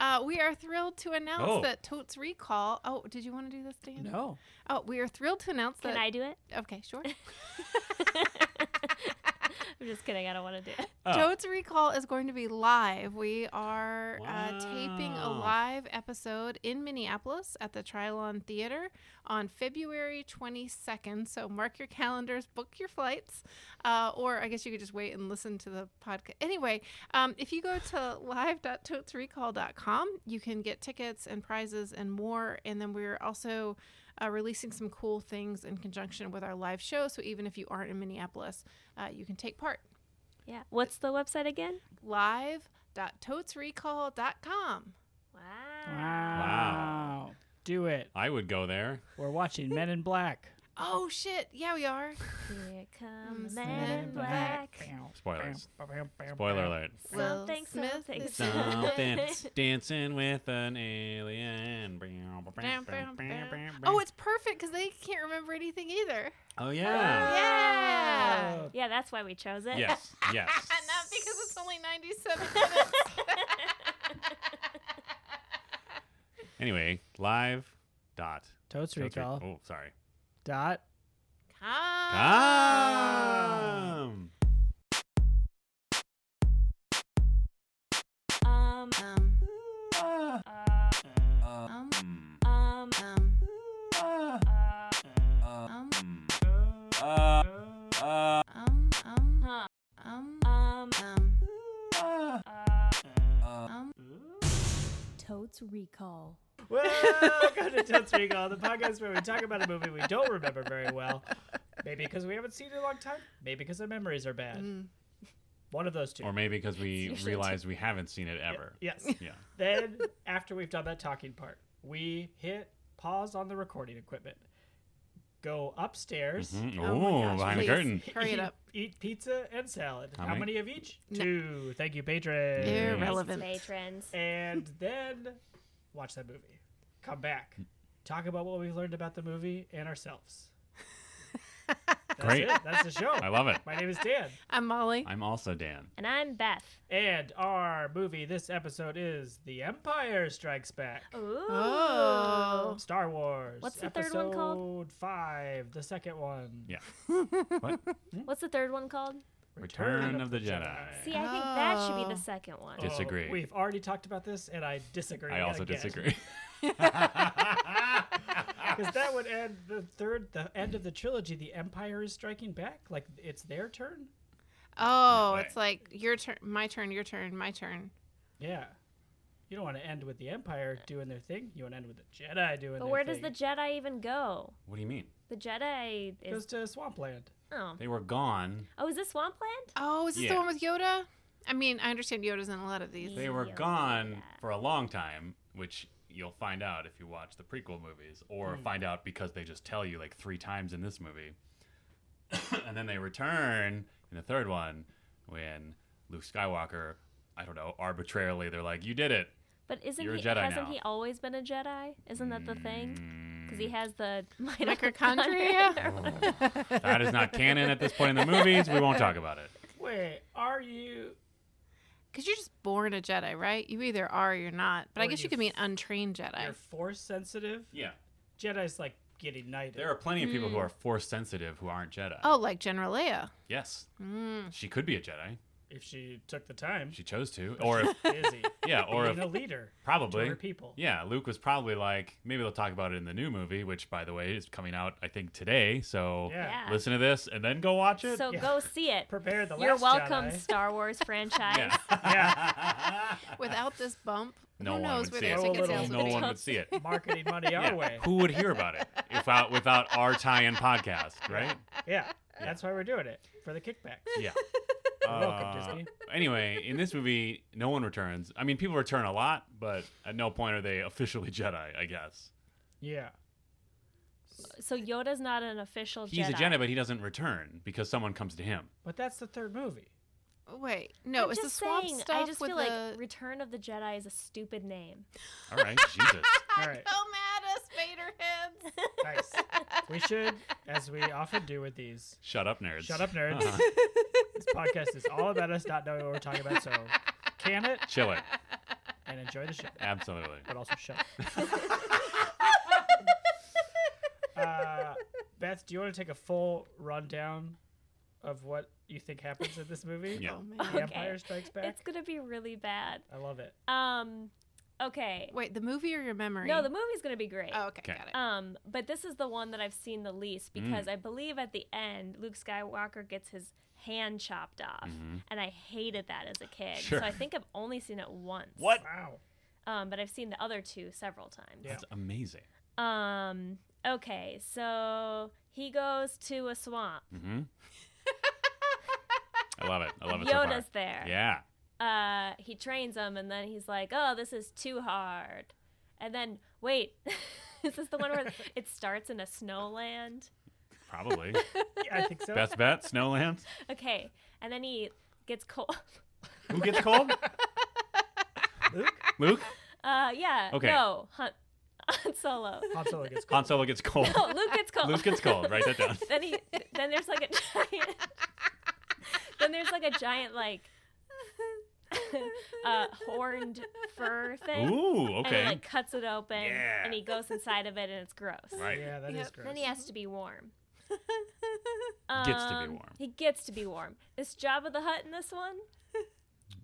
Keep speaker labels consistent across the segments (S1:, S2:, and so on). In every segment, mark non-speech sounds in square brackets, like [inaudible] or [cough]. S1: Uh, we are thrilled to announce
S2: Oh.
S1: that Totes Recall. Oh, did you want to do this, Dan?
S3: No.
S1: Oh, we are thrilled to announce
S4: Can
S1: that.
S4: I do [laughs] it?
S1: Okay, sure.
S4: I'm just kidding. I don't want to do it.
S2: Oh.
S1: Totes Recall is going to be live. We are uh, taping a
S2: Wow.
S1: live episode in Minneapolis at the Trilon Theater on February 22nd. So mark your calendars, book your flights, uh, or I guess you could just wait and listen to the podcast. Anyway, um, if you go to [laughs] live.totesrecall.com, you can get tickets and prizes and more. And then we're also uh, releasing some cool things in conjunction with our live show. So even if you aren't in Minneapolis, uh, you can take part
S4: Yeah. What's the website again?
S1: live.totesrecall.com.
S4: Wow.
S3: Wow. Do it.
S2: I would go there.
S3: We're watching Men
S4: [laughs]
S3: in Black.
S1: Oh shit, yeah we are.
S4: Here comes
S1: Men
S4: man in black.
S2: Spoilers. Spoiler alert.
S4: Something,
S1: Smith
S4: something,
S1: is- [laughs]
S2: Something dancing with an alien.
S1: Oh, it's perfect cuz they can't remember anything either. [laughs]
S2: Oh yeah.
S1: Yeah. [laughs]
S4: [laughs] Yeah, that's why we chose it.
S2: Yes. Yes.
S1: And [laughs] not because it's only 97 minutes.
S2: Anyway, live dot.
S3: Totes
S2: Totes Re-
S3: Recall.
S2: Oh, sorry.
S3: Dot.
S1: Oh.
S2: Um.
S4: Um,
S1: Um,
S4: uh,
S1: um,
S4: um,
S1: um, um, um, um,
S4: huh,
S1: um,
S4: um,
S1: um.
S4: Totes Recall.
S3: Welcome to Totes Recall, the podcast where we talk about a movie we don't remember very well. Maybe because we haven't seen it in a long time. Maybe because our memories are bad.
S1: Mm.
S3: One of those two.
S2: Or maybe
S1: [laughs]
S2: because we realize we haven't seen it ever.
S3: yes.
S2: Yeah.
S3: then after we've done that talking part, we hit pause on the recording equipment, go upstairs,
S2: Mm,
S1: Oh my
S2: ooh,
S1: gosh,
S2: behind
S1: please.
S2: the
S1: [laughs]
S2: curtain.
S1: Hurry it
S3: eat-
S1: up.
S3: Eat pizza and salad. How,
S2: many?
S3: many? of each? Two. Thank you, patron.
S1: Irrelevant.
S4: Patrons.
S3: And then watch that movie. Come back.
S2: Mm.
S3: Talk about what we've learned about the movie and
S4: [laughs]
S3: ourselves. That's
S2: Great.
S3: it. That's the show.
S2: I love it.
S3: My name is Dan.
S1: I'm Molly.
S2: I'm also Dan.
S4: And I'm Beth.
S3: And our movie this episode is The Empire Strikes Back.
S4: Ooh.
S1: Oh.
S3: Star Wars.
S4: What's the third one called?
S3: Episode Five, the second one.
S1: [laughs]
S2: Yeah.
S4: What's the third one called?
S2: Return of the Jedi.
S4: See, I think that should be the second one.
S2: Just- Disagree.
S3: Oh, we've already talked about this, and I disagree.
S2: I also
S3: again.
S4: [laughs]
S2: disagree.
S3: because that would end the third, the end of the trilogy. The Empire is striking back. Like it's their turn.
S1: Oh,
S2: way.
S1: it's like your turn, my turn, your turn, my turn.
S3: Yeah. You don't want to end with the Empire doing their thing. You want to end with the Jedi doing.
S4: But
S3: their
S4: where does
S3: thing.
S4: the Jedi even go?
S2: what do you mean?
S4: The Jedi
S3: goes
S4: is.
S3: to Swampland?
S4: Oh,
S2: They were gone.
S4: oh is this Swampland?
S1: Oh, is this
S2: Yeah.
S1: the one with Yoda? I mean, I understand Yoda's in a lot of these.
S2: They were
S4: Yeah.
S2: gone for a long time, which you'll find out if you watch the prequel movies, or
S4: Hmm.
S2: find out because they just tell you like three times in this movie. [coughs] and then they return in the third one when Luke Skywalker, I don't know, arbitrarily they're like, "You did it."
S4: But isn't
S2: You're a
S4: he?
S2: Jedi
S4: hasn't
S2: now. Mm.
S4: he always been a Jedi? Isn't that the thing? Because he has the [laughs]
S1: Mitochondria?
S2: Oh, That is
S4: [laughs]
S2: not canon at this point in the movies. We won't talk about it.
S3: Wait, are you?
S1: Because you're just born a Jedi, right? You either are or you're not. But I
S3: Or
S1: guess you
S3: you
S1: could be an untrained
S3: You're
S1: Jedi.
S3: force sensitive.
S2: Yeah.
S3: Jedi's like getting knighted.
S2: There are plenty of
S4: Hmm.
S2: people who are force sensitive who aren't Jedi.
S1: Oh, like General Leia. Mm.
S2: Yes. [laughs] She could be a Jedi.
S3: if she took the time,
S2: She chose to. Or if,
S4: [laughs]
S3: busy [laughs]
S2: yeah, [laughs] or
S3: being a
S2: if
S3: leader.
S2: probably
S3: to her people.
S2: Yeah, Luke was probably like, maybe they'll talk about it in the new movie, which by the way is coming out I think today. So
S3: Yeah.
S4: Yeah.
S2: listen to this and then go watch it.
S4: So go see it.
S3: Prepare the
S4: You're
S3: last
S4: welcome,
S3: Jedi.
S1: [laughs]
S4: Star Wars franchise.
S3: yeah,
S1: Without this bump,
S2: no
S1: who
S2: one
S1: knows where
S2: would see
S1: their
S2: it.
S3: Oh,
S1: ticket
S3: little-
S1: sales
S2: no
S1: would be.
S2: one would see it.
S3: marketing
S2: [laughs]
S3: money [laughs] our
S2: Yeah.
S3: way.
S2: Who would hear about it without without our tie in podcast, right?
S3: Yeah, that's why we're doing it for the kickback.
S2: Yeah.
S3: [laughs]
S2: Uh,
S3: You're welcome, Disney.
S2: Anyway, in this movie, no one returns. I mean, people return a lot, but at no point are they officially [laughs] Jedi. I guess
S3: Yeah,
S4: So Yoda's not an official
S2: he's
S4: Jedi.
S2: a Jedi, but he doesn't return because someone comes to him.
S3: but that's the third movie.
S1: [laughs] Wait, no,
S4: I'm
S1: it's the
S4: just
S1: swamp
S4: saying,
S1: stuff
S4: I just
S1: with
S4: feel
S1: the.
S4: like Return of the Jedi is a stupid name.
S2: All right, [laughs] Jesus.
S3: All right,
S1: Come at us, Vader [laughs]
S4: [laughs]
S1: heads.
S3: nice. We should, as we often do with these,
S2: Shut up, nerds. Uh-huh.
S3: Shut up, nerds. this podcast is all about us not knowing what we're talking about, so can it?
S2: Chill it.
S3: and enjoy the show,
S2: Absolutely.
S3: but also shut. uh, Beth, do you want to take a full rundown of what you think happens in this movie?
S2: Yeah.
S1: Oh man.
S3: The
S4: Okay.
S3: Empire Strikes Back.
S4: It's gonna be really bad.
S3: I love it.
S4: Um, okay.
S1: Wait, the movie or your memory?
S4: No, the movie's gonna be great.
S1: Oh, okay,
S2: Okay.
S1: got it.
S4: Um, but this is the one that I've seen the least
S2: Mm.
S4: because I believe at the end Luke Skywalker gets his hand chopped off,
S2: Mm-hmm.
S4: and I hated that as a kid.
S2: Sure.
S4: So I think I've only seen it once.
S2: What?
S3: Wow.
S4: Um, but I've seen the other two several times.
S3: Yeah.
S2: That's amazing.
S4: Um. Okay. So he goes to a swamp.
S2: hmm I love it. I love it so far.
S4: Yoda's there.
S2: Yeah.
S4: Uh, he trains him, and then he's like, "Oh, this is too hard." And then wait, [laughs] is this the one
S2: [laughs]
S4: where it starts in a snowland?
S3: [laughs]
S2: Probably.
S3: Yeah, I think so.
S2: Best bet, Snowlands.
S4: Okay. And then he gets cold. [laughs]
S2: Who
S1: [laughs]
S2: gets cold?
S3: Luke?
S2: Luke?
S4: Uh, yeah.
S2: Okay.
S4: No, Han, [laughs] Han Solo.
S3: Han Solo gets
S2: Han
S3: cold.
S2: Solo gets cold.
S4: No, Luke gets cold.
S2: Luke gets cold. Write that down.
S1: [laughs]
S4: then he then there's like a giant then there's like a giant like [laughs] uh horned fur thing
S2: Ooh,
S4: and he
S2: okay.
S4: like cuts it open
S2: Yeah.
S4: and he goes inside of it and it's gross
S2: right.
S3: Yeah, that is
S1: Yep.
S3: gross.
S4: then he has to be warm
S2: Gets to be
S4: Um,
S2: warm.
S4: he gets to be warm is Jabba the Hutt in this one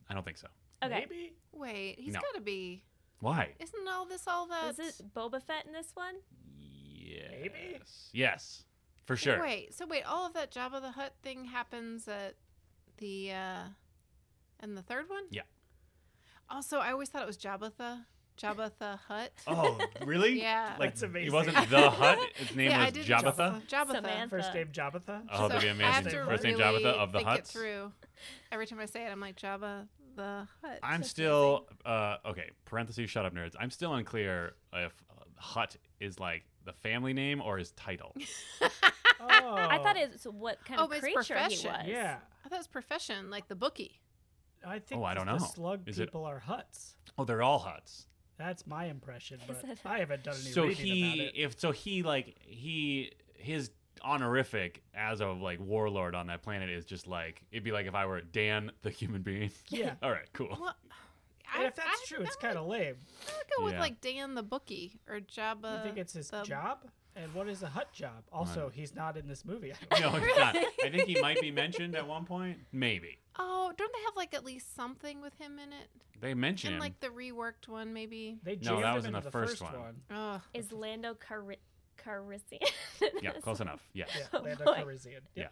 S2: I don't think so.
S4: okay
S3: Maybe?
S1: Wait, he's
S2: No.
S1: got to be.
S2: Why?
S1: Isn't all this all that?
S4: is it Boba Fett in this one
S2: Yes.
S3: Maybe?
S2: Yes. For sure.
S1: Wait, so wait, all of that Jabba the Hutt thing happens at the uh and the third one?
S2: Yeah.
S1: Also, I always thought it was Jabba the Jabba the Hutt.
S2: Oh,
S1: [laughs]
S2: really?
S1: Yeah.
S2: Like
S3: That's
S2: He
S3: amazing.
S2: wasn't the
S1: [laughs]
S2: Hut. His name
S1: yeah, I
S2: was
S1: didn't-
S2: Jabatha.
S1: Jabba the.
S4: Samantha.
S3: First name Jabbatha?
S2: Oh, that'd be
S1: I have
S2: amazing.
S1: to
S2: First name
S1: really
S2: Jabbatha of the
S1: think it
S2: Huts.
S1: Through. Every time I say it, I'm like Jabba the Hutt. [laughs]
S2: I'm
S1: That's
S2: still uh, okay. Parentheses, shut up, nerds. I'm still unclear if uh, Hut is like the family name or his title.
S3: Oh.
S4: I thought it was what kind
S1: Oh,
S4: of
S1: but it's
S4: creature he
S1: profession.
S4: was
S3: Yeah.
S1: I thought it was profession, like the bookie.
S3: I think
S2: Oh, I don't
S3: the
S2: know.
S3: slug
S2: Is it-
S3: people are huts.
S2: Oh, they're all Huts.
S3: That's my impression, but
S4: Is it-
S3: I haven't done any
S2: So
S3: reading about
S2: he, [laughs]
S3: it.
S2: if so, he like he his honorific as a like warlord on that planet is just like it'd be like if I were Dan the human being.
S3: Yeah.
S2: all right, cool.
S1: Well,
S3: And if that's true, it's kind of lame.
S1: I would go with
S2: Yeah.
S1: like Dan the bookie or Jabba.
S3: You think it's his
S1: the-
S3: job? And what is a hut job? Also, he's not in this movie.
S2: No, it's not. I think he might be mentioned at one point. Maybe
S1: Oh, don't they have like at least something with him in it?
S2: they mention
S1: And
S2: him.
S1: like [laughs] the reworked one, maybe.
S3: They
S2: No,
S3: jammed
S2: that
S3: him
S2: was in
S3: into
S2: the
S3: the
S2: first
S3: first,
S2: one.
S1: Ugh.
S4: is Lando Cari- Carissian
S2: yeah, close enough. Yes. [laughs]
S3: Yeah,
S4: [laughs] Oh,
S3: Lando
S4: boy.
S3: Calrissian. Yeah.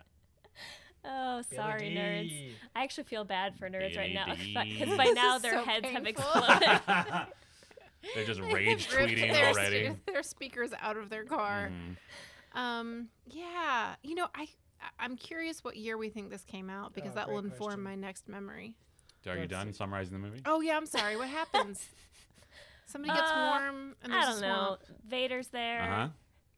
S4: oh
S3: Billy
S4: sorry nerds
S3: Dee.
S4: I actually feel bad for nerds right now [laughs]
S2: Billy
S4: because
S2: Dee.
S4: by
S1: This
S4: now
S1: is
S4: their
S1: so
S4: heads have
S1: painful. [laughs]
S4: exploded.
S2: They're just
S1: They've
S2: rage
S1: ripped
S2: tweeting
S1: their
S2: already.
S1: stu- their speakers out of their car.
S2: Mhm.
S1: Um, yeah, you know, I I- I'm curious what year we think this came out because
S3: Oh,
S1: that will
S3: great
S1: inform
S3: question.
S1: my next memory.
S2: Are you
S3: Let's
S2: done summarizing the movie?
S1: Oh yeah, I'm sorry. What
S3: [laughs]
S1: happens? Somebody gets
S4: Uh,
S1: warm and there's
S4: I
S1: a
S4: don't know.
S1: swamp.
S4: Vader's
S2: Uh huh.
S4: there.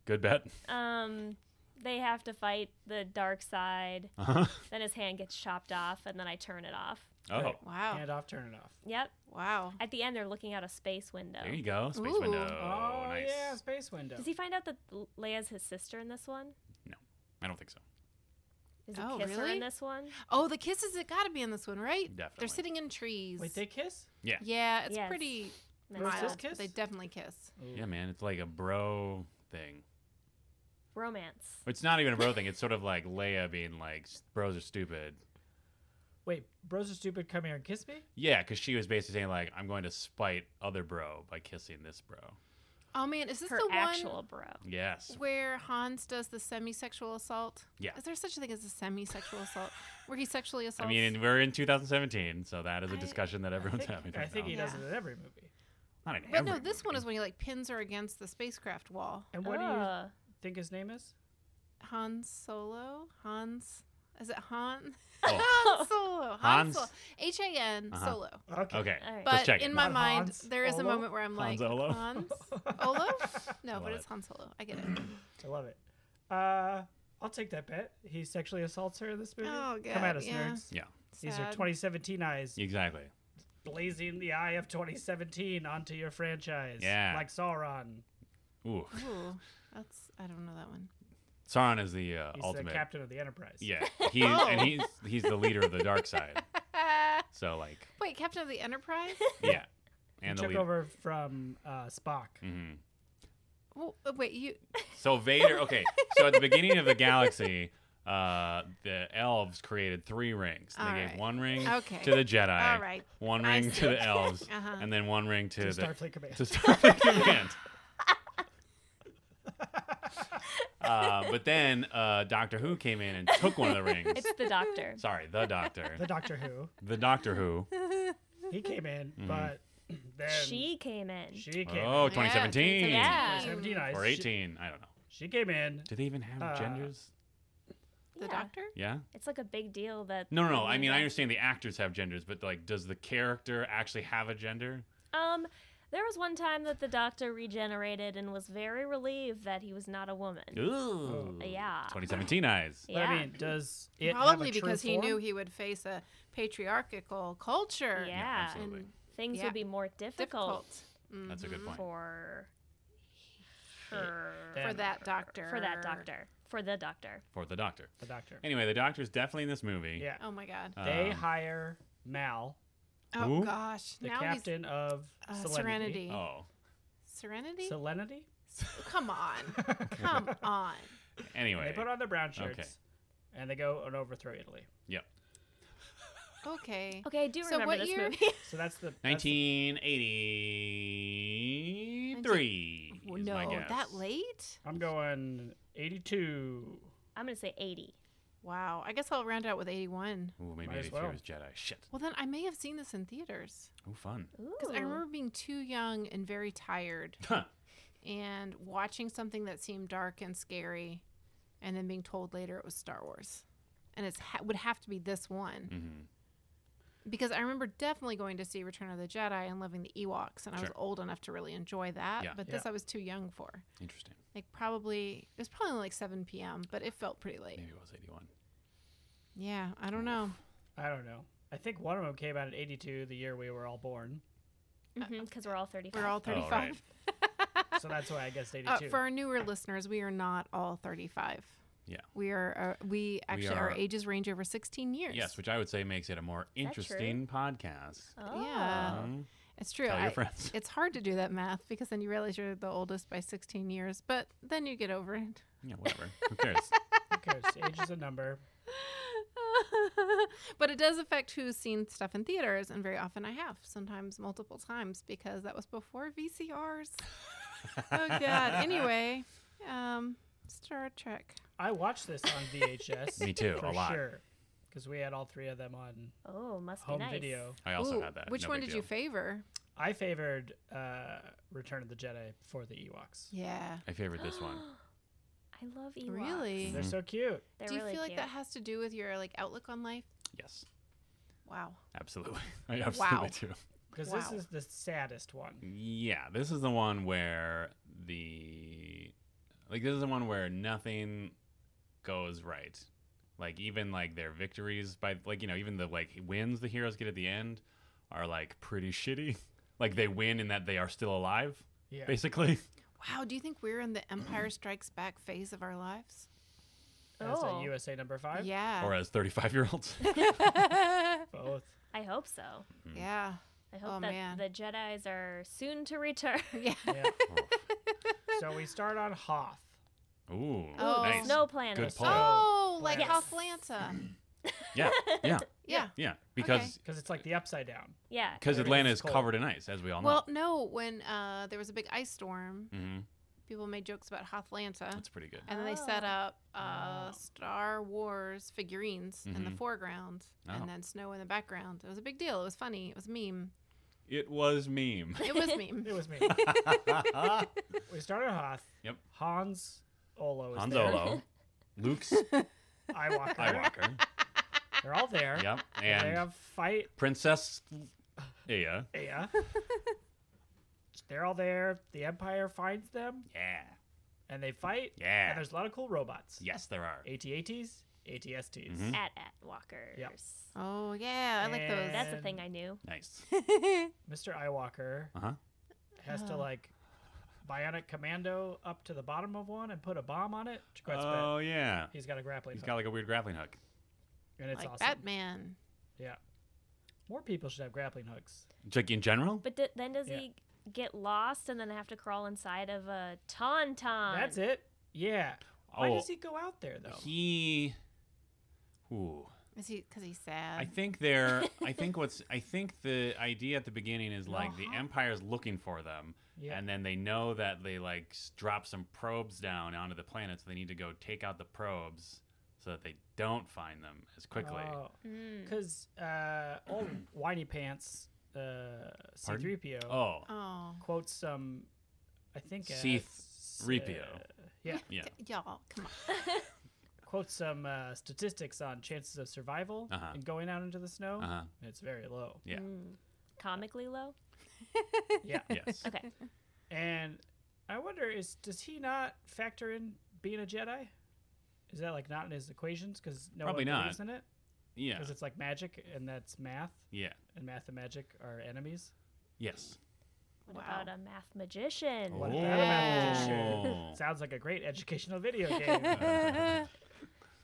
S2: Good bet. [laughs]
S4: Um, they have to fight the dark side.
S2: Uh huh.
S4: Then his hand gets chopped off, and then I turn it off.
S2: Oh,
S3: Right.
S1: Wow.
S3: Hand off, turn it off.
S4: Yep.
S1: Wow.
S4: At the end, they're looking out a space window.
S2: there you go. Space
S1: Ooh.
S2: window.
S3: Oh,
S2: nice.
S3: yeah, space window.
S4: Does he find out that L- Leia's his sister in this one?
S2: I don't think so.
S4: Does he
S1: Oh,
S4: kiss her
S1: really?
S4: in this one?
S1: Oh, the kisses it got to be in this one, right?
S2: Definitely.
S1: They're sitting in trees.
S3: Wait, they kiss?
S1: Yeah, it's
S4: Yes.
S1: pretty
S4: Nice.
S3: Where's this
S1: mild.
S3: kiss?
S1: They definitely kiss.
S2: Yeah, man. It's like a bro thing.
S4: Romance.
S2: It's not even a bro thing. It's sort of like Leia being like, "S- bros are stupid.
S3: Wait, bros are stupid. Come here and kiss me.
S2: Yeah, because she was basically saying like, I'm going to spite other bro by kissing this bro.
S1: Oh man, is this
S4: Her
S1: the
S4: actual bro.
S2: Yes.
S1: one where Hans does the semi-sexual assault?
S2: Yeah.
S1: Is there such a thing as a semi-sexual assault where he sexually assaults?
S2: I mean, and we're in 2017, so that is a
S1: I-
S2: discussion that
S3: I
S2: everyone's
S3: think,
S2: having.
S3: I
S2: right
S3: think
S2: now.
S3: he does
S1: Yeah.
S3: it in every movie.
S2: Not in
S1: but
S2: every
S1: no, this one
S2: movie.
S1: is when he like pins her against the spacecraft wall.
S3: And what do you
S4: Ugh.
S3: think his name is?
S1: Hans Solo, Hans, is it Han? [laughs]
S2: Oh.
S1: Han Solo,
S2: Hans?
S1: Hans, Solo. H A N
S2: Uh-huh.
S1: Solo.
S3: Okay.
S2: Okay.
S4: [laughs] All right.
S1: But
S2: check it.
S1: in my
S3: Not
S1: mind,
S3: Hans
S1: there is a
S3: Olo?
S1: moment where I'm
S2: Hans
S1: like
S2: Olo?
S3: [laughs]
S1: Hans Olo. No,
S2: Love
S1: but it's
S2: it.
S1: Han Solo. I get it.
S3: I love it. Uh, I'll take that bet. He sexually assaults her in this movie.
S1: Oh,
S3: Come
S1: God,
S3: at us,
S1: yeah.
S3: nerds.
S2: Yeah.
S3: These are
S1: Sad.
S3: 2017 eyes
S2: Exactly.
S3: blazing the eye of 2017 onto your franchise.
S2: Yeah.
S3: Like Sauron.
S1: Ooh,
S2: Ooh.
S1: that's I don't know that one.
S2: Sauron is the uh,
S3: He's
S2: ultimate.
S3: the captain of the Enterprise.
S2: Yeah,
S1: [laughs]
S2: he and
S1: Oh.
S2: he's
S1: [laughs]
S2: he's the leader of the dark side. So like,
S1: Wait, Captain of the Enterprise?
S2: yeah, and the
S3: took
S2: lead.
S3: over from uh, Spock.
S2: Mhm.
S1: Well, uh, wait,
S2: [clears throat]
S1: you.
S2: So Vader. Okay, so at the beginning of the galaxy, uh, the elves created three rings. They
S1: All
S2: gave
S1: right.
S2: one ring
S1: Okay.
S2: to the Jedi,
S1: All right.
S2: one
S1: I
S2: ring
S1: see.
S2: to the elves,
S1: Uh-huh.
S2: and then one ring to,
S3: To
S2: the
S3: Starfleet Command.
S2: to
S1: [laughs]
S2: Starfleet Command. Uh, but then uh, Doctor Who came in and took one of the rings.
S4: It's the
S2: [laughs]
S4: doctor.
S2: Sorry, the Doctor,
S3: the Doctor Who.
S2: the Doctor Who.
S3: He came in, but [clears throat] then
S4: she came in.
S3: she came
S2: Mm-hmm. Oh,
S3: in.
S2: 2017
S4: Yeah.
S3: Or 17, I-
S2: or
S3: she-
S2: 18, I don't know.
S3: She, came in.
S2: Do they even have
S3: Uh,
S2: genders?
S1: The
S4: Yeah.
S1: doctor?
S2: Yeah.
S4: It's like a big deal that.
S2: No, no, no. I mean, I
S4: Yeah.
S2: understand the actors have genders, but like, does the character actually have a gender?
S4: Um, there was one time that the doctor regenerated and was very relieved that he was not a woman.
S3: Oh.
S2: Ooh.
S4: Yeah.
S2: 2017 eyes.
S3: But
S4: Yeah.
S3: I mean, does it have a
S1: Probably
S3: true
S1: because he
S3: form?
S1: knew he would face a patriarchal culture.
S4: Yeah.
S2: absolutely.
S1: And
S4: Things
S1: Yeah.
S4: would be more difficult,
S1: difficult. Mm.
S2: That's a good point.
S4: for her.
S3: Them.
S1: For that doctor.
S4: For that doctor. For the doctor.
S2: For the doctor.
S3: the Doctor.
S2: Anyway, the doctor's definitely in this movie.
S3: Yeah.
S1: Oh my God.
S2: Um,
S3: they hire Mal,
S1: Oh
S2: Uh, who?
S1: gosh.
S3: the
S1: now
S3: captain of
S1: he's uh,
S3: Serenity.
S1: Serenity.
S2: Oh.
S1: Serenity?
S3: Serenity.
S1: Come on.
S3: [laughs]
S1: Come on.
S2: Anyway.
S3: They put on their brown shirts,
S2: Okay.
S3: and they go and overthrow Italy.
S2: Yep.
S1: Okay.
S4: Okay, I do
S1: So
S4: remember
S1: what
S4: this
S1: year- [laughs]
S4: movie. [laughs]
S3: So that's the that's the-
S2: 1983.
S1: Well,
S2: is
S1: no,
S2: my guess.
S1: that late?
S3: I'm going 82.
S4: I'm gonna say 80.
S1: Wow. I guess I'll round it out with 81.
S2: Ooh, maybe
S3: Might as
S2: 83
S3: well.
S2: was Jedi. Shit.
S1: Well, then I may have seen this in theaters
S2: Ooh, fun.
S1: because I
S4: Ooh.
S1: remember being too young and very tired
S2: Huh.
S1: and watching something that seemed dark and scary and then being told later it was Star Wars. And it ha- would have to be this one
S2: Mhm.
S1: because I remember definitely going to see Return of the Jedi and loving the Ewoks, and I was
S2: Sure.
S1: old enough to really enjoy that.
S2: Yeah.
S1: But this
S3: Yeah.
S1: I was too young for.
S2: Interesting.
S1: Like probably it was probably only like seven p.m., but it felt pretty late.
S2: Maybe it was 81.
S1: Yeah, I don't know.
S3: I don't know. I think one of them came out in 82, the year we were all born.
S4: Because Mm-hmm, we're all 35.
S1: We're all
S2: Oh,
S1: thirty-five.
S2: right.
S3: So that's why I
S1: [laughs]
S3: guessed
S1: Uh,
S3: 82.
S1: for our newer listeners, we are not all 35.
S2: Yeah.
S1: We are, uh, we actually, our
S2: are-
S1: ages range over 16 years.
S2: Yes, which I would say makes it a more interesting podcast.
S4: Oh.
S1: Yeah.
S2: Um,
S1: It's true.
S2: Tell your
S1: I-
S2: friends.
S1: It's hard to do that math because then you realize you're the oldest by 16 years, but then you get over it.
S2: [laughs]
S1: [laughs]
S2: Yeah, whatever. Who cares?
S3: Okay, so age is a number.
S1: but it does affect who's seen stuff in theaters, and very often I have, sometimes multiple times, because that was before VCRs. [laughs] oh,
S2: [laughs]
S1: God. Anyway, um, Star Trek.
S3: I watched this
S1: [laughs]
S3: on VHS.
S2: Me too,
S3: for
S2: a lot.
S3: Sure, because we had all three of them on
S4: Oh, must be
S3: home
S4: nice.
S3: video.
S2: I also
S1: Ooh,
S2: had that.
S1: Which
S2: No
S1: one
S2: big
S1: did you
S2: deal.
S1: favor?
S3: I favored uh, Return of the Jedi for the Ewoks.
S1: Yeah.
S2: I favored this one.
S1: [gasps]
S4: [gasps] I love Ewoks.
S1: Really?
S3: They're
S2: Mm.
S3: so cute.
S4: They're
S1: Do you
S4: really
S1: feel like
S4: cute.
S1: that has to do with your like outlook on life?
S2: Yes,
S1: Wow.
S2: absolutely. [laughs] I absolutely
S1: Wow.
S2: do.
S3: Because this
S1: Wow.
S3: is the saddest one.
S2: Yeah, this is the one where the like this is the one where nothing goes right. Like even like their victories by like you know even the like wins the heroes get at the end are like pretty shitty. [laughs] Like they win in that they are still alive,
S3: Yeah.
S2: basically.
S1: Wow. Do you think we're in the Empire Strikes Back phase of our lives?
S3: That's
S4: Oh.
S3: a USA number five.
S1: Yeah. [laughs]
S2: Or as thirty-five year olds.
S3: Both.
S4: I hope so.
S1: yeah.
S4: I hope
S1: Oh,
S4: that
S1: man.
S4: the Jedi's are soon to return.
S1: Yeah.
S3: Yeah. so we start on Hoth.
S2: [laughs] Ooh,
S1: Oh.
S4: The
S2: nice.
S4: Snow planet.
S2: Good pull.
S1: Oh, like
S3: Yes.
S1: Hoth Lanta.
S2: Yeah, yeah,
S1: Yeah.
S2: yeah.
S1: [laughs]
S2: Because
S3: Because it's like the upside down.
S4: [laughs] Yeah.
S2: because Atlanta
S3: Everything's
S2: is
S3: cold.
S2: covered in ice, as we all know.
S1: Well, no, when uh, there was a big ice storm,
S2: hmm
S1: people made jokes about Hoth Lanta.
S2: That's pretty good.
S1: And then they set
S4: Oh.
S1: up uh,
S3: Oh.
S1: Star Wars figurines in the foreground
S2: Oh.
S1: and then snow in the background. It was a big deal. It was funny. It was a meme.
S2: It was [laughs] meme.
S1: It was meme.
S3: It
S2: [laughs]
S3: was me. we start on Hoth.
S2: Yep.
S3: Hans Olo is
S2: Han
S3: there.
S4: [laughs]
S3: [laughs]
S2: Solo, Luke's
S3: Iwalker.
S2: Skywalker.
S3: They're all there.
S2: yep,
S3: They
S2: and
S3: have fight.
S2: Princess Leia.
S1: [laughs]
S3: Yeah. They're all there. The Empire finds them
S2: Yeah,
S3: and they fight.
S2: Yeah.
S3: And there's a lot of cool robots.
S2: yes, there are.
S3: AT-ATs, ATSTs.
S2: Mhm.
S4: At at Walkers.
S1: Oh, yeah. I like those.
S4: That's
S1: [laughs]
S4: a
S3: And-
S4: thing I knew.
S2: Nice.
S3: Mr. Iwalker
S2: Uh huh.
S3: has to like bionic commando up to the bottom of one and put a bomb on it. to grab his bed.
S2: Oh yeah,
S3: He's got a grappling
S2: he's
S3: hook,
S2: got like a weird grappling hook.
S3: and it's
S1: like
S3: awesome.
S1: Batman.
S3: Yeah. More people should have grappling hooks.
S2: Like in general?
S4: But d- then does
S3: Yeah.
S4: he get lost and then have to crawl inside of a tauntaun?
S3: That's it. Yeah. Why
S2: oh,
S3: does he go out there though?
S2: he. Ooh.
S1: Is he because he's sad?
S3: Um.
S2: I think they're. I
S3: [laughs]
S2: think what's. I think the idea at the beginning is like the
S3: Uh-huh.
S2: empire's looking for them,
S3: Yeah.
S2: and then they know that they like s- drop some probes down onto the planet, so they need to go take out the probes so that they don't find them as quickly.
S3: Oh.
S4: Mm.
S3: Because uh, old whiny pants uh,
S2: Pardon?
S3: C-3PO
S2: Oh,
S1: Oh,
S3: quotes some, I think uh,
S2: C-3PO.
S3: uh, yeah,
S2: yeah.
S1: y'all, come on.
S3: quotes some uh, statistics on chances of survival
S2: Uh-huh.
S3: in going out into the snow. [laughs]
S2: Uh huh.
S3: and It's
S1: [laughs]
S3: very low.
S2: Yeah.
S4: Mm. Comically low.
S3: Yeah,
S2: Yes.
S4: Okay.
S3: and I wonder is does he not factor in being a Jedi? Is that like not in his equations? Because no
S2: Probably
S3: one
S2: not.
S3: believes in it.
S2: Yeah.
S3: Because it's like magic, and that's math,
S2: Yeah.
S3: and math and magic are enemies.
S2: Yes.
S4: What
S1: Wow.
S4: about a math magician?
S3: What about a mathematician?
S2: [laughs] Oh.
S3: Sounds like a great educational video
S2: [laughs]
S3: game.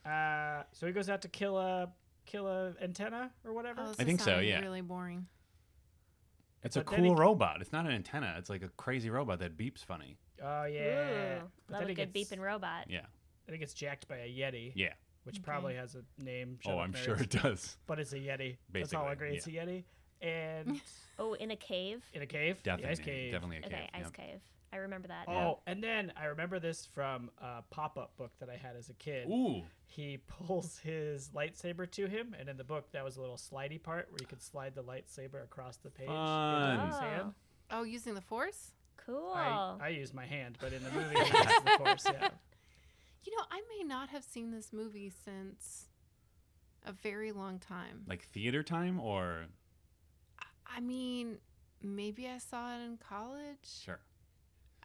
S3: Uh, so he goes out to kill a kill a antenna or whatever.
S1: Oh, this
S2: I
S1: is
S2: think so,
S1: sounding
S2: yeah.
S1: Really boring.
S2: It's a
S3: But then
S2: cool
S3: it-
S2: robot. It's not an antenna. It's like a crazy robot that beeps funny.
S3: Oh yeah,
S4: Ooh,
S3: But
S4: love a
S3: then he
S4: good
S3: gets-
S4: beeping robot.
S2: Yeah.
S3: I think it's jacked by a yeti,
S2: Yeah.
S3: which
S1: Okay.
S3: probably has a name. shut
S2: oh,
S3: up,
S2: I'm
S3: nerds,
S2: sure it does.
S3: But it's a yeti. Let's all
S2: Basically,
S3: agree it's a yeti.
S1: [laughs]
S3: And
S4: Oh, in a cave.
S3: in a cave, the
S2: Definitely.
S3: ice cave.
S2: Definitely a cave.
S4: okay, ice
S2: yep.
S4: cave. I remember that.
S3: Oh, and then I remember this from a pop-up book that I had as a kid.
S2: Ooh.
S3: He [laughs] pulls his lightsaber to him, and in the book, that was a little slidey part where you could slide the lightsaber across the page. into his
S2: Fun.
S3: hand.
S1: Oh, using the force? Oh,
S4: cool.
S3: I, I use my hand, but in the movie, I use the force. Yeah.
S2: [laughs]
S1: You know, I may not have seen this movie since a very long time.
S2: Like theater time or
S1: I mean, maybe I saw it in college.
S2: sure.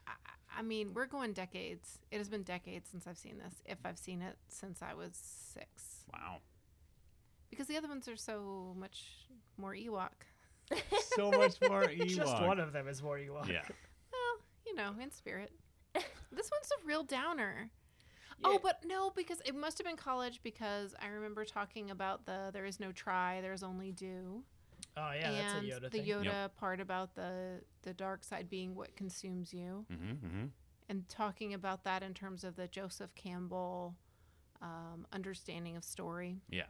S1: I, I mean, we're going decades. It has been decades since I've seen this, if I've seen it since I was six.
S4: [laughs]
S2: Wow.
S1: Because the other ones are so much more Ewok.
S2: So much more Ewok.
S3: [laughs] Just one of them is more you want.
S2: Yeah.
S1: Well, you know, in
S3: [laughs]
S1: spirit. this one's a real downer. Oh, but no, because it must have been college because I remember talking about the there is no try, there's only do.
S3: oh yeah, that's a
S1: and
S3: Yoda
S1: the
S3: thing.
S1: Yoda part about the the dark side being what consumes you,
S2: Mm-hmm, mm-hmm.
S1: and talking about that in terms of the Joseph Campbell um, understanding of story.
S2: Yeah.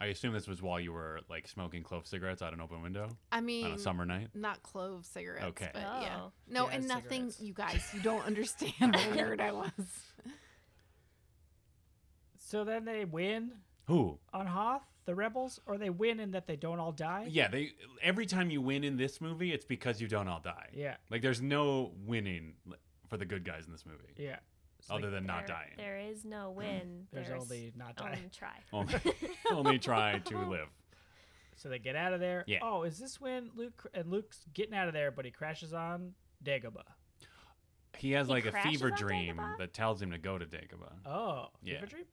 S2: I assume this was while you were like smoking clove cigarettes out an open window
S1: I mean,
S2: on
S3: Mm.
S2: a summer night.
S1: not clove cigarettes,
S2: Okay.
S1: but yeah,
S4: Oh.
S1: no,
S3: Yeah,
S1: and nothing.
S3: cigarettes.
S1: You guys, you don't [laughs] understand how weird I was.
S3: [laughs] So then they win
S2: Who?
S3: on Hoth, the rebels, or they win in that they don't all die.
S2: Yeah, they every time you win in this movie, it's because you don't all die.
S3: Yeah.
S2: Like there's no winning like, for the good guys in this movie
S3: Yeah. It's
S2: other
S3: like,
S2: than not
S4: There-
S2: dying. Mm-hmm.
S4: There is no win.
S3: there's only not
S1: Oh,
S3: die.
S4: only try. [laughs]
S2: Only, [laughs] only try
S3: [laughs]
S2: to live.
S3: So they get out of there.
S2: Yeah.
S3: Oh, is this when Luke cr- and Luke's getting out of there, but he crashes on Dagobah?
S2: He has
S4: He
S2: like a
S4: crashes
S2: fever
S4: on
S2: dream
S4: Dagobah?
S2: that tells him to go to Dagobah.
S3: Oh,
S2: Yeah.
S3: fever dream?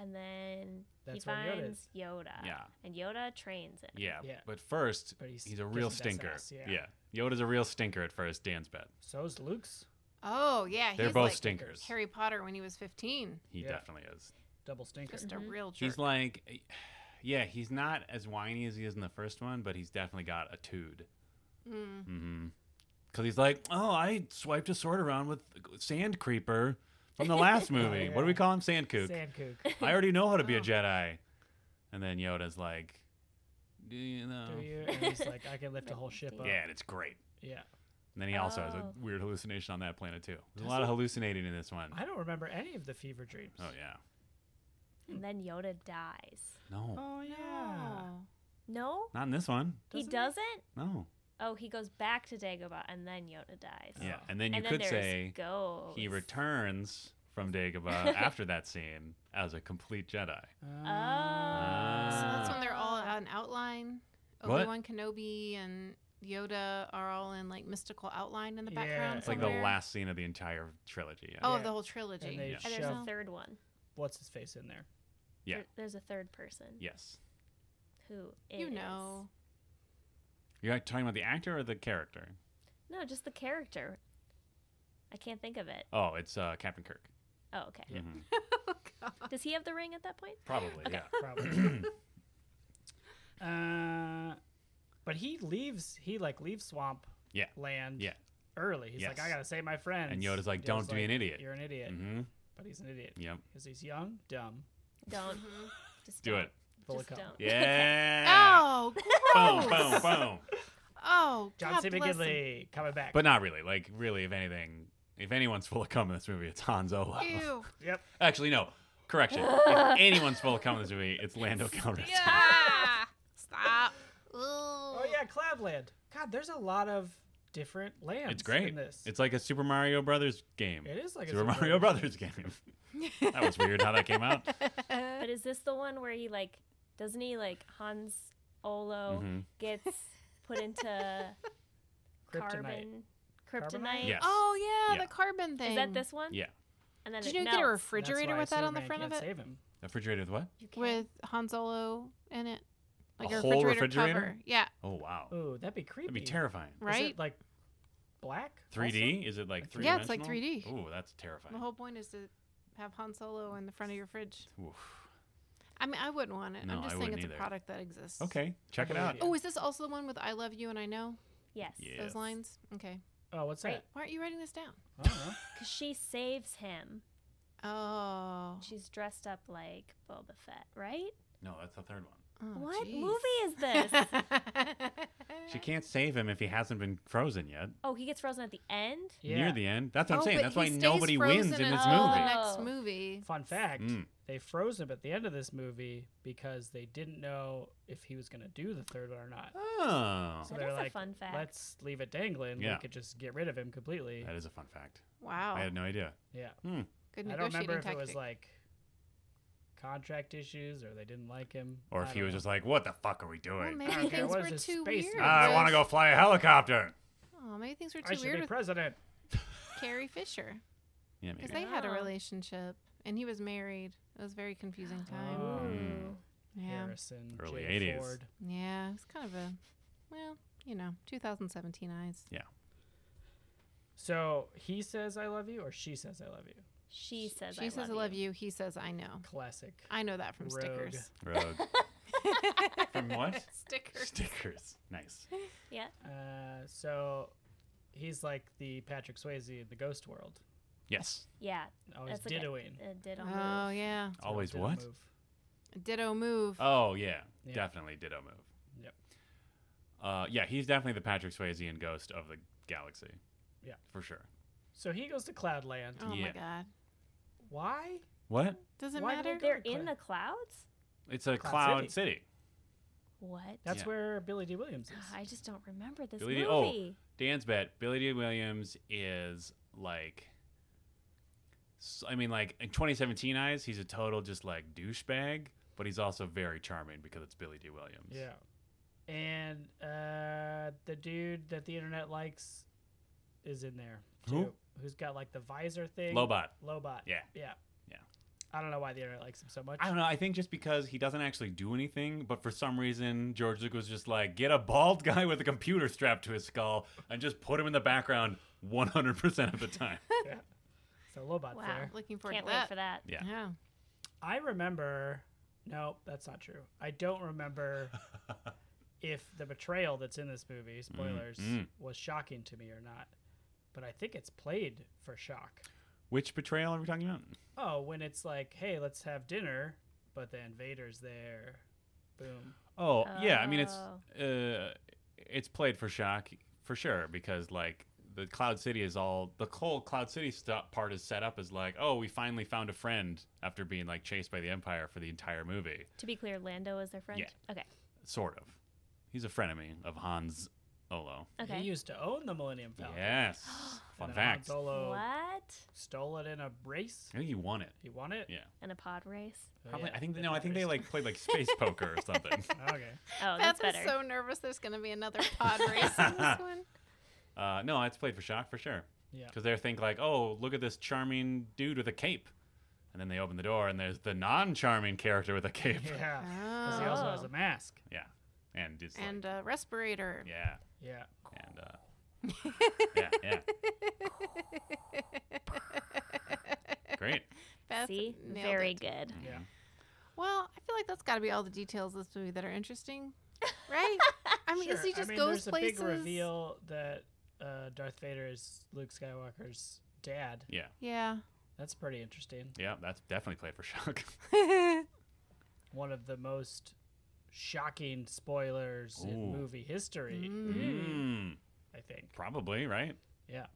S4: And then he
S3: That's when Yoda
S4: finds
S3: is.
S4: Yoda.
S2: Yeah.
S4: And Yoda trains him.
S2: Yeah,
S3: Yeah.
S2: but first
S3: But
S2: he's,
S3: he's
S2: a real
S3: kissing
S2: stinker.
S3: Dessa's,
S2: yeah.
S3: yeah.
S2: Yoda's a real stinker at first. Dan's bet.
S3: So's Luke's
S1: Oh
S3: Uh,
S1: yeah,
S2: They're
S1: he's
S2: both
S1: like
S2: stinkers.
S1: Harry Potter when he was fifteen,
S2: he
S3: Yeah.
S2: definitely is.
S3: double stinker.
S1: just
S4: Mm-hmm.
S1: a real jerk.
S2: He's like, yeah, he's not as whiny as he is in the first one, but he's definitely got a tood.
S1: Mm.
S2: Mm-hmm. Because he's like, oh, I swiped a sword around with Sand Creeper from the last movie. What do we
S3: yeah.
S2: call him? Sand Kook.
S3: Sandkook.
S2: I already know how to be a
S1: Oh.
S2: Jedi. And then Yoda's like, do you know?
S4: Oh.
S3: Do you? And he's like, I can lift a
S4: [laughs]
S3: whole ship up.
S2: Yeah, and it's great.
S3: Yeah.
S2: And then he also has a
S4: Oh.
S2: weird hallucination on that planet, too. There's a
S3: Does
S2: lot of
S3: he?
S2: hallucinating in this one.
S3: I don't remember any of the fever dreams.
S2: Oh, yeah.
S4: And then Yoda dies.
S2: No.
S3: Oh yeah.
S1: Oh.
S4: No?
S2: Not in this one.
S4: he
S3: Doesn't he?
S4: doesn't?
S2: No.
S4: Oh, he goes back to Dagobah and then Yoda dies.
S2: Yeah.
S3: Oh.
S2: And then you
S4: and
S2: could
S4: then there's
S2: say
S4: ghosts.
S2: he returns from
S1: [laughs]
S2: Dagobah after that scene as a complete Jedi.
S4: Oh.
S1: So
S3: Uh,
S1: that's when
S2: Ah.
S1: they're all on outline.
S2: What?
S1: Obi Wan Kenobi and Yoda are all in like mystical outline in the
S3: Yeah.
S1: background.
S2: It's like the
S1: somewhere.
S2: last scene of the entire trilogy. Yeah.
S1: Oh,
S3: Yeah.
S1: the whole trilogy.
S3: And they
S2: Yeah.
S1: I
S4: And
S1: didn't
S4: there's
S1: know.
S4: a third one.
S3: What's his face in
S4: [laughs]
S3: there?
S2: Yeah.
S4: There- there's a third person
S2: Yes.
S4: who is.
S1: You
S4: [laughs]
S1: know.
S2: You're talking about the actor or the character?
S4: No, just the character. I can't think of it.
S2: Oh, it's uh, Captain Kirk.
S4: Oh, okay.
S3: Yeah.
S2: Mhm.
S1: Oh, God.
S3: [laughs]
S1: [coughs]
S4: Does he have the ring at that point?
S2: Probably, yeah.
S3: Probably. uh, But he leaves. He like leaves Swamp
S2: Yeah.
S3: Land.
S2: Yeah.
S3: Early. He's like,
S2: Yes.
S3: I gotta save my friends.
S2: And Yoda's like, "Don't be an idiot."
S3: You're an idiot.
S2: Mm-hmm.
S3: But he's an idiot
S2: Yep.
S3: because he's young, dumb,
S4: Don't. Just
S2: Do
S4: don't.
S2: it.
S3: full
S4: Just
S3: of cum.
S4: don't.
S2: Yeah.
S1: [laughs] Oh,
S2: boom,
S1: gross.
S2: boom, boom.
S1: Oh,
S3: John
S1: God
S3: C.
S1: bless him.
S3: McGinley coming back.
S2: But not really. Like, really, if anything, if anyone's full of cum in this movie, it's Han Solo.
S1: Ew.
S3: yep.
S2: [laughs] Actually, no. Correction.
S1: [laughs]
S2: if anyone's full of cum in this movie, it's Lando Calrissian.
S1: Yeah.
S4: [laughs]
S1: Stop.
S3: Oh yeah, Clavland. God, there's a lot of different lands.
S2: It's great.
S3: In this.
S2: It's like a Super Mario Brothers game.
S3: It is like a
S2: Super Mario Brothers game. [laughs]
S1: [laughs]
S2: that was weird how that came out.
S4: But is this the one where he like doesn't he like Hans
S1: Oh.
S4: Olo
S2: Mhm.
S4: gets put into
S3: Kryptonite.
S4: carbon
S3: Kryptonite?
S4: kryptonite?
S2: Yes.
S1: Oh yeah,
S2: Yeah.
S1: the carbon thing.
S4: Is that this one?
S2: Yeah.
S4: And then
S1: Did
S4: it
S1: you know you get a
S4: melts.
S1: [laughs] refrigerator with
S3: That's why
S1: that on the
S3: Superman
S1: front of
S3: can't
S1: it,
S3: Save him.
S2: Refrigerated with what?
S4: You can't-
S1: with Han Solo in it, like
S2: A
S1: a,
S2: whole
S1: refrigerator,
S2: refrigerator?
S1: cover? Yeah,
S2: Oh, wow.
S3: Ooh, that'd be creepy.
S2: That'd be terrifying.
S1: right.
S3: Is it like black?
S2: 3D? Is it like 3D?
S1: Yeah, it's like 3D.
S2: Ooh, that's terrifying.
S1: The whole point is to have Han Solo in the front of your fridge.
S2: Oof.
S1: I mean, I wouldn't want it.
S2: No,
S1: I'm just
S2: I
S1: saying
S2: wouldn't
S1: it's
S2: either.
S1: a product that exists.
S2: Okay, check it
S3: believe
S2: out.
S3: you.
S1: Oh, is this also the one with "I love you" and "I know"
S4: Yes.
S2: Yeah.
S4: Because
S2: Yes.
S1: those lines? Okay.
S3: Also? Oh, what's
S4: Right.
S3: that?
S1: Why aren't you writing this down?
S3: I don't know.
S4: she saves him.
S1: Oh.
S4: She's dressed up like Boba Fett, right?
S2: No, that's the third one.
S1: Oh,
S4: what
S1: jeez.
S4: movie
S1: [laughs]
S4: is this?
S2: She can't save him if he hasn't been frozen yet.
S4: oh, he gets frozen at the end?
S3: Yeah.
S2: Near the end. That's what I'm
S1: Oh,
S2: saying.
S1: but
S2: That's
S1: he
S2: why
S1: stays
S2: nobody wins
S1: frozen
S2: in this
S1: until
S2: movie.
S1: The
S4: movie.
S1: next movie.
S3: Fun fact:
S2: Mm.
S3: they froze him at the end of this movie because they didn't know if he was going to do the third one or not.
S2: Oh.
S3: So
S4: That
S3: they're
S4: is a
S3: like,
S4: fun fact.
S3: let's leave it dangling.
S2: Yeah.
S3: We could just get rid of him completely.
S2: That is a fun fact.
S1: Wow.
S2: I had no idea.
S3: Yeah.
S1: Good
S3: I don't
S1: negotiating
S3: remember if
S1: tactic.
S3: it was like contract issues or they didn't like him.
S2: Or
S3: I
S2: if he
S3: don't
S2: was
S3: know.
S2: just like, what the fuck are we doing?
S1: well,
S3: I
S1: maybe
S3: don't care,
S1: things
S3: what
S1: were
S3: is this
S1: too
S3: space
S1: weird.
S3: now?
S2: Ah, I
S1: with-
S2: want to go fly a helicopter.
S1: Oh, maybe things were
S3: I
S1: too
S3: should be
S1: weird with
S3: president.
S1: Carrie Fisher
S2: Yeah,
S1: because
S2: maybe.
S1: they had a
S4: Ah.
S1: relationship and he was married. It was a very confusing time.
S3: Oh.
S4: Ooh.
S1: yeah.
S3: Harrison,
S2: Early
S3: J.
S2: 80s.
S3: Ford.
S1: Yeah, it's kind of a well, you know, 2017 eyes.
S3: So he says I love you, or she says I love you.
S4: She says
S1: she says I love you. He says I know.
S3: Classic.
S1: I know that from
S4: [laughs]
S3: Rogue.
S1: stickers.
S2: Rogue. From what?
S1: [laughs] stickers.
S2: Stickers. Nice.
S4: Yeah.
S3: Uh, so he's like the Patrick Swayze in the Ghost World,
S2: Yes.
S4: [laughs] Yeah.
S3: always
S4: That's like a-
S3: diddling.
S4: a ditto
S1: Oh
S4: move.
S1: yeah,
S3: It's a
S2: Always
S3: little
S2: what?
S3: ditto move.
S1: ditto move.
S2: Oh, yeah.
S3: Yeah.
S2: Definitely ditto move.
S3: Yep.
S2: Uh, yeah, he's definitely the Patrick Swayze and Ghost of the galaxy.
S3: Yeah.
S2: For sure.
S3: So he goes to Cloudland.
S1: oh
S2: yeah.
S1: my god,
S3: Why?
S2: What?
S1: does it
S3: Why did
S1: matter?
S3: they-
S4: They're in the clouds?
S2: It's a
S3: Cloud
S2: cloud
S3: City.
S2: city.
S4: What?
S3: That's
S2: Yeah.
S3: where Billy D. Williams is.
S4: Ah, I just don't remember this
S2: Billy D- oh.
S4: movie.
S2: Dan's bet Billy D. Williams is like. s- I mean, like in 2017 eyes, he's a total just like douchebag, but he's also very charming because it's Billy D. Williams.
S3: Yeah. And uh, the dude that the internet likes is in there.
S2: Who?
S3: too, Who's got like the visor thing?
S2: Lobot.
S3: Lobot.
S2: Yeah.
S3: Yeah.
S2: Yeah.
S3: I don't know why the internet likes him so much.
S2: I don't know. I think just because he doesn't actually do anything, but for some reason, George Lucas was just like, get a bald guy with a computer strapped to his skull and just put him in the background 100% of the time.
S3: Yeah. So Lobot
S4: Wow.
S3: there.
S1: Looking forward
S4: Can't
S1: to
S4: wait
S1: that.
S4: for that.
S2: Yeah.
S1: Yeah.
S3: I remember. No, that's not true. I don't
S2: [laughs]
S3: remember if the betrayal that's in this movie, spoilers,
S2: mm.
S3: was shocking to me or not. But I think it's played for shock.
S2: Which betrayal are we talking about?
S3: Oh, when it's like, hey, let's have dinner, but the invader's there. Boom.
S2: Oh, yeah. I mean, it's
S4: Oh.
S2: uh, it's played for shock for sure because like the Cloud City is all the whole Cloud City stuff part is set up as like, oh, we finally found a friend after being like chased by the Empire for the entire movie.
S4: To be clear, Lando is their friend.
S2: Yeah.
S4: Okay.
S2: Sort of. He's a frenemy of Hans Olo.
S4: Okay.
S3: He used to own the Millennium Falcon.
S2: Yes.
S3: [gasps]
S2: Fun
S3: And then Han
S2: fact. I
S3: Solo
S4: What?
S3: stole it in a race.
S2: think he won it.
S3: He won it.
S2: Yeah.
S4: In a pod race?
S3: Oh,
S2: Probably.
S3: yeah,
S2: I think
S3: they
S2: no. I
S3: did
S2: think they
S3: race.
S2: like played like
S3: [laughs]
S2: space poker or something.
S3: okay.
S4: Oh, that's
S1: Beth is
S4: better.
S1: so nervous. There's going to be another pod race in
S2: [laughs]
S1: this one.
S2: Uh, no, it's played for shock for sure.
S3: Yeah.
S2: Because they think like, oh, look at this charming dude with a cape, and then they open the door and there's the non-charming character with a cape. [laughs] Yeah.
S3: [laughs] Yeah. Because he
S1: Oh.
S3: also has a mask.
S2: And it's
S1: And uh,
S2: like,
S1: a respirator.
S2: yeah,
S3: Yeah.
S2: and uh, yeah, yeah,
S1: [laughs]
S2: great. Mm-hmm.
S1: Beth
S4: See?
S1: nailed
S4: Very
S1: it.
S4: good.
S3: [laughs]
S4: [laughs]
S3: Yeah.
S1: Well, I feel like that's got to be all the details of this movie that are interesting. right? I mean, 'cause
S3: Sure.
S1: he just
S3: I mean,
S1: goes
S3: there's
S1: places.
S3: a big reveal that uh, Darth Vader is Luke Skywalker's dad.
S2: Yeah.
S1: Yeah.
S3: [laughs] That's pretty interesting.
S2: Yeah, that's definitely played for shock. [laughs]
S1: [laughs]
S3: One of the most shocking spoilers in
S2: Ooh.
S3: movie history,
S1: Mm.
S2: mm,
S3: I think.
S2: probably, right?
S3: Yeah.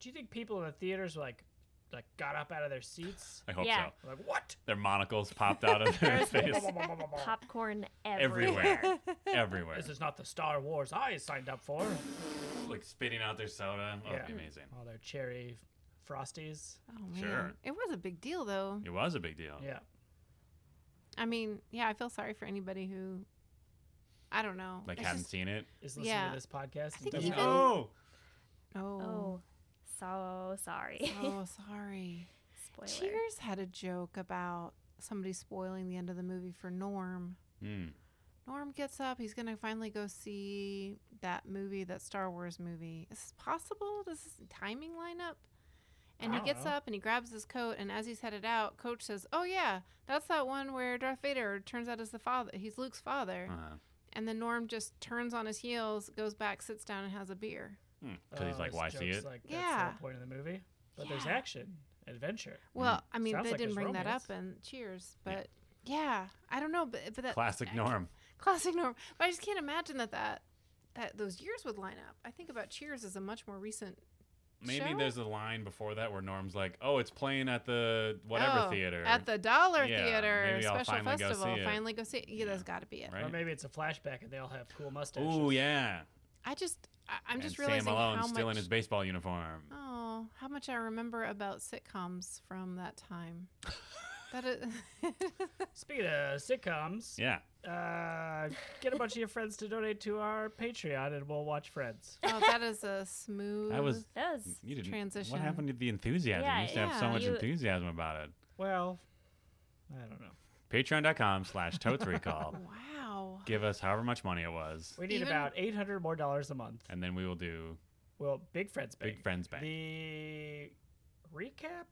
S3: Do you think people in the theaters like like got up out of their seats?
S2: [laughs] I hope
S4: Yeah.
S2: so.
S3: Like what?
S2: Their monocles popped out of [laughs] their face
S3: [laughs]
S4: Popcorn everywhere.
S2: everywhere.
S1: Oh,
S2: everywhere.
S3: This is not the Star Wars I signed up for.
S2: like spitting out their soda. Oh,
S3: Yeah.
S2: amazing.
S3: All their cherry frosties.
S1: Oh, man.
S2: Sure.
S1: It was a big deal, though.
S2: It was a big deal.
S3: Yeah.
S1: I mean, yeah, I feel sorry for anybody who, I don't know.
S2: Like,
S1: It's
S2: hadn't
S1: just-
S2: seen it.
S3: Is listening
S1: Yeah.
S3: to this podcast.
S1: I think
S3: and doesn't
S1: even-
S3: know.
S2: Oh,
S1: Oh.
S4: [laughs] Oh, so sorry.
S1: Oh, sorry.
S4: [laughs] Spoiler.
S1: Cheers had a joke about somebody spoiling the end of the movie for Norm.
S2: Mm.
S1: Norm gets up. He's going to finally go see that movie, that Star Wars movie. Is this possible? Does this timing line up? And
S3: I
S1: he
S3: don't
S1: gets
S3: know.
S1: up and he grabs his coat. And as he's headed out, Coach says, Oh, yeah, that's that one where Darth Vader turns out is the father. He's Luke's father.
S2: Uh-huh.
S1: And then Norm just turns on his heels, goes back, sits down, and has a beer.
S2: Because Hmm. he's
S3: Oh,
S2: like,
S3: his
S2: why see
S3: joke's
S2: it?
S3: Like, That's the
S1: Yeah.
S3: whole point of the movie. But there's
S1: Yeah.
S3: action, adventure.
S1: Well, I mean,
S3: Hmm. Sounds
S1: they
S3: like
S1: didn't
S3: there's
S1: bring that
S3: romance.
S1: up in Cheers,
S2: Yeah.
S1: but yeah, I don't know, but, but that
S2: Classic
S1: I-
S2: Norm.
S1: classic Norm. But I just can't imagine that that that those years would line up. I think about Cheers as a much more recent.
S2: Maybe
S1: show?
S2: there's a line before that where Norm's like, "Oh, it's playing at the whatever
S1: Oh,
S2: theater."
S1: at the Dollar
S2: Yeah,
S1: Theater
S2: maybe I'll
S1: special
S2: finally go
S1: festival.
S2: see it.
S1: finally go see. It. Yeah,
S2: Yeah.
S1: that's got to be it.
S2: right?
S3: Or maybe it's a flashback and they all have cool mustaches.
S2: Oh yeah.
S1: I just I, I'm just
S2: and
S1: realizing
S2: Sam Malone
S1: how
S2: still
S1: much
S2: in his baseball uniform.
S1: oh how much I remember about sitcoms from that time. that is, [laughs] oh,
S3: Speaking of sitcoms,
S2: Yeah.
S3: uh, get a bunch of your friends to donate to our Patreon and we'll watch Friends.
S1: oh, that is
S2: [laughs]
S1: a smooth.
S2: That was
S4: That was
S2: you didn't.
S1: transition.
S2: What happened to the enthusiasm?
S4: Yeah,
S2: you used to have so
S1: yeah.
S2: much
S4: You-
S2: enthusiasm about it.
S3: Well, I don't know.
S1: [laughs]
S2: Patreon.com slash totes recall.
S1: wow.
S2: Give us however much money it was,
S3: We need
S1: Even-
S3: about 800 more dollars a month.
S2: and then we will do
S3: Well, Big Friends Bang.
S2: Big Friends Bang.
S3: The recap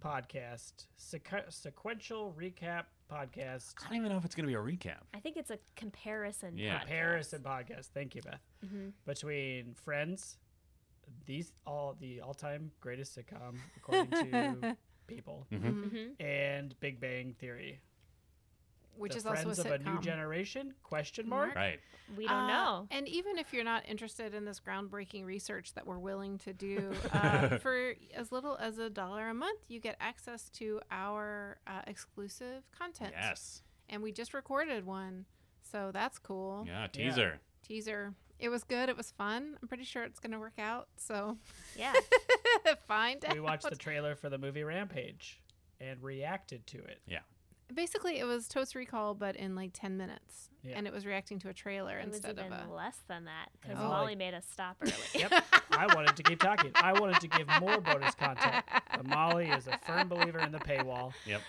S3: podcast, sequ- sequential recap podcast,
S2: I don't even know if it's going to be a recap.
S4: I think it's a comparison.
S2: Yeah.
S4: podcast.
S3: comparison podcast. Thank you, Beth.
S4: Mhm.
S1: Mm-hmm.
S3: Between Friends, these all the all-time greatest sitcom according
S1: [laughs]
S3: to people,
S2: Mhm.
S1: Mm-hmm.
S4: Mm-hmm.
S3: and Big Bang Theory,
S1: Which
S3: The
S1: is
S3: Friends
S1: also a sitcom.
S3: of a new generation? Question mark.
S1: Mark?
S2: Right.
S4: We don't
S1: Uh, [laughs]
S4: know.
S1: And even if you're not interested in this groundbreaking research that we're willing to
S4: [laughs]
S1: do, uh, for as little as a dollar a month, you get access to our uh, exclusive content.
S2: Yes.
S1: And we just recorded one. So that's cool.
S2: Yeah. Teaser.
S3: [laughs]
S1: Teaser. It was good. It was fun. I'm pretty sure it's going to work out. So [laughs]
S4: Yeah.
S1: find out.
S3: We watched the trailer for the movie Rampage and reacted to it.
S1: Basically, it was Toast Recall, but in like 10 minutes.
S3: Yeah.
S1: And it was reacting to a trailer
S4: It was
S1: instead
S4: even
S1: of [laughs] a.
S4: less than that because
S3: Oh.
S4: Molly
S3: Like-
S4: made us
S2: [laughs]
S4: stop early.
S3: Yep. I wanted to keep talking. I wanted to give more bonus content. But Molly is a firm believer in the paywall
S2: Yep.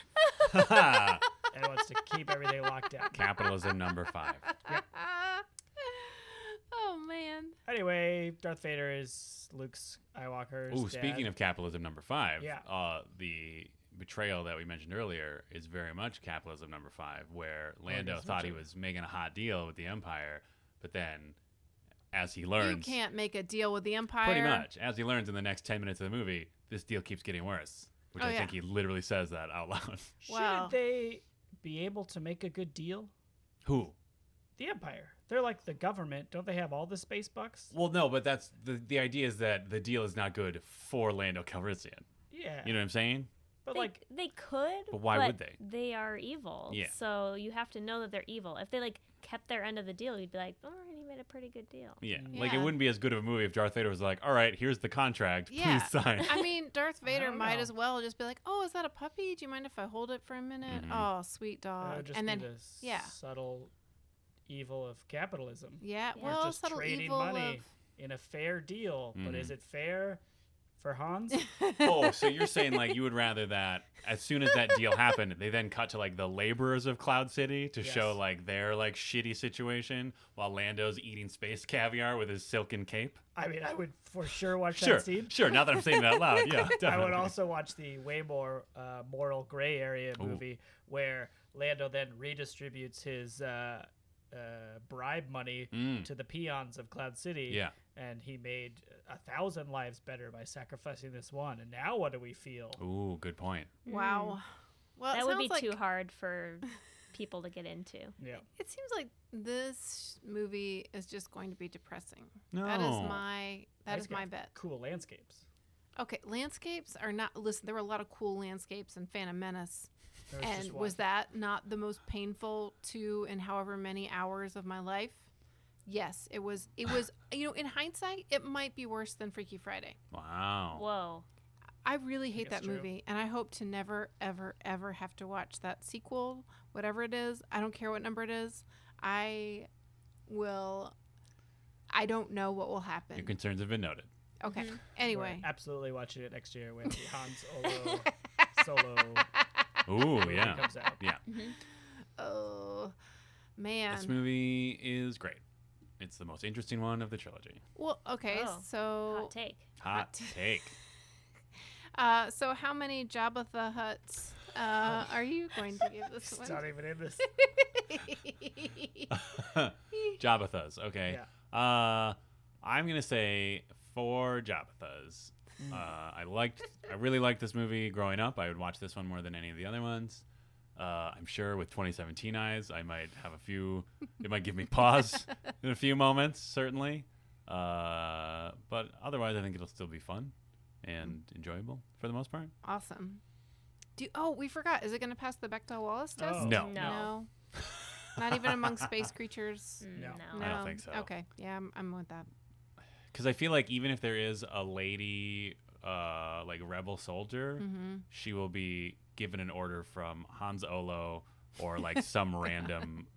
S3: and wants to keep everything locked down.
S2: Capitalism number five.
S1: oh, man.
S3: Anyway, Darth Vader is Luke Skywalker's.
S2: Ooh,
S3: dad.
S2: speaking of capitalism number five,
S3: Yeah.
S2: uh, the betrayal that we mentioned earlier is very much capitalism number five, where Lando
S3: guess
S2: thought he
S3: mention Oh, it.
S2: was making a hot deal with the Empire, but then as he
S1: You
S2: learns,
S1: can't make a deal with the empire.
S2: pretty much, as he learns in the next 10 minutes of the movie, this deal keeps getting worse, which
S1: Oh,
S2: I
S1: yeah.
S2: think he literally says that out loud. [laughs]
S3: Shouldn't
S1: Wow.
S3: they be able to make a good deal?
S2: Who?
S3: The Empire. They're like the government. Don't they have all the space bucks?
S2: Well, no, but that's the, the idea is that the deal is not good for Lando Calrissian.
S3: Yeah.
S2: You know what I'm saying?
S3: but
S4: they,
S3: like,
S4: they could,
S2: But why would they?
S4: They are evil.
S2: Yeah.
S4: So you have to know that they're evil. If they like kept their end of the deal, you'd be like, "All right, he made a pretty good deal."
S2: Yeah.
S3: Mm.
S2: Like it
S1: Yeah.
S2: wouldn't be as good of a movie if Darth Vader was like, "All right, here's the contract.
S1: Yeah.
S2: Please sign."
S3: [laughs]
S1: I mean, Darth Vader
S3: don't
S1: might
S3: know.
S1: as well just be like, "Oh, is that a puppy? Do you mind if I hold it for a minute?
S2: Mhm.
S1: Oh, sweet
S3: that would
S1: dog."
S3: Uh, just
S1: And
S3: be
S1: then,
S3: the
S1: yeah.
S3: subtle evil of capitalism.
S1: yeah,
S4: We're
S1: well,
S3: just
S1: subtle
S3: trading
S1: evil
S3: money in a fair deal. But
S2: Mm-hmm.
S3: is it fair
S1: [laughs]
S3: for Hans?
S1: of.
S2: oh, so you're saying like you would rather that as soon as that deal happened, they then cut to like the laborers of Cloud City to show
S3: Yes.
S2: like their like shitty situation while Lando's eating space caviar with his silken cape.
S3: I mean, I would for sure watch
S2: Sure,
S3: that scene.
S2: sure. Now that I'm saying it out loud, yeah, definitely.
S3: [laughs] I would also watch the way more uh, moral gray area
S2: Ooh.
S3: movie where Lando then redistributes his uh, uh, bribe money [laughs]
S2: Mm.
S3: to the peons of Cloud City.
S2: Yeah.
S3: And he made a thousand lives better by sacrificing this one. And now what do we feel?
S2: Ooh, good point.
S1: Wow. Well, it
S4: that would
S1: sounds
S4: be
S1: like,
S4: too hard for people to get into.
S3: Yeah.
S1: It seems like this movie is just going to be depressing.
S2: No.
S1: That is my that is
S3: Landscape.
S1: my bet.
S3: Cool landscapes.
S1: Okay, landscapes are not. Listen, there were a lot of cool landscapes in Phantom Menace,
S3: There
S1: and
S3: just
S1: was
S3: one.
S1: that not the most painful two and however many hours of my life? Yes, it was. It
S3: [sighs]
S1: was. you know, in hindsight, it might be worse than Freaky Friday.
S2: Wow.
S4: Whoa.
S1: I really hate
S3: it's
S1: that
S3: true.
S1: movie, and I hope to never, ever, ever have to watch that sequel, whatever it is. I don't care what number it is. I will. I don't know what will happen.
S2: Your concerns have been
S3: [laughs]
S2: noted.
S1: okay.
S3: We're
S1: Anyway,
S3: absolutely watching it next year when the Han Solo solo
S2: Ooh,
S3: movie
S2: yeah.
S3: comes out.
S2: Yeah.
S1: [laughs] oh man.
S2: This movie is great. It's the most interesting one of the trilogy.
S1: Well, okay.
S4: Oh,
S1: so,
S4: Hot take.
S2: Hot
S1: Hot.
S2: take. [laughs]
S1: uh, so how many Jabba the Huts uh, are you going to give
S3: [laughs]
S1: this
S3: It's
S1: one?
S3: not even in this.
S2: Jabathas. Okay. Uh, I'm gonna say four Jabathas.
S3: Mm.
S2: Uh, I liked. I really liked this movie growing up. I would watch this one more than any of the other ones. Uh, I'm sure with 2017 eyes, I might have a few. It might give me pause in a few moments, certainly. Uh, but otherwise, I think it'll still be fun and enjoyable for the most part.
S1: [laughs] awesome. Do oh we forgot? Is it going to pass the Bechdel Wallace test?
S3: Oh.
S2: No.
S4: No.
S1: No. Not even among space
S4: [laughs]
S1: creatures.
S4: Mm,
S3: No.
S1: No.
S2: I don't think so.
S1: Okay. Yeah, I'm, I'm with that.
S2: because I feel like even if there is a lady, uh, like rebel soldier,
S1: Mhm.
S2: she will be given an order from Hans Olo or like some random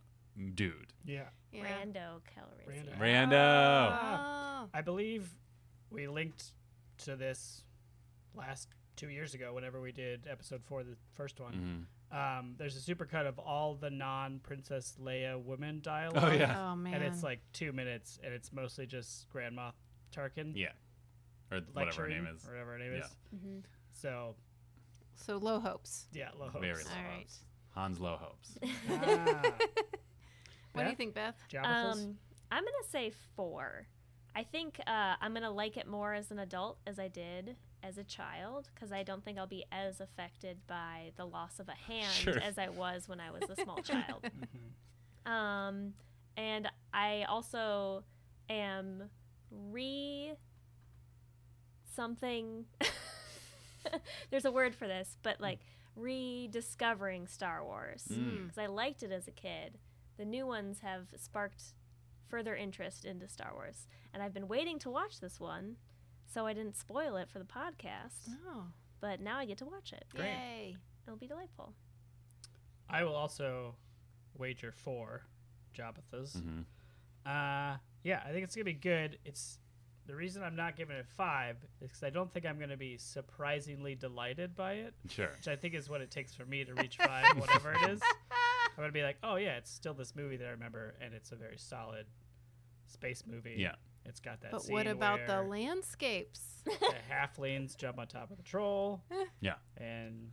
S2: dude.
S3: Yeah.
S1: Yeah.
S4: Rando Calrissian.
S3: Rando.
S2: Rando.
S1: Oh.
S3: I believe we linked to this last two years ago whenever we did episode four, the first one.
S2: Mhm.
S3: Um, there's a supercut of all the non Princess Leia women dialogue.
S2: Oh, yeah.
S1: Oh, man.
S3: And it's like two minutes and it's mostly just Grand Moff Tarkin.
S2: Yeah, or whatever her
S3: lecturing,
S2: name is.
S3: or Whatever her name
S2: Yeah.
S3: is.
S4: Mhm.
S3: So,
S1: so low hopes.
S3: yeah, low hopes.
S2: Very low
S1: All right.
S2: hopes. Hans Low hopes.
S4: [laughs]
S3: Ah,
S1: [laughs] What do you
S3: Beth?
S1: think, Beth?
S3: Jabbathas?
S4: Um, I'm gonna say four. I think uh, I'm gonna like it more as an adult as I did as a child because I don't think I'll be as affected by the loss of a hand
S2: Sure.
S4: as I was when I was a small child.
S3: Mm-hmm.
S4: Um, and I also am re something. [laughs] There's a word for this,
S1: Mm.
S4: but like rediscovering Star Wars
S2: Mm.
S1: Hmm.
S4: because I liked it as a kid. The new ones have sparked further interest into Star Wars, and I've been waiting to watch this one, so I didn't spoil it for the podcast.
S1: Oh,
S4: But now I get to watch it.
S3: Great.
S1: yay.
S4: It'll be delightful.
S3: I will also wager four Jabbathas.
S2: Mhm.
S3: Uh, yeah, I think it's gonna be good. It's the reason I'm not giving it five is because I don't think I'm gonna be surprisingly delighted by it,
S2: Sure.
S3: which I think is what it takes for me to reach
S2: [laughs]
S3: five, whatever it is. I'm gonna be like, oh yeah, it's still this movie that I remember, and it's a very solid space movie.
S2: Yeah.
S3: it's got that.
S1: But
S3: scene
S1: what about the
S3: where
S2: [laughs]
S1: landscapes?
S3: the halflings jump on top of
S1: [laughs]
S3: the troll?
S2: Yeah.
S3: and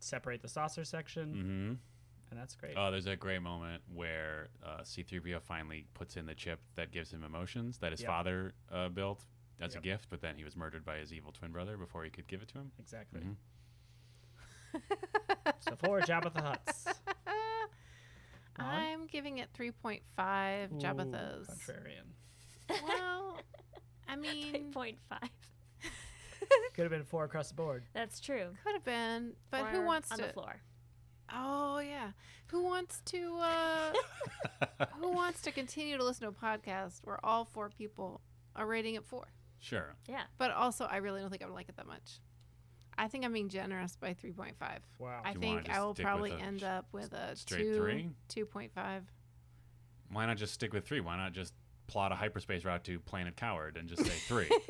S3: separate the saucer section,
S2: hmm
S3: and that's great.
S2: Oh, there's a great moment where uh, C3PO finally puts in the chip that gives him emotions that his
S3: Yep.
S2: father uh, built as a
S3: Yep.
S2: gift, but then he was murdered by his evil twin brother before he could give it to him.
S3: exactly.
S2: Mhm.
S3: So four Jabba the Huts.
S1: [laughs]
S3: On?
S1: I'm giving it 3.5 Jabbathas.
S3: Contrarian.
S1: [laughs] Well,
S4: [laughs]
S1: I mean,
S4: Point five.
S3: Could have been four across the board.
S4: That's true.
S1: could have been, but who
S4: Or
S1: wants
S4: on
S1: to?
S4: the floor?
S1: Oh yeah, who wants to?
S4: [laughs]
S1: uh Who wants to continue to listen to a podcast where all four people are rating it four?
S2: Sure.
S4: Yeah.
S1: But also, I really don't think I would like it that much. I think I'm being generous by 3.5.
S3: Wow.
S1: I
S2: you wanna
S1: think I
S2: just
S1: will
S2: stick with
S1: probably
S2: a
S1: end
S2: sh-
S1: up with a
S2: straight
S1: two,
S2: three?
S1: 2.5.
S2: Why not just stick with three? Why not just plot a hyperspace route to Planet Coward and just say three?
S1: [laughs]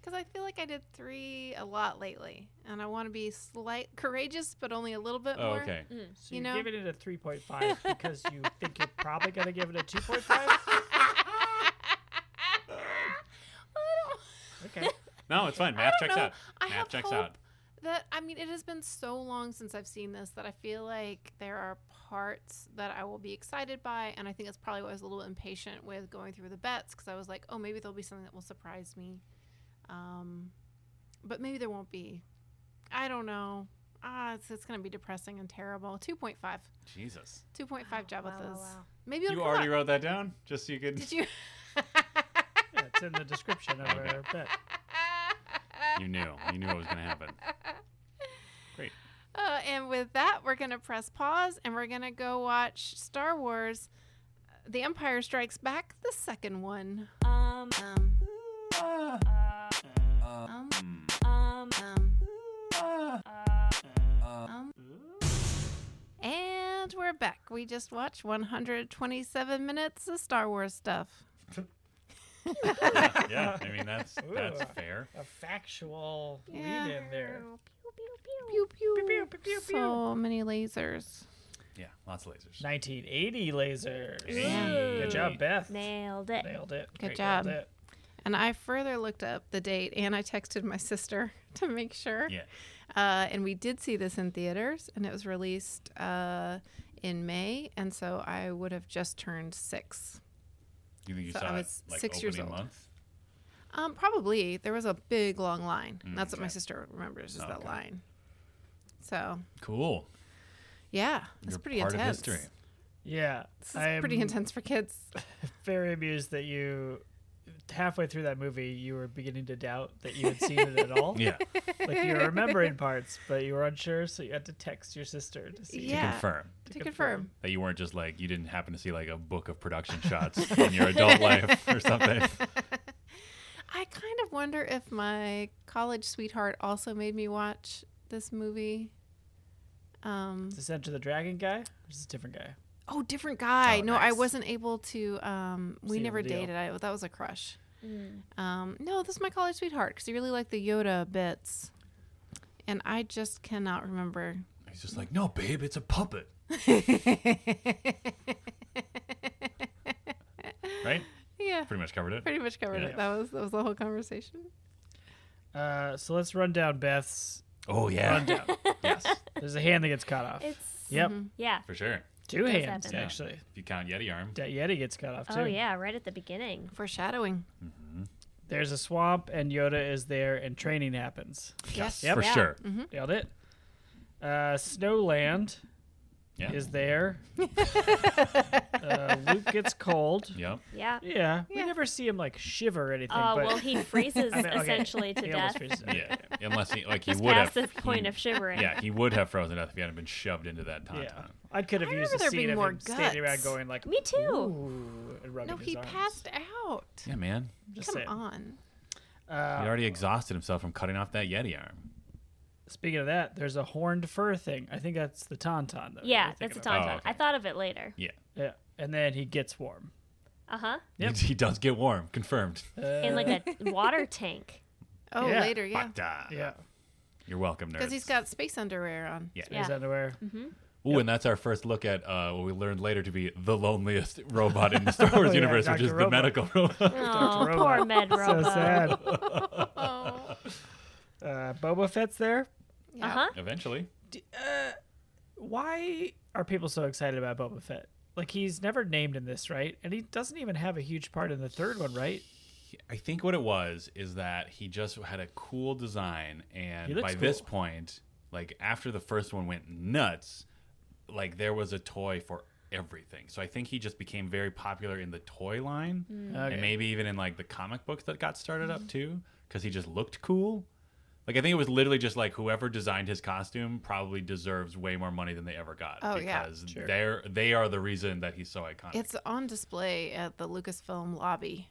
S1: Because I feel like I did three a lot lately, and I want to be slight courageous, but only a little bit [laughs]
S2: oh,
S1: more.
S2: okay.
S4: Mm.
S3: So
S1: You
S3: you
S1: know-
S3: are giving it a
S1: [laughs]
S3: 3.5 because you think you're probably going to give it a 2.5?
S1: I don't-
S3: Okay.
S2: No, it's fine.
S1: I
S2: Math
S1: don't
S2: checks
S1: know.
S2: out.
S1: I
S2: Math
S1: have
S2: checks
S1: hope
S2: out.
S1: that I mean, it has been so long since I've seen this that I feel like there are parts that I will be excited by, and I think that's probably why I was a little impatient with going through the bets because I was like, oh, maybe there'll be something that will surprise me, um, but maybe there won't be. I don't know. Ah, it's, it's going to be depressing and terrible. Two point five.
S2: Jesus.
S1: Two point five
S4: Wow,
S1: Jabbathas.
S4: wow, wow, wow.
S1: Maybe it'll
S2: You
S1: come
S2: already
S1: up.
S2: wrote that down, just so you could.
S1: Did you?
S2: [laughs]
S1: [laughs]
S3: Yeah, it's in the description of
S2: Okay.
S3: our bet.
S2: You knew. You knew what was gonna happen. Great.
S1: Uh, and with that, we're going to press pause and we're going to go watch Star Wars uh, The Empire Strikes Back, the second one.
S4: Um,
S1: Um,
S2: Ah, Uh,
S1: um,
S4: um,
S1: um,
S2: ah.
S4: uh,
S1: um. And we're back. We just watched 127 minutes of Star Wars
S2: [laughs]
S1: stuff.
S2: yeah, I
S1: [laughs]
S2: mean that's that's
S3: Ooh.
S2: fair.
S3: A factual
S1: Yeah.
S3: lead in there.
S4: pew, pew, pew.
S1: Pew pew.
S3: Pew, pew, pew, pew, pew.
S1: So many lasers.
S2: Yeah, lots of lasers.
S3: 1980 lasers.
S2: Hey.
S3: Good job, Beth.
S4: Nailed it.
S3: Nailed it.
S1: Good job.
S3: Nailed it.
S1: And I further looked up the date and I texted my sister [laughs] to make sure.
S2: Yeah.
S1: Uh, and we did see this in theaters, and it was released uh, in May, and so I would have just turned six.
S2: You think you
S1: So I
S2: saw
S1: was
S2: it like
S1: six years
S2: opening
S1: old.
S2: month?
S1: Um, probably there was a big long line.
S2: Mm,
S1: That's what my
S2: okay.
S1: sister remembers is that
S2: Okay.
S1: line. So
S2: Cool.
S1: yeah, it's
S2: You're
S1: pretty
S2: part
S1: intense.
S2: of
S1: [laughs]
S2: history.
S3: Yeah.
S1: This is pretty
S3: I'm
S1: intense for kids.
S3: Very amused that you, halfway through that movie, you were beginning to doubt that you had seen it at all.
S2: Yeah.
S3: Like you were
S4: [laughs]
S3: remembering parts, but you were unsure, so you had to text your sister to see.
S1: Yeah.
S2: To confirm
S1: To, confirm,
S2: that you weren't just like you didn't happen to see like a book of
S1: [laughs]
S2: production shots in your adult life or something.
S1: I kind of wonder if my college sweetheart also made me watch this movie. Um,
S3: Is this Enter the Dragon guy? Or is this a different guy?
S1: Oh, different guy.
S2: Oh,
S1: no, I
S2: nice.
S1: wasn't able to. Um, we
S3: Seal
S1: never
S3: the deal.
S1: dated. I, that was a crush.
S4: Mm.
S1: Um, no, this is my college sweetheart because he really liked the Yoda bits, and I just cannot remember.
S3: [laughs]
S2: He's just like, no, babe, it's a puppet, right?
S1: yeah,
S2: Pretty much covered it.
S1: pretty much covered
S2: Yeah.
S1: it. That was that was the whole conversation.
S3: Uh, so let's run down Beth's.
S2: Oh yeah,
S3: Rundown.
S2: [laughs] yes,
S3: There's a hand that gets cut off.
S4: It's
S3: yep,
S1: Mm-hmm.
S4: yeah.
S2: for sure.
S3: two
S4: Does
S3: hands
S4: happen.
S3: actually.
S2: If you count Yeti arm,
S3: That Yeti gets cut off too.
S4: Oh yeah, right at the beginning.
S1: Foreshadowing.
S3: There's a swamp, and Yoda is there, and training happens.
S1: Yes.
S3: Yep.
S2: for
S4: Yeah.
S2: sure.
S3: Nailed it. Uh, Snowland
S2: Yeah.
S4: [laughs]
S3: is there. uh, Luke gets cold. [laughs]
S2: yep.
S4: Yeah.
S3: Yeah, we
S1: Yeah.
S3: never see him like shiver or anything.
S4: Uh,
S3: but
S4: well, he freezes
S3: [laughs] I mean, okay.
S4: essentially to
S3: he almost
S4: death.
S3: freezes.
S2: Yeah. Unless he like he
S4: Just
S2: would have
S4: past the point
S2: he-
S4: of shivering.
S2: Yeah, he would have frozen to death if he hadn't been shoved into that tauntaun.
S3: Yeah, I could have
S1: I
S3: used
S1: remember
S3: a
S1: there
S3: scene
S1: being
S3: of
S1: more
S3: him standing around
S1: guts.
S3: going like,
S4: Me too.
S3: Ooh, and rubbing
S1: No,
S3: his
S1: he
S3: arms.
S1: passed out.
S2: Yeah, man.
S3: Just
S1: Come
S3: saying.
S1: on.
S3: Uh,
S2: He already exhausted himself from cutting off that Yeti arm.
S3: Speaking of that, there's a horned fur thing. I think that's the tauntaun. Though,
S4: Yeah, that's a
S3: tauntaun.
S4: tauntaun.
S2: Oh, okay.
S4: I thought of it later.
S2: Yeah.
S3: Yeah, and then he gets warm. Uh,
S4: Uh huh.
S2: [laughs]
S3: Yep.
S2: He, he does get warm, confirmed.
S4: In
S3: [laughs]
S4: like a water tank.
S1: Oh,
S3: Yeah.
S1: later, yeah,
S2: Bata.
S3: Yeah,
S2: You're welcome, nerds.
S1: because he's got space underwear on.
S2: Yeah.
S4: Yeah.
S3: his underwear.
S2: Ooh, and that's our first look at uh, what we learned later to be the loneliest robot
S3: [laughs]
S2: in the Star Wars
S3: yeah,
S2: universe, which
S3: Dr.
S2: is the
S3: Robot.
S2: medical robot.
S4: Oh,
S3: Robot.
S4: poor med
S3: [laughs] So
S4: robot.
S3: sad.
S1: [laughs] Oh,
S3: Uh, Boba Fett's there. uh,
S1: yeah.
S4: Uh huh.
S2: Eventually.
S3: Why are people so excited about Boba Fett? Like he's never named in this, right? And he doesn't even have a huge part in the third one, right?
S2: I think what it was is that he just had a cool design,
S3: He
S2: and by
S3: looks
S2: this
S3: cool.
S2: point, like after the first one went nuts, like there was a toy for everything. So I think he just became very popular in the toy line,
S1: Mm.
S2: and maybe even in like the comic books that got started
S1: Mm-hmm.
S2: up too, because he just looked cool. Like I think it was literally just like whoever designed his costume probably deserves way more money than they ever got
S1: Oh, yeah.
S2: because
S3: Sure.
S2: they're they are the reason that he's so iconic.
S1: It's on display at the Lucasfilm lobby.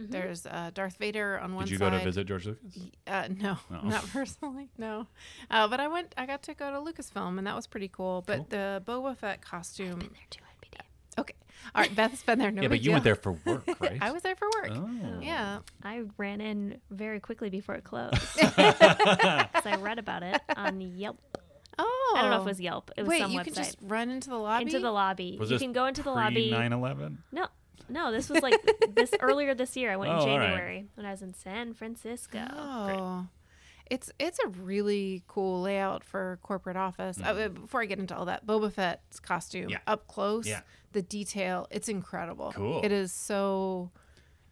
S4: Mm-hmm.
S1: There's uh, Darth Vader on one
S2: Did you
S1: side.
S2: go to visit George Lucas?
S1: Uh, no,
S2: No.
S1: [laughs] not personally. No, uh, but I went. I got to go to Lucasfilm, and that was pretty cool. But the Boba Fett costume.
S4: There too, I'd be damned.
S1: Okay, all right. Beth's been there. No
S2: yeah, but
S1: big
S2: you went
S1: deal.
S2: there for
S1: [laughs]
S2: work, right?
S1: I was there for work.
S2: Oh.
S1: Yeah.
S4: I ran in very quickly before
S2: [laughs]
S4: it closed because I read about it on Yelp.
S1: Oh.
S4: I don't know if it was Yelp. It was
S1: Wait,
S4: some
S1: you
S4: website.
S1: could just run into the lobby.
S4: Into the lobby.
S2: Was
S4: you
S2: this
S4: can go into the lobby.
S2: 9/11.
S4: No, no, this was
S1: [laughs]
S4: like this earlier this year. I went
S2: Oh,
S4: in
S2: all
S1: [gasps]
S2: right.
S4: January when I was in San Francisco.
S1: Oh. It's it's a really cool layout for corporate office. Uh, uh, before I get into all that, Boba Fett's costume
S2: Mm-hmm. Yeah.
S1: up close,
S2: Yeah.
S1: the detail, it's incredible.
S2: Cool.
S1: It is so.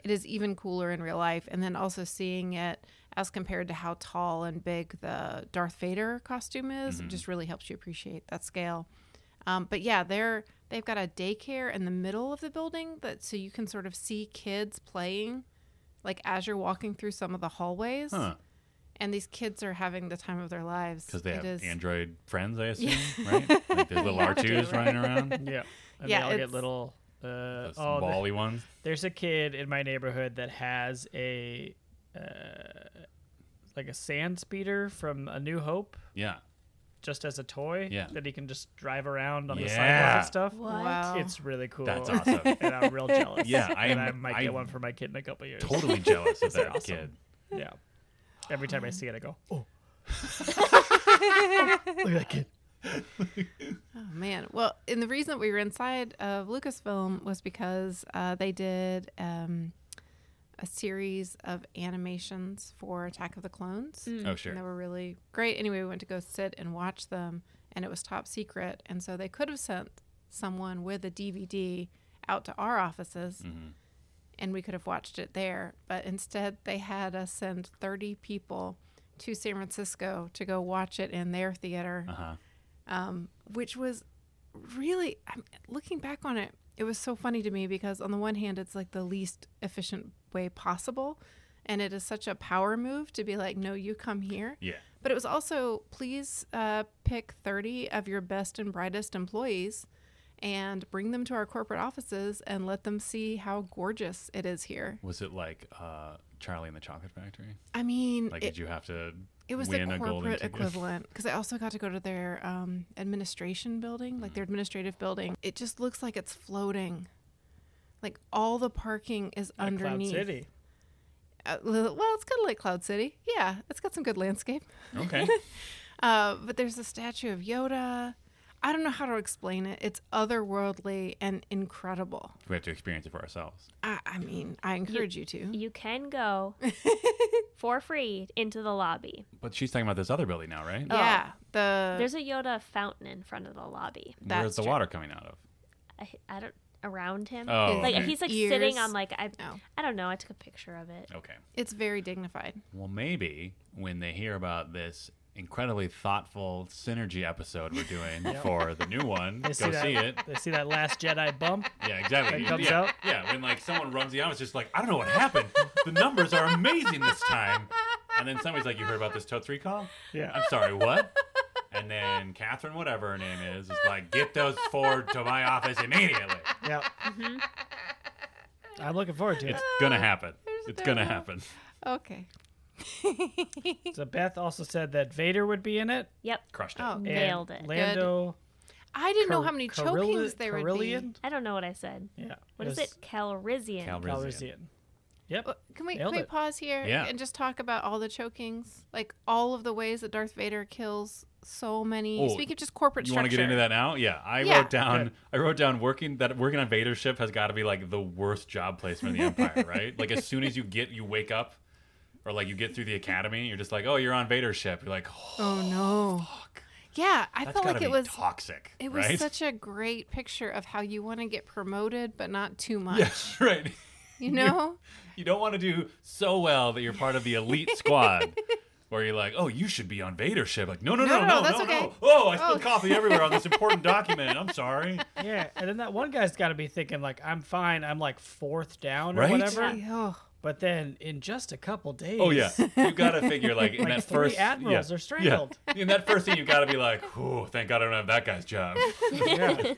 S1: It is even cooler in real life, and then also seeing it as compared to how tall and big the Darth Vader costume is,
S2: Mm-hmm.
S1: it just really helps you appreciate that scale. Um, but yeah, they're they've got a daycare in the middle of the building that so you can sort of see kids playing, like as you're walking through some of the hallways.
S2: Huh.
S1: And these kids are having the time of their lives.
S2: Because they
S1: It
S2: have
S1: is-
S2: Android friends, I assume,
S1: Yeah.
S2: right? Like there's little
S1: You have
S2: R
S1: to,
S2: twos
S1: right?
S2: running around.
S3: Yeah. [laughs] And
S1: Yeah,
S3: they all get
S1: it's-
S3: little. Uh,
S2: Those
S3: oh, the-
S2: bally ones.
S3: there's a kid in my neighborhood that has a, uh, like a sand speeder from A New Hope,
S2: Yeah.
S3: just as a toy
S2: Yeah.
S3: that he can just drive around on the sidewalk
S2: Yeah.
S3: and stuff.
S4: What?
S1: Wow.
S3: It's really cool. [laughs]
S2: That's awesome.
S3: and I'm real jealous.
S2: Yeah, I
S3: and
S2: am-
S3: I might get
S2: I-
S3: one for my kid in a couple years.
S2: totally jealous of
S3: They're
S2: that
S3: awesome.
S2: kid.
S3: [laughs] Yeah. Every time I see it, I go, oh,
S1: Oh man. Well, and the reason that we were inside of Lucasfilm was because uh, they did um, a series of animations for Attack of the Clones.
S2: Oh sure.
S1: And they were really great. Anyway, we went to go sit and watch them, and it was top secret. And so they could have sent someone with a DVD out to our offices,
S2: Mhm.
S1: and we could have watched it there. But instead, they had us send 30 people to San Francisco to go watch it in their theater,
S2: Uh huh.
S1: um, which was really, I'm, looking back on it, it was so funny to me because, on the one hand, it's like the least efficient way possible. And it is such a power move to be like, no, you come here.
S2: Yeah.
S1: But it was also please uh, pick 30 of your best and brightest employees and bring them to our corporate offices and let them see how gorgeous it is here.
S2: Was it like uh, Charlie and the Chocolate Factory?
S1: I mean,
S2: Like,
S1: it,
S2: did you have to?
S1: it was the
S2: win a golden
S1: corporate
S2: ticket?
S1: equivalent because I also got to go to their um, administration building,
S2: Mm.
S1: like their administrative building. It just looks like it's floating. Like all the parking is
S3: like
S1: underneath.
S3: Cloud City.
S1: Uh, well, it's kind of like Cloud City. Yeah, it's got some good landscape.
S2: [laughs] Okay.
S1: Uh, but there's a statue of Yoda. I don't know how to explain it. It's otherworldly and incredible.
S2: we have to experience it for ourselves.
S1: I, I mean, I encourage you to.
S4: You
S1: [laughs]
S4: can go for free into the lobby.
S2: But she's talking about this other building now, right?
S4: Oh.
S1: Yeah, the
S4: There's a Yoda fountain in front of the lobby.
S2: Where's
S1: that's
S2: the
S1: true.
S2: water coming out of?
S4: I, I don't around him.
S2: Oh,
S4: like
S2: okay.
S4: he's like sitting
S1: Ears.
S4: on like I
S1: No.
S4: I don't know. I took a picture of it.
S2: Okay.
S1: it's very dignified.
S2: Well, maybe when they hear about this incredibly thoughtful synergy episode we're
S3: [laughs]
S2: doing for the new one, go
S3: They
S2: see,
S3: that,
S2: it.
S3: They see that last Jedi bump.
S2: Yeah, exactly.
S3: It comes
S2: yeah,
S3: out?
S2: Yeah, when like someone runs the aisle, it's just like, I don't know what happened. The numbers are amazing this time. And then somebody's like, You heard about this Totes recall?
S3: Yeah.
S2: I'm sorry, what? And then Catherine, whatever her name is, is like, Get those forward to my office immediately.
S3: yeah. I'm looking forward to it.
S2: It's gonna happen. It's gonna
S1: no-
S2: happen.
S1: Okay.
S3: So Beth also said that Vader would be in it.
S4: Yep,
S2: Crushed it.
S1: Oh,
S3: and
S4: Nailed it.
S3: Lando.
S1: I didn't know
S3: Car-
S1: how many
S3: Carilla-
S1: chokings there would be.
S3: Carillion?
S4: I don't know what I said.
S3: Yeah.
S4: What is
S3: was
S4: it? Calrissian.
S2: Calrissian.
S3: Calrissian. Yep.
S1: Well, Uh, Can we, can
S3: Nailed
S1: we
S3: it.
S1: pause here
S2: Yeah.
S1: and just talk about all the chokings, like all of the ways that Darth Vader kills so many?
S2: Oh,
S1: Speaking of just corporate
S2: You
S1: structure,
S2: want to get into that now? Yeah, I
S1: Yeah.
S2: wrote down.
S3: Good.
S2: I wrote down working that working on Vader's ship has got to be like the worst job placement in
S1: [laughs]
S2: the Empire, right? Like as soon as you get you wake up, or like you get through the academy, you're just like, oh, you're on Vader's ship. You're like, oh,
S1: Oh no! Yeah, I
S2: that's
S1: felt
S2: gotta
S1: like
S2: be
S1: it was
S2: toxic.
S1: It was
S2: right? [laughs]
S1: such a great picture of how you want to get promoted, but not too much.
S2: right.
S1: You know?
S2: You don't want to do so well that you're part of the
S1: [laughs]
S2: elite squad. Where you're like, oh, you should be on Vader's ship. Like, no, no,
S1: No,
S2: no, no,
S1: no,
S2: no,
S1: that's
S2: no,
S1: okay.
S2: Oh, I spilled
S1: Oh.
S2: coffee everywhere on
S1: [laughs]
S2: this important document. I'm sorry.
S3: Yeah. And then that one guy's got to be thinking like, I'm fine. I'm like fourth down or
S2: Right?
S3: whatever.
S1: Ugh.
S3: But then in just a couple days.
S2: Oh yeah,
S1: [laughs]
S2: you gotta figure like in
S3: [laughs] Like
S2: that
S3: three
S2: first
S3: admirals
S2: yeah,
S3: are strangled.
S2: Yeah. In that first thing, you gotta be like, "Ooh, thank God I don't have that guy's
S3: [laughs]
S2: job."
S3: yeah.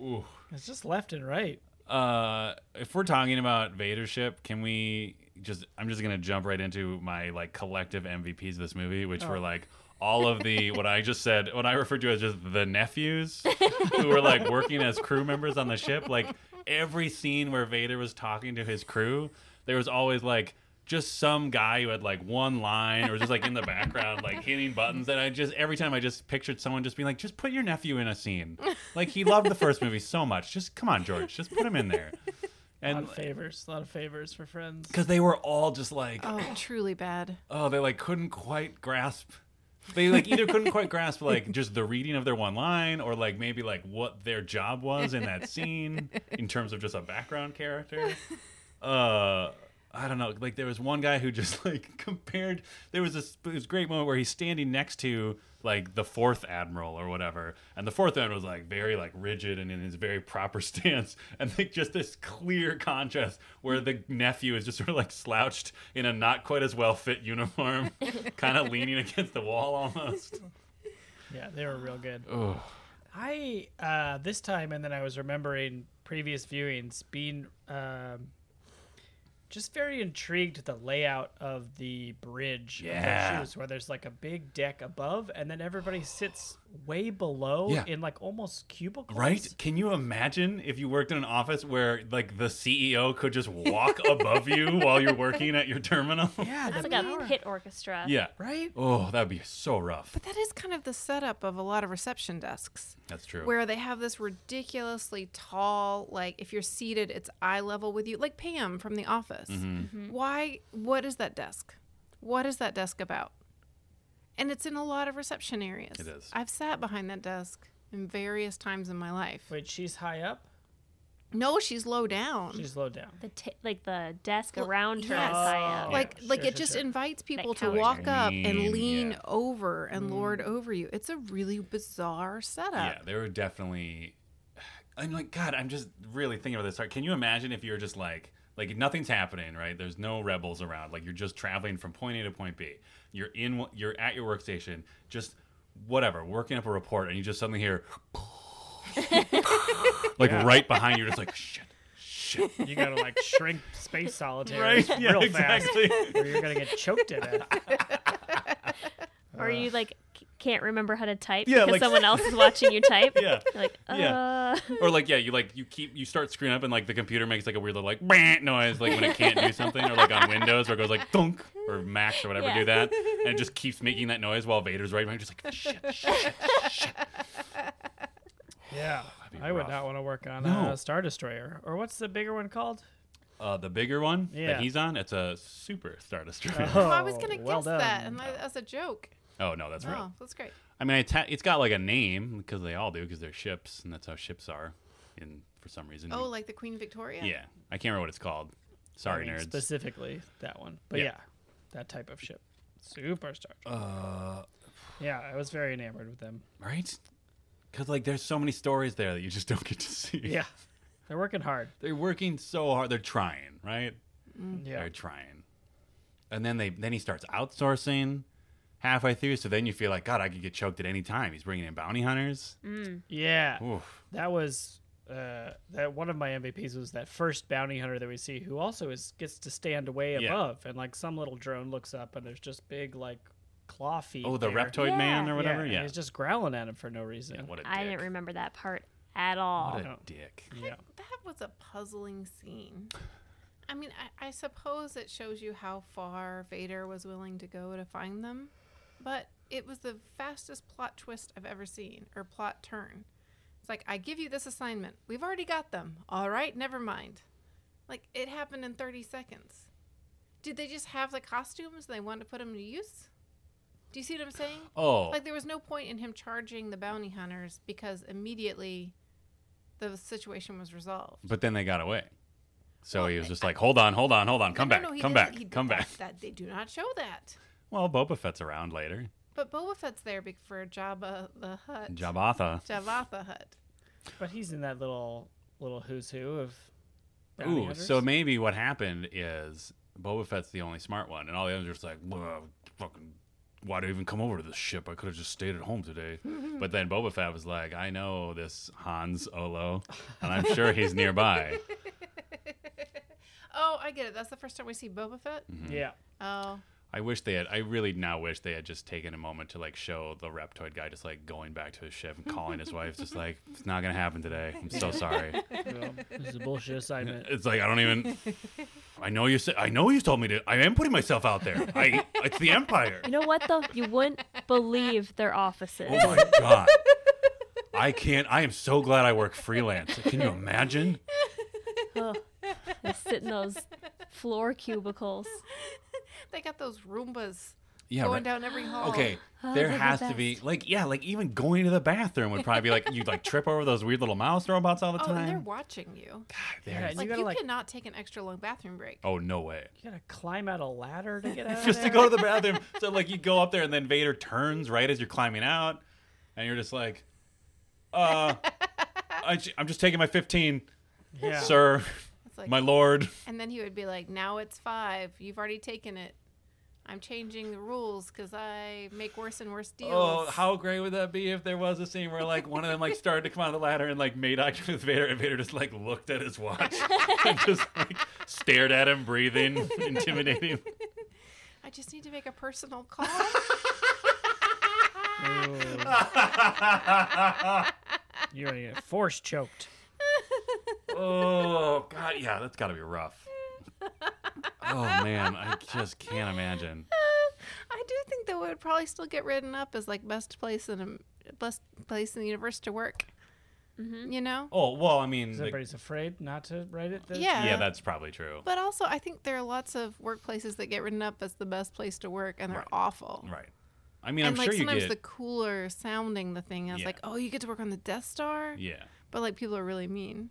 S2: Ooh.
S3: It's just left and right.
S2: Uh, if we're talking about Vader's ship, can we just? I'm just gonna jump right into my like collective MVPs of this movie, which
S3: Oh.
S2: were like all of
S3: [laughs]
S2: the what I just said, what I referred to as just the nephews who were like working as crew members on the ship. Like every scene where Vader was talking to his crew, there was always like just some guy who had like one line or just like in the background like hitting buttons and i just every time i just pictured someone just being like just put your nephew in a scene like he loved the first movie so much just come on george just put him in there
S3: A lot
S2: and
S3: of favors. A lot of favors for friends.
S2: because they were all just like,
S1: Oh, truly bad.
S2: oh, they like couldn't quite grasp. They like either couldn't quite grasp like just the reading of their one line, or like maybe like what their job was in that scene in terms of just a background character. Uh, I don't know. Like there was one guy who just [laughs] like compared. There was this, it was a great moment where he's standing next to like the fourth admiral or whatever, and the fourth admiral was like very like rigid and in his very proper [laughs] stance, and like just this clear contrast where the nephew is just sort of like slouched in a not quite as well fit uniform, [laughs] kind of leaning against the wall almost.
S3: Yeah, they were real good.
S2: Oh,
S3: I uh, this time, and then I was remembering previous viewings being um, just very intrigued with the layout of the bridge. of their
S2: Yeah.
S3: shoes, where there's like a big deck above, and then everybody sits way below
S2: Yeah.
S3: in like almost cubicles.
S2: Right? Can you imagine if you worked in an office where like the CEO could just walk above you while you're working at your terminal?
S3: Yeah.
S4: That's
S3: the-
S4: like
S1: power.
S4: a hit orchestra.
S2: Yeah.
S3: right.
S2: Oh, that'd be so rough.
S1: But that is kind of the setup of a lot of reception desks.
S2: That's true.
S1: where they have this ridiculously tall like if you're seated it's eye level with you like pam from the office
S2: Mm-hmm.
S1: why what is that desk what is that desk about and it's in a lot of reception areas
S2: It is.
S1: i've sat behind that desk in various times in my life
S3: Wait, she's high up.
S1: no she's low down
S3: She's low down.
S4: The t- like the desk
S1: Well,
S4: around her
S1: yes.
S4: is high up.
S3: Oh.
S1: like
S3: Yeah,
S1: like
S3: sure,
S1: it
S3: sure,
S1: just
S3: sure.
S1: invites people to
S4: counter.
S1: walk up
S2: Lean,
S1: and lean
S2: yeah.
S1: over and lord over you it's a really bizarre
S2: yeah,
S1: setup
S2: they were definitely. I'm like, God, I'm just really thinking about this. Sorry, Can you imagine if you're just like, like nothing's happening, right? There's no rebels around. Like you're just traveling from point A to point B. You're in, you're at your workstation, just whatever, working up a report, and you just suddenly hear, like right behind you, just like shit, shit.
S3: You gotta like shrink
S4: [laughs]
S3: space
S2: [laughs]
S3: solitary
S2: Right? Yeah,
S3: real
S2: exactly.
S3: fast, or you're gonna get choked to death.
S4: Or you like c- can't remember how to type
S2: Yeah,
S4: because
S2: like-
S4: someone else is
S2: [laughs]
S4: watching you type.
S2: [laughs] Yeah.
S4: You're like, uh,
S2: Yeah. [laughs] Or like, yeah, you like you keep you start screwing up and like the computer makes like a weird little like "Bang" noise like when it can't do something or like on Windows where it goes like thunk or Macs or whatever
S4: Yeah.
S2: do that and it just keeps making that noise while Vader's right behind, just like shit, shit, shit, shit.
S3: Yeah,
S2: be
S3: I would
S2: rough.
S3: not want to work on
S2: No.
S3: a Star Destroyer or what's the bigger
S2: [laughs]
S3: one called?
S2: Uh, the bigger one
S3: Yeah.
S2: that he's on, it's a Super Star Destroyer.
S3: Oh,
S1: i was gonna
S3: well
S1: guess that
S3: done.
S1: and that, that's a joke
S2: Oh no, that's real.
S1: oh that's great
S2: I mean, it's, ha- it's got like a name because they all do because they're ships and that's how ships are. In for some reason,
S1: Oh, like the Queen Victoria?
S2: yeah, I can't remember what it's called. Sorry,
S3: I mean,
S2: nerds.
S3: Specifically that one, but
S2: Yeah.
S3: yeah. that type of ship, superstar.
S2: uh,
S3: yeah, I was very enamored
S2: [laughs]
S3: with them.
S2: right? Because like, there's so many stories there that you just [laughs] don't get to see.
S3: Yeah, they're working hard.
S2: they're working so hard. They're trying, right?
S3: Yeah,
S1: Mm.
S2: They're trying. And then they then he starts outsourcing halfway through. So then you feel like God, I could get choked at any time. He's bringing in bounty hunters.
S4: Mm,
S3: yeah,
S2: Oof.
S3: that was. Uh, that one of my MVPs was that first bounty hunter that we see, who also is gets to stand way
S2: Yeah.
S3: above, and like some little drone looks up, and there's just big like claw feet.
S2: Oh, the
S3: there.
S2: reptoid
S4: Yeah.
S2: man or whatever.
S3: and
S2: Yeah.
S3: he's just growling at him for no reason.
S2: Yeah, what a dick.
S4: I didn't remember that part at all.
S2: What a
S3: Oh.
S2: dick.
S3: yeah.
S1: That was a puzzling scene. I mean, I, I suppose it shows you how far Vader was willing to go to find them, but it was the fastest plot twist I've ever seen, or plot turn. It's like, I give you this assignment. We've already got them. All right, never mind. Like, it happened in 30 seconds. Did they just have the costumes and they wanted to put them to use? Do you see what I'm saying?
S2: Oh,
S1: Like there was no point in him charging the bounty hunters because immediately the situation was resolved.
S2: but then they got away. So
S1: Well,
S2: he was
S1: I-
S2: just like, hold on, hold on, hold on, come
S1: No,
S2: back,
S1: no, no, he
S2: come
S1: doesn't-
S2: back,
S1: he-
S2: come
S1: that-
S2: back.
S1: That they do not show that.
S2: Well, Boba Fett's around later.
S1: But Boba Fett's there be- for Jabba the Hutt.
S2: Jabatha.
S1: Jabba the Hutt. [laughs]
S3: But he's in that little little who's who of. bounty
S2: Ooh,
S3: hunters.
S2: so maybe what happened is Boba Fett's the only smart one, and all the others are just like, "Well, fucking, why do I even come over to this ship? I could have just stayed at home
S3: [laughs]
S2: today. but then Boba Fett was like, I know this Hans Olo, and I'm sure he's
S3: [laughs]
S2: nearby.
S1: Oh, I get it. That's the first time we see Boba Fett.
S3: yeah.
S1: Oh,
S2: Mm-hmm. I wish they had. I really now wish they had just taken a moment to like show the reptoid guy just like going back to his ship and calling his wife, just like it's not gonna happen today. I'm
S3: [laughs]
S2: so sorry.
S3: No, this is a [laughs] bullshit assignment.
S2: [laughs] It's like I don't even.
S3: [laughs]
S2: I know you said. I know you told me to. I am putting myself out there. I. It's the Empire.
S4: You know what though? You
S2: [laughs]
S4: wouldn't believe their offices.
S2: Oh my god. I can't. I am so glad I work freelance. Can you imagine?
S4: Ugh. sit in those
S2: [laughs]
S4: floor cubicles.
S1: They got those Roombas
S2: Yeah.
S1: going
S2: right.
S1: down every hall.
S2: Okay,
S4: Oh,
S2: there
S4: they're the
S2: has to be
S4: best.
S2: like yeah, like even going to the bathroom would probably be like you'd like trip over those weird little mouse robots all the
S1: Oh, and they're
S2: time.
S1: watching you.
S2: They're
S3: Yeah,
S2: just-
S1: like
S3: gotta,
S1: you
S3: like-
S1: cannot take an extra long bathroom break.
S2: oh no way.
S3: You gotta climb out a ladder to
S2: [laughs]
S3: get out. of
S2: just to
S3: there.
S2: go to the bathroom. So like you go up there and then Vader turns right as you're climbing out, and you're just like, uh, I, ju- I'm just taking my 15,
S3: Yeah.
S2: sir,
S1: It's like,
S2: my lord.
S1: and then he would be like, "Now it's five. You've already taken it. I'm changing the rules because I make worse and worse deals."
S2: Oh, how great would that be if there was a scene where like one of them like started to come out of the ladder and like made eye contact with Vader, and Vader just like looked at
S1: [laughs]
S2: his watch and just like stared at him, breathing, [laughs]
S1: [laughs]
S2: intimidating.
S1: I just need to make a personal [laughs] call.
S3: Ooh, you're gonna get force choked.
S2: oh god, yeah, that's got to be rough. Oh man, I just can't imagine.
S1: I do think that would probably still get written up as like best place in a best place in the universe to work. You know?
S2: Oh well, I mean,
S3: 'Cause
S2: the-
S3: everybody's afraid not to write it. That's-
S1: Yeah.
S2: yeah, that's probably true.
S1: But also, I think there are lots of workplaces that get written up as the best place to work, and they're
S2: Right.
S1: awful.
S2: Right. I mean,
S1: And
S2: I'm
S1: like
S2: sure you
S1: sometimes
S2: get.
S1: the cooler sounding the thing is
S2: Yeah.
S1: like, oh, you get to work on the Death Star,
S2: Yeah,
S1: but like people are really mean.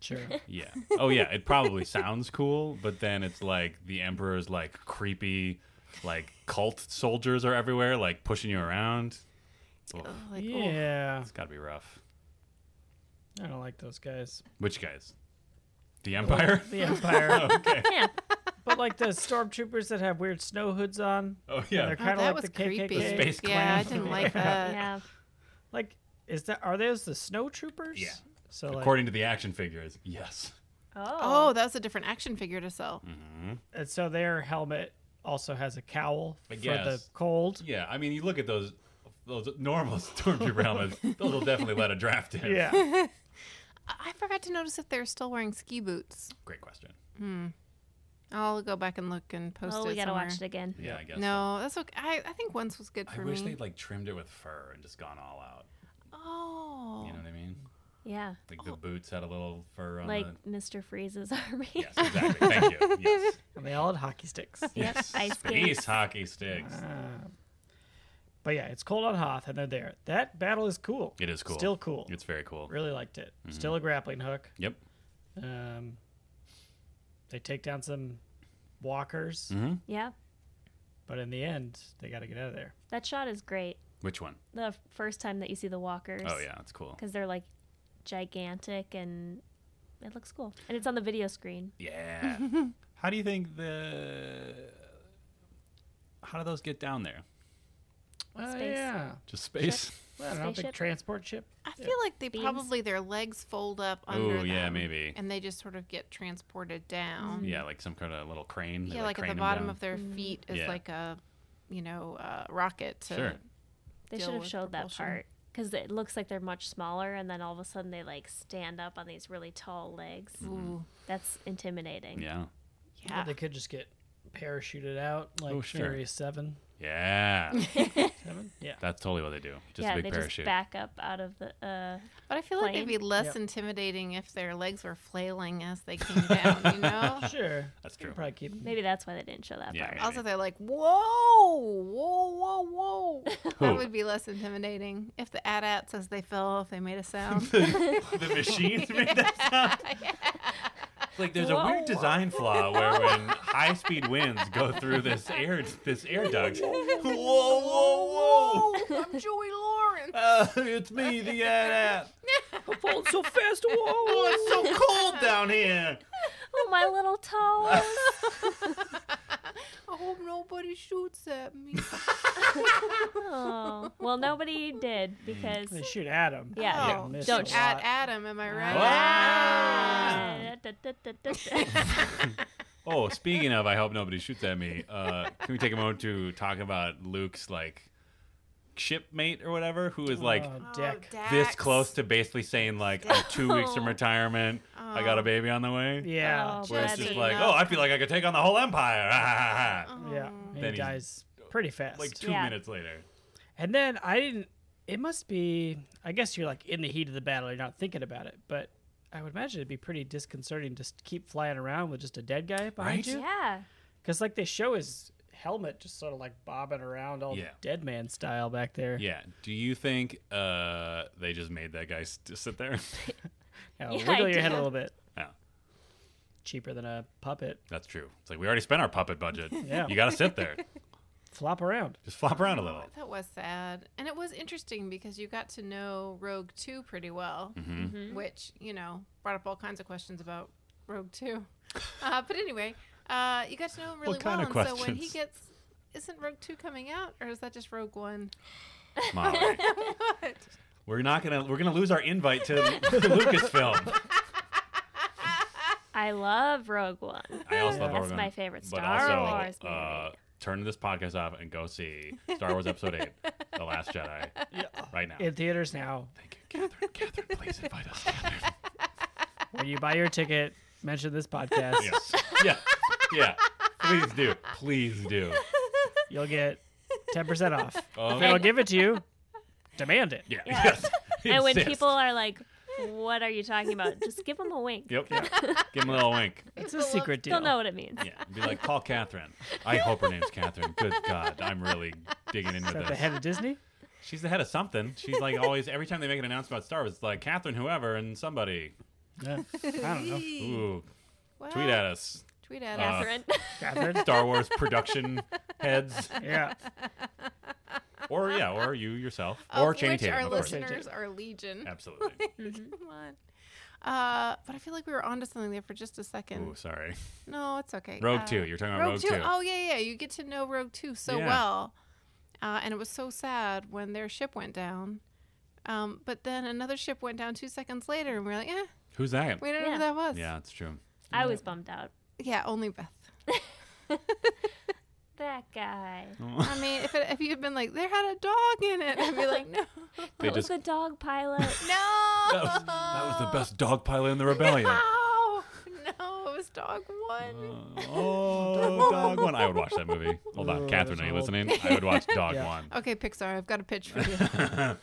S3: Sure.
S2: yeah. Oh yeah, it probably sounds cool, but then it's like the emperor's like creepy, like cult soldiers are everywhere, like pushing you around. Oof,
S1: Ugh, like, oh.
S3: yeah.
S2: it's got to be rough.
S3: I don't like those guys.
S2: Which guys?
S3: Oh,
S2: The empire.
S3: The Empire.
S2: okay.
S4: Yeah.
S3: but like the stormtroopers that have weird snow hoods on.
S2: [laughs] Oh
S3: They're
S2: yeah.
S1: Oh,
S3: kind of
S1: that
S3: like
S1: was
S3: the KKK.
S1: creepy.
S2: The space
S1: yeah, I
S2: clan. [laughs]
S1: didn't like
S2: Uh,
S1: that.
S4: Yeah.
S3: Like, is that are those the snow troopers?
S2: Yeah.
S3: So like,
S2: According to the action figures, yes.
S1: Oh, that's a different action figure to sell.
S2: Mm.
S3: and so their helmet also has a cowl
S2: I
S3: for the
S2: guess.
S3: cold.
S2: Yeah, I mean, you look at those those normal [laughs] stormtrooper helmets; those will definitely let a draft in.
S3: Yeah.
S1: I I forgot to notice if they're still wearing ski boots.
S2: Great question.
S1: I'll go back and look and post
S4: Oh,
S1: it.
S4: we gotta
S1: somewhere.
S4: watch it again.
S2: Yeah, I guess.
S1: No, that's okay. I, I think once was good
S2: I
S1: for
S2: wish
S1: me.
S2: they'd like trimmed it with fur and just gone all out.
S1: Oh,
S2: You know what I mean?
S4: Yeah.
S2: Like the boots had a little fur on
S4: Like
S2: the.
S4: Mr. Freeze's army. [laughs]
S2: Yes, exactly.
S1: [laughs]
S2: Thank you. Yes.
S3: and they all had
S2: [laughs]
S3: hockey sticks. Uh,
S4: Yep,
S2: yes.
S4: ice
S2: Space
S4: skates.
S2: hockey sticks.
S3: But yeah, it's cold on Hoth, and they're there. That battle is cool.
S2: It is cool.
S3: Still cool.
S2: It's very cool. Mm-hmm.
S3: really liked it. Still a grappling hook.
S2: Yep.
S3: Um, they take down some walkers,
S2: Mm.
S4: Yeah.
S3: but in the end, they got to get out of there.
S4: That shot is great.
S2: Which one?
S4: The f- first time that you see the walkers.
S2: Oh yeah,
S1: [laughs]
S2: it's cool.
S4: Because they're like gigantic and it looks cool. And it's on the video screen.
S2: Yeah. how do you think the? How do those get down there?
S3: Oh
S4: Space.
S3: yeah,
S2: Just space?
S3: well, I don't know, big
S4: Spaceship.
S3: transport ship.
S1: I feel like they
S4: Beams.
S1: probably their legs fold up under.
S2: Oh yeah,
S1: them,
S2: maybe.
S1: And they just sort of get transported
S4: Mm-hmm.
S1: down.
S2: [laughs] Yeah, like some kind of little crane. They,
S1: Yeah, like,
S2: crane
S1: at
S2: 'em
S1: the bottom
S2: down.
S1: of their feet is
S2: Yeah.
S1: like a, you know, uh, rocket. To,
S2: Sure.
S4: They
S1: Deal
S4: should have
S1: with
S4: showed that
S1: propulsion.
S4: part. Because it looks like they're much smaller and then all of a sudden they like stand up on these really tall legs.
S1: Ooh,
S4: That's intimidating.
S2: Yeah. Ah.
S1: yeah.
S3: They could just get parachuted out like
S2: Oh, sure.
S3: Furious Seven.
S1: [laughs]
S2: Yeah. [laughs]
S3: Seven. Yeah.
S2: That's totally what they do. Just
S4: yeah,
S2: a big
S4: they
S2: parachute.
S4: just back up out of the uh
S1: But I feel like they'd be
S4: plane.
S1: less
S3: Yep.
S1: intimidating if their legs were flailing as they came down. You
S2: [laughs]
S1: know.
S3: Sure.
S1: [laughs]
S2: That's
S3: They
S2: true. [laughs]
S3: Probably keep. 'em-
S4: maybe that's why they didn't show that
S2: Yeah, [laughs]
S4: part.
S2: maybe.
S1: Also, they're like, whoa, whoa, whoa,
S2: [laughs]
S1: whoa.
S2: Who?
S1: That would be less intimidating if the AT-ATs, as they fell, if they made a sound.
S2: [laughs] the machines made [laughs] that sound. It's like there's a weird
S4: Whoa.
S2: design flaw where when high speed winds go through this air this air duct. [laughs] Whoa, whoa, whoa!
S1: I'm Joey Lawrence.
S2: Uh, it's me, the ad.
S3: I'm falling Oh,
S2: [laughs]
S3: so fast. Whoa.
S2: Oh, It's so cold down here.
S4: Oh my little toes.
S2: [laughs]
S1: I hope nobody shoots at
S2: [laughs]
S1: me.
S4: oh. Well nobody did
S2: Mm.
S4: because
S3: [laughs] They shoot at him.
S4: Yeah.
S3: Yeah,
S1: Oh,
S3: missed
S4: don't
S3: a
S4: sh-
S1: At
S3: lot.
S1: Adam, am I right?
S2: Ah.
S1: [laughs]
S4: Da-da-da-da-da.
S2: Oh, speaking of, I hope nobody shoots at me. Uh, can we take a moment to talk about Luke's like shipmate or whatever, who is like
S3: Oh,
S1: Oh,
S3: Dick.
S1: Dax.
S2: this close to basically saying like [laughs] oh, two weeks from retirement, I
S1: Oh.
S2: got a baby on the way.
S3: Yeah.
S4: Oh,
S2: Where it's
S4: That's
S2: just
S4: it.
S2: like, oh, I feel like I could take on the whole empire. [laughs]
S1: Oh,
S3: Yeah. And
S2: Then
S3: he
S2: he's-
S3: dies pretty fast.
S2: like two
S4: Yeah.
S2: minutes later.
S3: And then I didn't. It must be. I guess you're like in the heat of the battle. You're not thinking about it. But I would imagine it'd be pretty disconcerting just to keep flying around with just a dead guy
S2: Right?
S3: behind you.
S4: Yeah.
S3: Because like they show his helmet just sort of like bobbing around all
S2: Yeah.
S3: dead man style back there.
S2: Yeah. Do you think uh, they just made that guy st- sit there? [laughs]
S3: Yeah,
S4: Yeah,
S3: wiggle your head a
S4: idea.
S3: little bit.
S2: yeah,
S3: Cheaper than a puppet.
S2: that's true. It's like we already spent our puppet
S4: [laughs]
S2: budget.
S3: Yeah.
S2: You got to sit there.
S3: Flop around.
S2: Just flop around a little.
S1: That was sad. And it was interesting because you got to know Rogue 2 pretty well,
S2: Mm-hmm.
S1: which, you know, brought up all kinds of questions about Rogue 2. [laughs] Uh, but anyway, uh, you got to know him really well.
S2: kind of
S1: and so when he
S2: questions?
S1: gets. Isn't Rogue 2 coming out or is that just Rogue 1?
S4: [laughs]
S1: [laughs]
S2: Molly,
S1: what?
S2: we're not gonna we're gonna lose our invite to [laughs] Lucasfilm.
S4: I love Rogue One.
S2: I also love
S4: That's
S2: Oregon,
S4: my favorite
S2: but
S4: Star
S2: also,
S4: Wars movie.
S2: Uh, turn this podcast off and go see Star Wars Episode Eight: The Last Jedi right now.
S3: In theaters now,
S2: Thank you, Catherine. Catherine, please invite us. Catherine.
S3: when you buy your ticket, mention this podcast.
S2: Yes. Yeah. Yeah. Please do. Please do.
S3: You'll get ten percent off.
S2: Oh,
S3: If they don't give it to you, demand it.
S2: yeah.
S4: Yeah.
S1: [laughs]
S2: Yes.
S4: and when
S2: Insist.
S4: people are like, "What are you talking about?" Just give them a wink.
S2: Yep. Yeah. Give them a little wink.
S3: It's a secret deal.
S4: They'll know what it means.
S2: Yeah. Be like, call Catherine. I hope her name's Catherine. Good God. I'm really digging in
S3: Is
S2: with
S3: that
S2: this.
S3: the head of Disney?
S2: She's the head of something. She's like always, every time they make an announcement about Star Wars, it's like Catherine, whoever, and somebody.
S3: Yeah. I don't know.
S2: Ooh. Tweet at Uh, us.
S1: Tweet at us.
S4: Catherine.
S3: Catherine?
S2: Star Wars production heads.
S3: Yeah.
S2: Or, yeah, or you yourself.
S1: Of
S2: or Channing
S1: which
S2: Tatum,
S1: our
S2: of course.
S3: Channing
S1: listeners are legion.
S2: Absolutely.
S1: [laughs] Come on. Uh, but I feel like we were onto something there for just a second.
S2: Ooh, sorry.
S1: No, it's okay.
S2: Rogue
S1: Uh,
S2: 2. You're talking about
S1: Rogue,
S2: Rogue,
S1: Two. Oh yeah, yeah. You get to know Rogue Two so
S2: Yeah.
S1: well, uh, and it was so sad when their ship went down. Um, but then another ship went down two seconds later, and we are like, eh,
S2: Who's that?
S1: we don't know who
S4: Yeah.
S1: that was.
S2: Yeah, it's true.
S4: I was bummed out.
S1: Yeah, only Beth.
S4: That guy.
S1: I mean, if it, if you had been like, there had a dog in it, I'd be like,
S4: [laughs]
S1: no,
S2: They
S4: That was
S2: just-
S4: the dog pilot.
S1: no.
S2: [laughs] That was, that was the
S1: [laughs]
S2: best dog pilot in the rebellion.
S1: No, [laughs] no, it was dog one.
S2: oh, Dog One. I would watch that movie. Hold on,
S3: Oh,
S2: Catherine,
S3: that's
S2: are you
S3: old.
S2: listening? I would watch Dog
S3: Yeah.
S2: One.
S1: Okay, Pixar, I've got a pitch for you.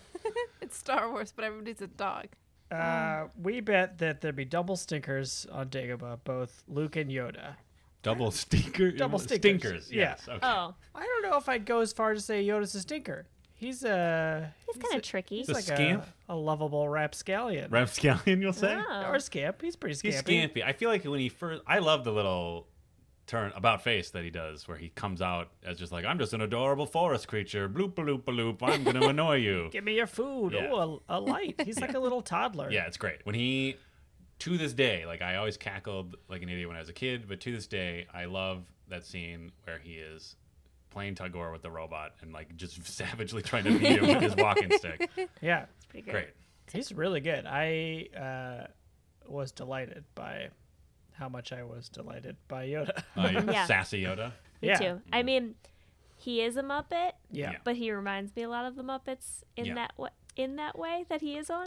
S2: [laughs]
S1: it's Star Wars, but everybody's a dog.
S3: Uh, we bet that there'd be double stinkers on Dagobah, both Luke and Yoda.
S2: Double stinker.
S3: Double stinkers.
S2: stinkers.
S3: Yeah.
S2: Yes. Okay.
S4: oh,
S3: I don't know if I'd go as far as to say Yoda's a stinker. He's a
S4: he's kind of tricky.
S3: he's
S2: a
S3: like
S2: scamp?
S3: A, a lovable rapscallion
S2: Rapscallion, you'll say?
S4: Oh.
S3: or scamp. He's pretty
S2: He's
S3: scampy.
S2: scampy. I feel like when he first, I love the little turn about face that he does, where he comes out as just like, "I'm just an adorable forest creature. Bloop bloop bloop. I'm going to [laughs] annoy you."
S3: Give me your food.
S2: Yeah.
S3: Oh, a, a light. He's like a little [laughs] toddler.
S2: Yeah, it's great. When he, to this day, like I always cackled like an idiot when I was a kid, but to this day, I love that scene where he is playing tug of war with the robot and like just [laughs] savagely trying to beat him with his walking stick.
S3: yeah.
S4: It's pretty great.
S2: Great.
S3: He's really good. I uh, was delighted by how much I was delighted by Yoda. [laughs]
S2: Uh,
S4: [laughs] Yeah.
S2: Sassy Yoda.
S4: Me
S3: yeah.
S4: too.
S2: Mm-hmm.
S4: I mean, he is a Muppet,
S3: Yeah.
S2: Yeah.
S4: but he reminds me a lot of the Muppets in
S2: Yeah.
S4: that wa- in that way that he is on.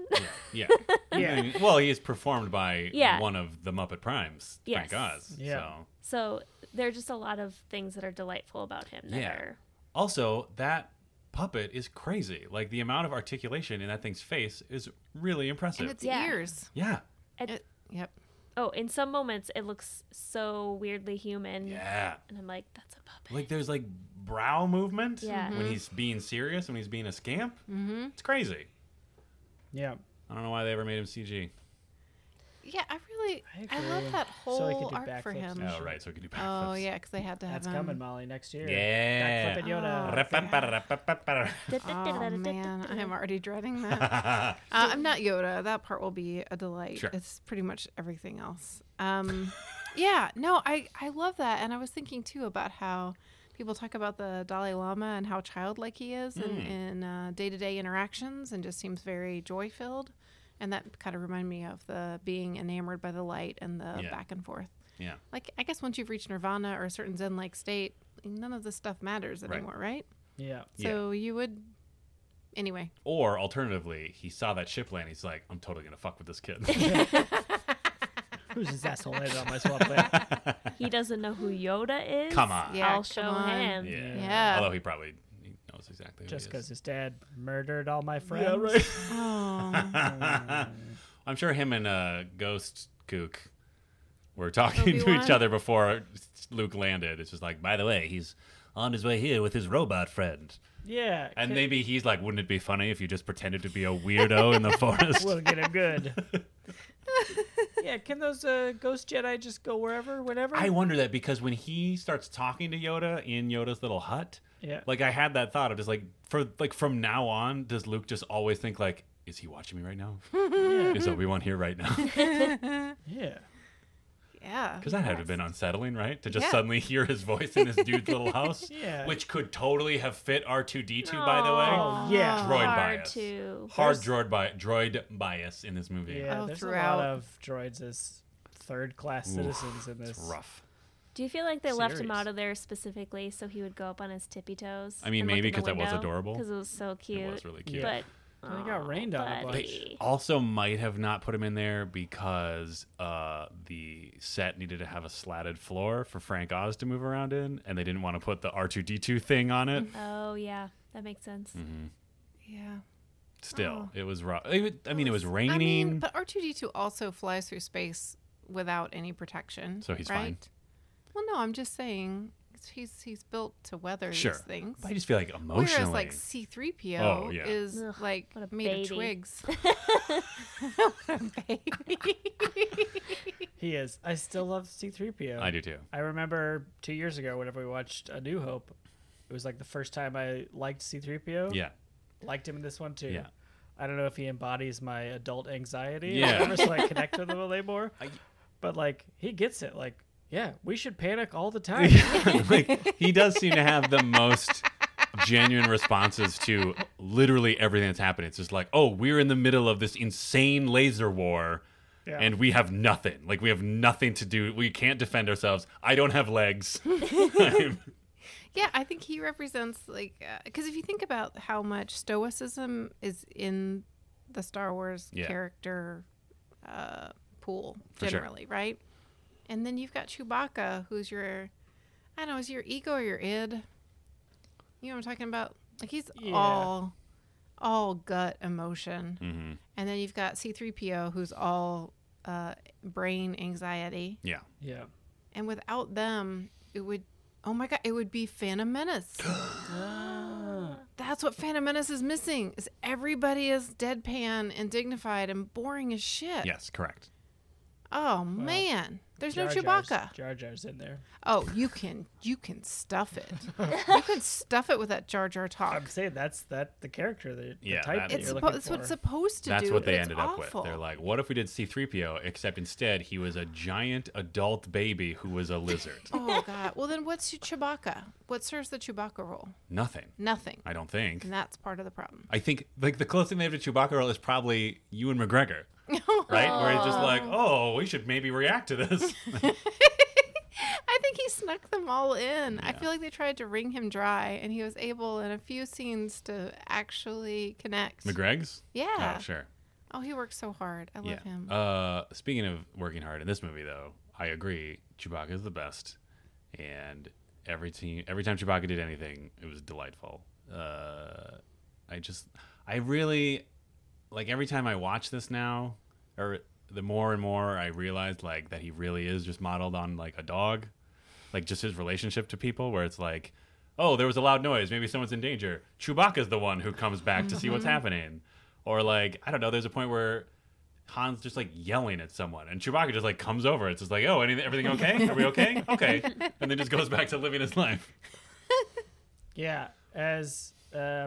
S2: Yeah.
S3: Yeah.
S2: I mean, well, he is performed by
S4: Yeah.
S2: one of the Muppet Primes.
S4: Yes.
S2: Thank Oz.
S3: Yeah.
S2: So.
S4: so there are just a lot of things that are delightful about him. That
S2: Yeah.
S4: Are,
S2: Also, that puppet is crazy. Like the amount of articulation in that thing's face is really impressive.
S1: And its
S4: Yeah.
S1: ears.
S2: yeah.
S1: It, yep.
S4: oh, in some moments it looks so weirdly human,
S2: Yeah.
S4: and I'm like, that's a Muppet.
S2: Like there's like brow movement
S4: Yeah.
S2: when
S1: Mm-hmm.
S2: he's being serious, when he's being a scamp. Mm-hmm. It's crazy.
S3: Yeah.
S2: I don't know why they ever made him CG.
S1: Yeah, I really,
S3: I
S1: I,
S3: agree.
S1: love that
S3: So they could
S1: whole
S3: do
S1: arc for
S3: backflips
S1: him.
S3: and
S2: Oh, right. So he could do backflips.
S1: Oh yeah, because they had to have
S3: That's
S1: him.
S3: coming, Molly, next year.
S2: Yeah.
S3: Backflip at Yoda.
S1: Oh.
S2: Ra-pa-pa-ra-pa-pa-pa.
S1: Oh man, I
S4: [laughs]
S1: am already dreading that. uh, I'm not Yoda. That part will be a delight.
S2: Sure.
S1: It's pretty much everything else. Um, [laughs] yeah, no, I I love that, and I was thinking too about how people talk about the Dalai Lama and how childlike he is in,
S2: Mm.
S1: in uh, day-to-day interactions, and just seems very joy-filled, and that kind of reminded me of the being enamored by the light and the
S2: Yeah.
S1: back and forth.
S2: Yeah.
S1: Like I guess once you've reached nirvana or a certain zen-like state, none of this stuff matters
S2: Right.
S1: anymore, right?
S3: Yeah.
S2: Yeah.
S1: So you would.
S2: [laughs]
S1: Anyway,
S2: [laughs] Or alternatively, he saw that ship land. He's like, I'm totally gonna fuck with
S1: [laughs]
S2: this kid.
S4: [laughs]
S3: Who's this asshole landed on
S2: [laughs]
S3: my swamp land?
S4: He doesn't know who Yoda is.
S2: Come on.
S1: Yeah,
S4: I'll
S1: come
S4: show
S1: on.
S4: him.
S2: Yeah.
S1: Yeah.
S2: Although he probably he knows exactly. who he is. [laughs]
S3: Just because his dad murdered all my friends.
S2: Yeah, right.
S1: oh,
S2: I I'm sure him and uh, Ghost Kook were talking to each
S1: Obi-Wan?
S2: other before Luke landed. It's just like, by the way, he's on his way here with his robot friend.
S3: Yeah.
S2: And
S3: ca-
S2: maybe he's like, wouldn't it be funny if you just pretended to be a weirdo in the forest?
S3: [laughs] We'll get him good.
S2: [laughs]
S3: yeah, can those uh, ghost Jedi just go wherever, whenever?
S2: I wonder that because when he starts talking to Yoda in Yoda's little hut,
S3: yeah.
S2: like I had that thought of just like for like from now on, does Luke just always think like, is he watching me right now? is Obi Wan here right now?
S3: yeah.
S1: Yeah.
S2: Because that had to have been unsettling, right? To just
S1: Yeah.
S2: suddenly [laughs] hear his voice in this dude's little house,
S3: Yeah.
S2: which could totally have fit R two D two, by the way.
S3: Aw. Oh, yeah.
S2: Droid
S4: hard
S2: bias.
S4: to.
S2: Hard
S3: There's-
S2: droid bi- droid bias in this movie.
S3: Yeah,
S1: Oh,
S3: there's a
S1: throughout.
S3: lot of droids as third class
S2: Oof,
S3: citizens in this.
S2: It's rough.
S4: Do you feel like they left him
S3: Serious.
S4: out of there specifically so he would go up on his tippy toes?
S2: I mean, maybe 'cause that was adorable.
S4: Because it was so cute.
S2: It was really cute.
S3: Yeah.
S4: But
S3: And he got
S4: Aw,
S3: rained on a bunch.
S4: buddy.
S2: Also, might have not put him in there because uh, the set needed to have a slatted floor for Frank Oz to move around in, and they didn't want to put the R two D two thing on it.
S4: Oh yeah, that makes sense.
S2: Mm-hmm.
S1: Yeah.
S2: Still, it was rough. It was- I mean, it was raining.
S1: I mean, but R2D2 also flies through space without any protection.
S2: So he's
S1: right?
S2: fine.
S1: Well, no, I'm just saying he's he's built to weather
S2: Sure.
S1: these things.
S2: But I just feel like
S1: Whereas
S2: emotionally.
S1: like C3PO
S2: Oh, yeah.
S1: is
S4: Ugh,
S1: like
S4: what a
S1: made
S4: baby.
S1: of
S4: [laughs]
S1: twigs. [laughs] What a baby.
S3: He is. I still love C3PO.
S2: I do too.
S3: I remember two years ago whenever we watched A New Hope, it was like the first time I liked C3PO.
S2: Yeah.
S3: Liked him in this one too.
S2: Yeah.
S3: I don't know if he embodies my adult anxiety
S2: Yeah.
S3: or whatever, so I connect with him a little more. But like he gets it. Like, yeah, we should panic all the time.
S2: [laughs] like he does seem to have the most genuine responses to literally everything that's happening. It's just like, oh, we're in the middle of this insane laser war.
S3: Yeah.
S2: And we have nothing. Like we have nothing to do. We can't defend ourselves. I don't have legs.
S1: [laughs]
S2: [laughs]
S1: Yeah, I think he represents like because if you think about how much stoicism is in the Star Wars
S2: Yeah.
S1: character uh, pool
S2: For sure.
S1: generally, right? And then you've got Chewbacca, who's your I don't know, is he your ego or your id? You know what I'm talking about? Like he's
S3: Yeah.
S1: all all gut emotion,
S2: hmm
S1: and then you've got C-3PO, who's all uh, brain anxiety.
S2: Yeah.
S3: yeah.
S1: And without them, it would oh my god, it would be Phantom
S2: [gasps]
S3: [gasps]
S1: Menace. That's what Phantom Menace is missing. Is everybody is deadpan and dignified and boring as shit.
S2: Yes. Correct.
S1: Oh man, there's no
S3: Jar
S1: Chewbacca.
S3: Jar's- Jar Jar's in there.
S1: Oh, you can you can stuff
S3: [laughs]
S1: it. you can stuff it with that Jar Jar talk.
S3: I'm saying that's that the character that the
S2: Yeah,
S3: type
S2: that
S3: that
S1: It's
S3: you're
S1: suppo-
S3: looking
S1: it's
S3: for.
S1: what it's supposed to
S2: That's
S1: do.
S2: what they
S1: but it's
S2: ended up
S1: awful.
S2: with. They're like, what if we did C3PO, except instead he was a giant adult baby who was a lizard?
S1: oh god. Well, then what's your Chewbacca? What serves the Chewbacca role?
S2: Nothing.
S1: Nothing.
S2: I don't think.
S1: And that's part of the problem. [laughs]
S2: I think like the closest thing they have to Chewbacca role is probably Ewan McGregor, right? Where he's just like, oh, we should maybe react to [laughs] this.
S1: I think he snuck them all in. I feel like they tried to wring him dry, and he was able in a few scenes to actually connect.
S2: McGreg's,
S1: Yeah.
S2: oh sure,
S1: Oh, he works so hard. I love
S2: yeah.
S1: him.
S2: Uh, speaking of working hard in this movie, though, I agree, Chewbacca is the best, and every team, every time Chewbacca did anything, it was delightful. Uh, I just, I really, like every time I watch this now, or the more and more I realize like that he really is just modeled on like a dog, like just his relationship to people, where it's like, oh, there was a loud noise, maybe someone's in danger. Chewbacca's the one who comes back to see what's
S1: Mm-hmm.
S2: happening, or like I don't know, there's a point where. Han's just like yelling at someone, and Chewbacca just like comes over. It's just like, oh, anything, everything okay? Are we
S3: [laughs]
S2: okay? Okay, and then just goes back to living his life.
S3: Yeah, as uh,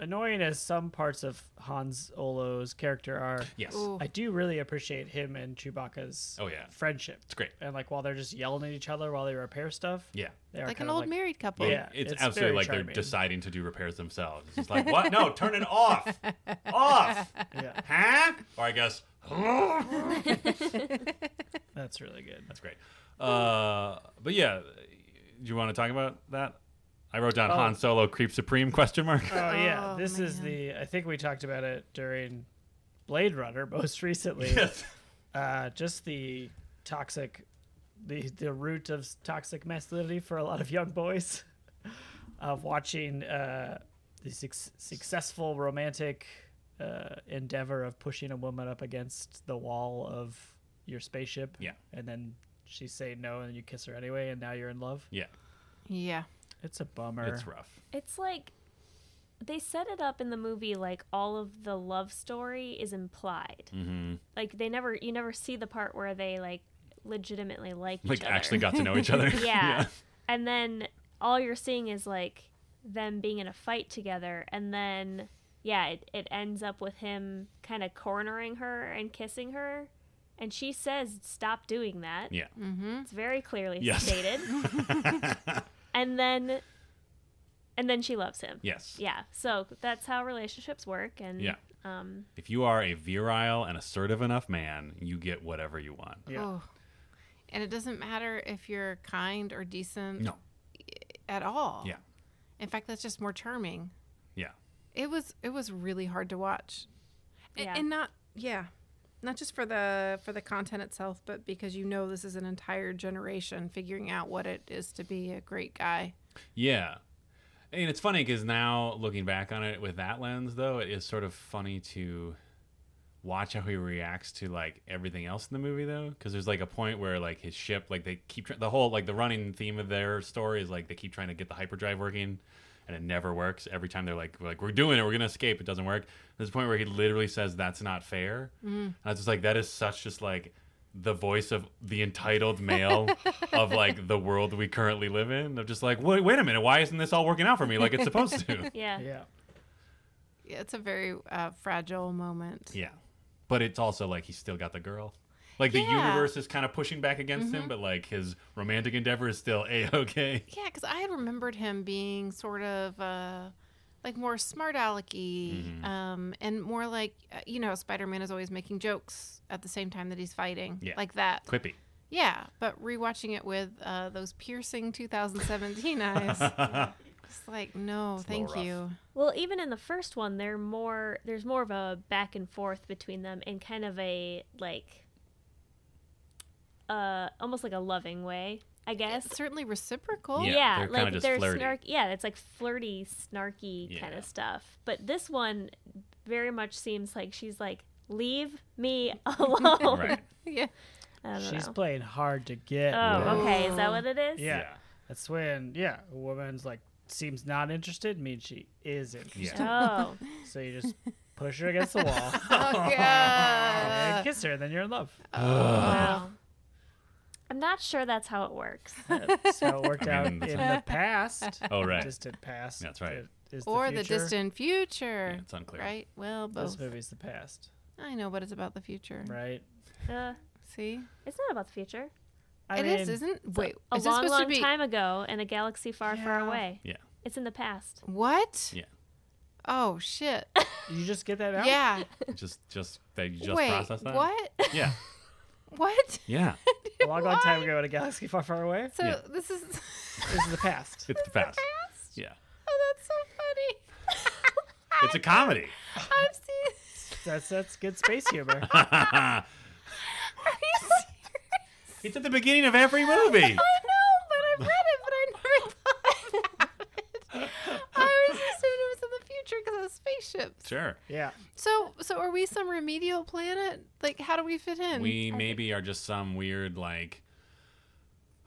S3: annoying as some parts of Hans Olo's character are,
S2: Yes,
S1: Ooh.
S3: I do really appreciate him and Chewbacca's
S2: Oh, yeah.
S3: friendship.
S2: it's great.
S3: And like while they're just yelling at each other while they repair stuff,
S2: Yeah.
S3: they are
S1: like an
S3: kinda
S1: old
S3: like,
S1: married couple.
S2: Well,
S3: Yeah,
S2: it's,
S3: it's
S2: absolutely
S3: very
S2: like they're
S3: charming.
S2: deciding to do repairs themselves. It's like, what? No, turn it off, off,
S3: Yeah,
S2: huh? Or I guess
S3: that's really good.
S2: that's great. Uh, but yeah, do you want to talk about that? I wrote down
S3: Oh.
S2: Han Solo creep supreme question mark.
S3: Oh yeah,
S1: Oh,
S3: this is the. I think we talked about it during Blade Runner most recently.
S2: [laughs] [laughs] yes.
S3: uh, just the toxic, the the root of s- toxic masculinity for a lot of young boys, [laughs] of watching uh, the suc successful romantic uh, endeavor of pushing a woman up against the wall of your spaceship.
S2: Yeah.
S3: And then she say no, and you kiss her anyway, and now you're in love.
S2: Yeah,
S1: Yeah.
S3: It's a bummer.
S2: it's rough.
S4: It's like they set it up in the movie like all of the love story is implied.
S2: Mm-hmm.
S4: Like they never you never see the part where they like legitimately like each
S2: Like
S4: other.
S2: actually got to know each other.
S4: [laughs] yeah.
S2: [laughs]
S4: And then all you're seeing is like them being in a fight together and then yeah, it, it ends up with him kind of cornering her and kissing her. And she says, Stop doing that.
S2: Yeah.
S1: Mm-hmm.
S4: It's very clearly
S2: Yes. [laughs]
S4: stated. and then and then she loves him.
S2: yes.
S4: Yeah. So that's how relationships work and
S2: Yeah.
S4: um
S2: If you are a virile and assertive enough man, you get whatever you want.
S3: Yeah.
S1: Oh. And it doesn't matter if you're kind or decent
S2: No.
S1: at all.
S2: Yeah.
S1: In fact, that's just more charming.
S2: Yeah.
S1: It was it was really hard to watch. A-
S4: Yeah.
S1: And not yeah. Not just for the for the content itself, but because you know this is an entire generation figuring out what it is to be a great guy.
S2: Yeah. And it's funny because now looking back on it with that lens, though, it is sort of funny to watch how he reacts to like everything else in the movie, though, because there's like a point where like his ship, like they keep tr- the whole like the running theme of their story is like they keep trying to get the hyperdrive working, and it never works. Every time they're like, we're like we're doing it, we're gonna escape, it doesn't work. There's a point where he literally says, "That's not fair," and I was just like, that is such just like the voice of the entitled male of like the world we currently live in. Of just like, wait, wait a minute, why isn't this all working out for me like it's supposed to?
S4: yeah.
S3: Yeah.
S1: Yeah, It's a very uh, fragile moment.
S2: Yeah. But it's also like he's still got the girl. Like the
S1: Yeah. Mm-hmm.
S2: universe is kind of pushing back against him, but like his romantic endeavor is still a okay.
S1: Yeah, because I had remembered him being sort of uh, like more smart alecky
S2: Mm-hmm.
S1: um, and more like, uh, you know, Spider Man is always making jokes at the same time that he's fighting.
S2: Yeah.
S1: Like that.
S2: Quippy.
S1: Yeah, but rewatching it with uh, those piercing 2017 eyes,
S2: [laughs]
S1: it's like, no,
S2: a little
S1: thank you.
S4: Well, even in the first one, they're more there's more of a back and forth between them in kind of a like uh almost like a loving way, I guess.
S1: It's certainly reciprocal.
S2: Yeah, they're kinda
S4: like
S2: just
S4: they're
S2: flirty.
S4: snark yeah, it's like flirty, snarky kind
S2: Yeah.
S4: of stuff. But this one very much seems like she's like leave me [laughs]
S1: Oh.
S4: alone.
S2: Right.
S1: [laughs] [laughs] Yeah.
S4: [laughs] I don't
S3: She's
S4: know.
S3: playing hard to get.
S4: Oh,
S2: Whoa.
S4: okay. Is that what it is?
S3: Yeah. That's when, yeah, a woman's like, seems not interested, means she is interested.
S2: Yeah. [laughs]
S4: Oh,
S3: So you just push her against
S1: [laughs]
S3: the wall
S1: Oh, yeah.
S3: and kiss her, and then you're in love.
S1: Oh,
S3: Uh.
S4: wow. I'm not sure that's how it works.
S3: That's how it worked
S2: I
S3: out in
S2: mean, that's-
S3: the past.
S2: [laughs] Oh right.
S3: Distant past.
S2: That's right.
S3: It is
S1: Or the,
S3: the, future.
S1: distant future.
S2: Yeah, it's unclear.
S1: Right? Well, both. Mm.
S3: This movie's the past,
S1: I know, but it's about the future.
S3: right?
S4: Uh,
S1: See?
S4: it's not about the future.
S3: I
S1: it is,
S3: mean,
S1: isn't?
S4: It's a-
S1: Wait,
S4: a
S1: is this
S4: long,
S1: supposed
S4: long
S1: to be
S4: time ago in a galaxy far, far
S3: Yeah.
S4: away.
S2: Yeah.
S4: It's in the past.
S1: What?
S2: Yeah.
S1: Oh shit.
S3: You just get that out.
S1: Yeah.
S2: [laughs] Just just that you just
S1: Wait.
S2: process that.
S1: What?
S2: [laughs] Yeah.
S1: What?
S2: Yeah.
S3: A long, long time ago in a galaxy far, far away.
S1: So
S2: Yeah.
S1: this is
S3: This is
S1: [laughs]
S3: the
S2: [laughs] [laughs]
S3: past.
S2: It's the past.
S1: fast.
S2: Yeah.
S1: Oh, that's so funny. [laughs]
S2: It's a comedy. [laughs]
S1: I've seen.
S3: That's that's good space humor.
S1: Are you
S2: [laughs]
S1: serious?
S2: it's at the beginning of every
S1: [laughs]
S2: movie.
S1: I know, but I've read it, but I never [laughs] thought about it. I was assuming it was in the future because of spaceships.
S2: Sure.
S3: Yeah.
S1: So, so are we some remedial planet? Like, how do we fit [laughs] in?
S2: we maybe are just some weird like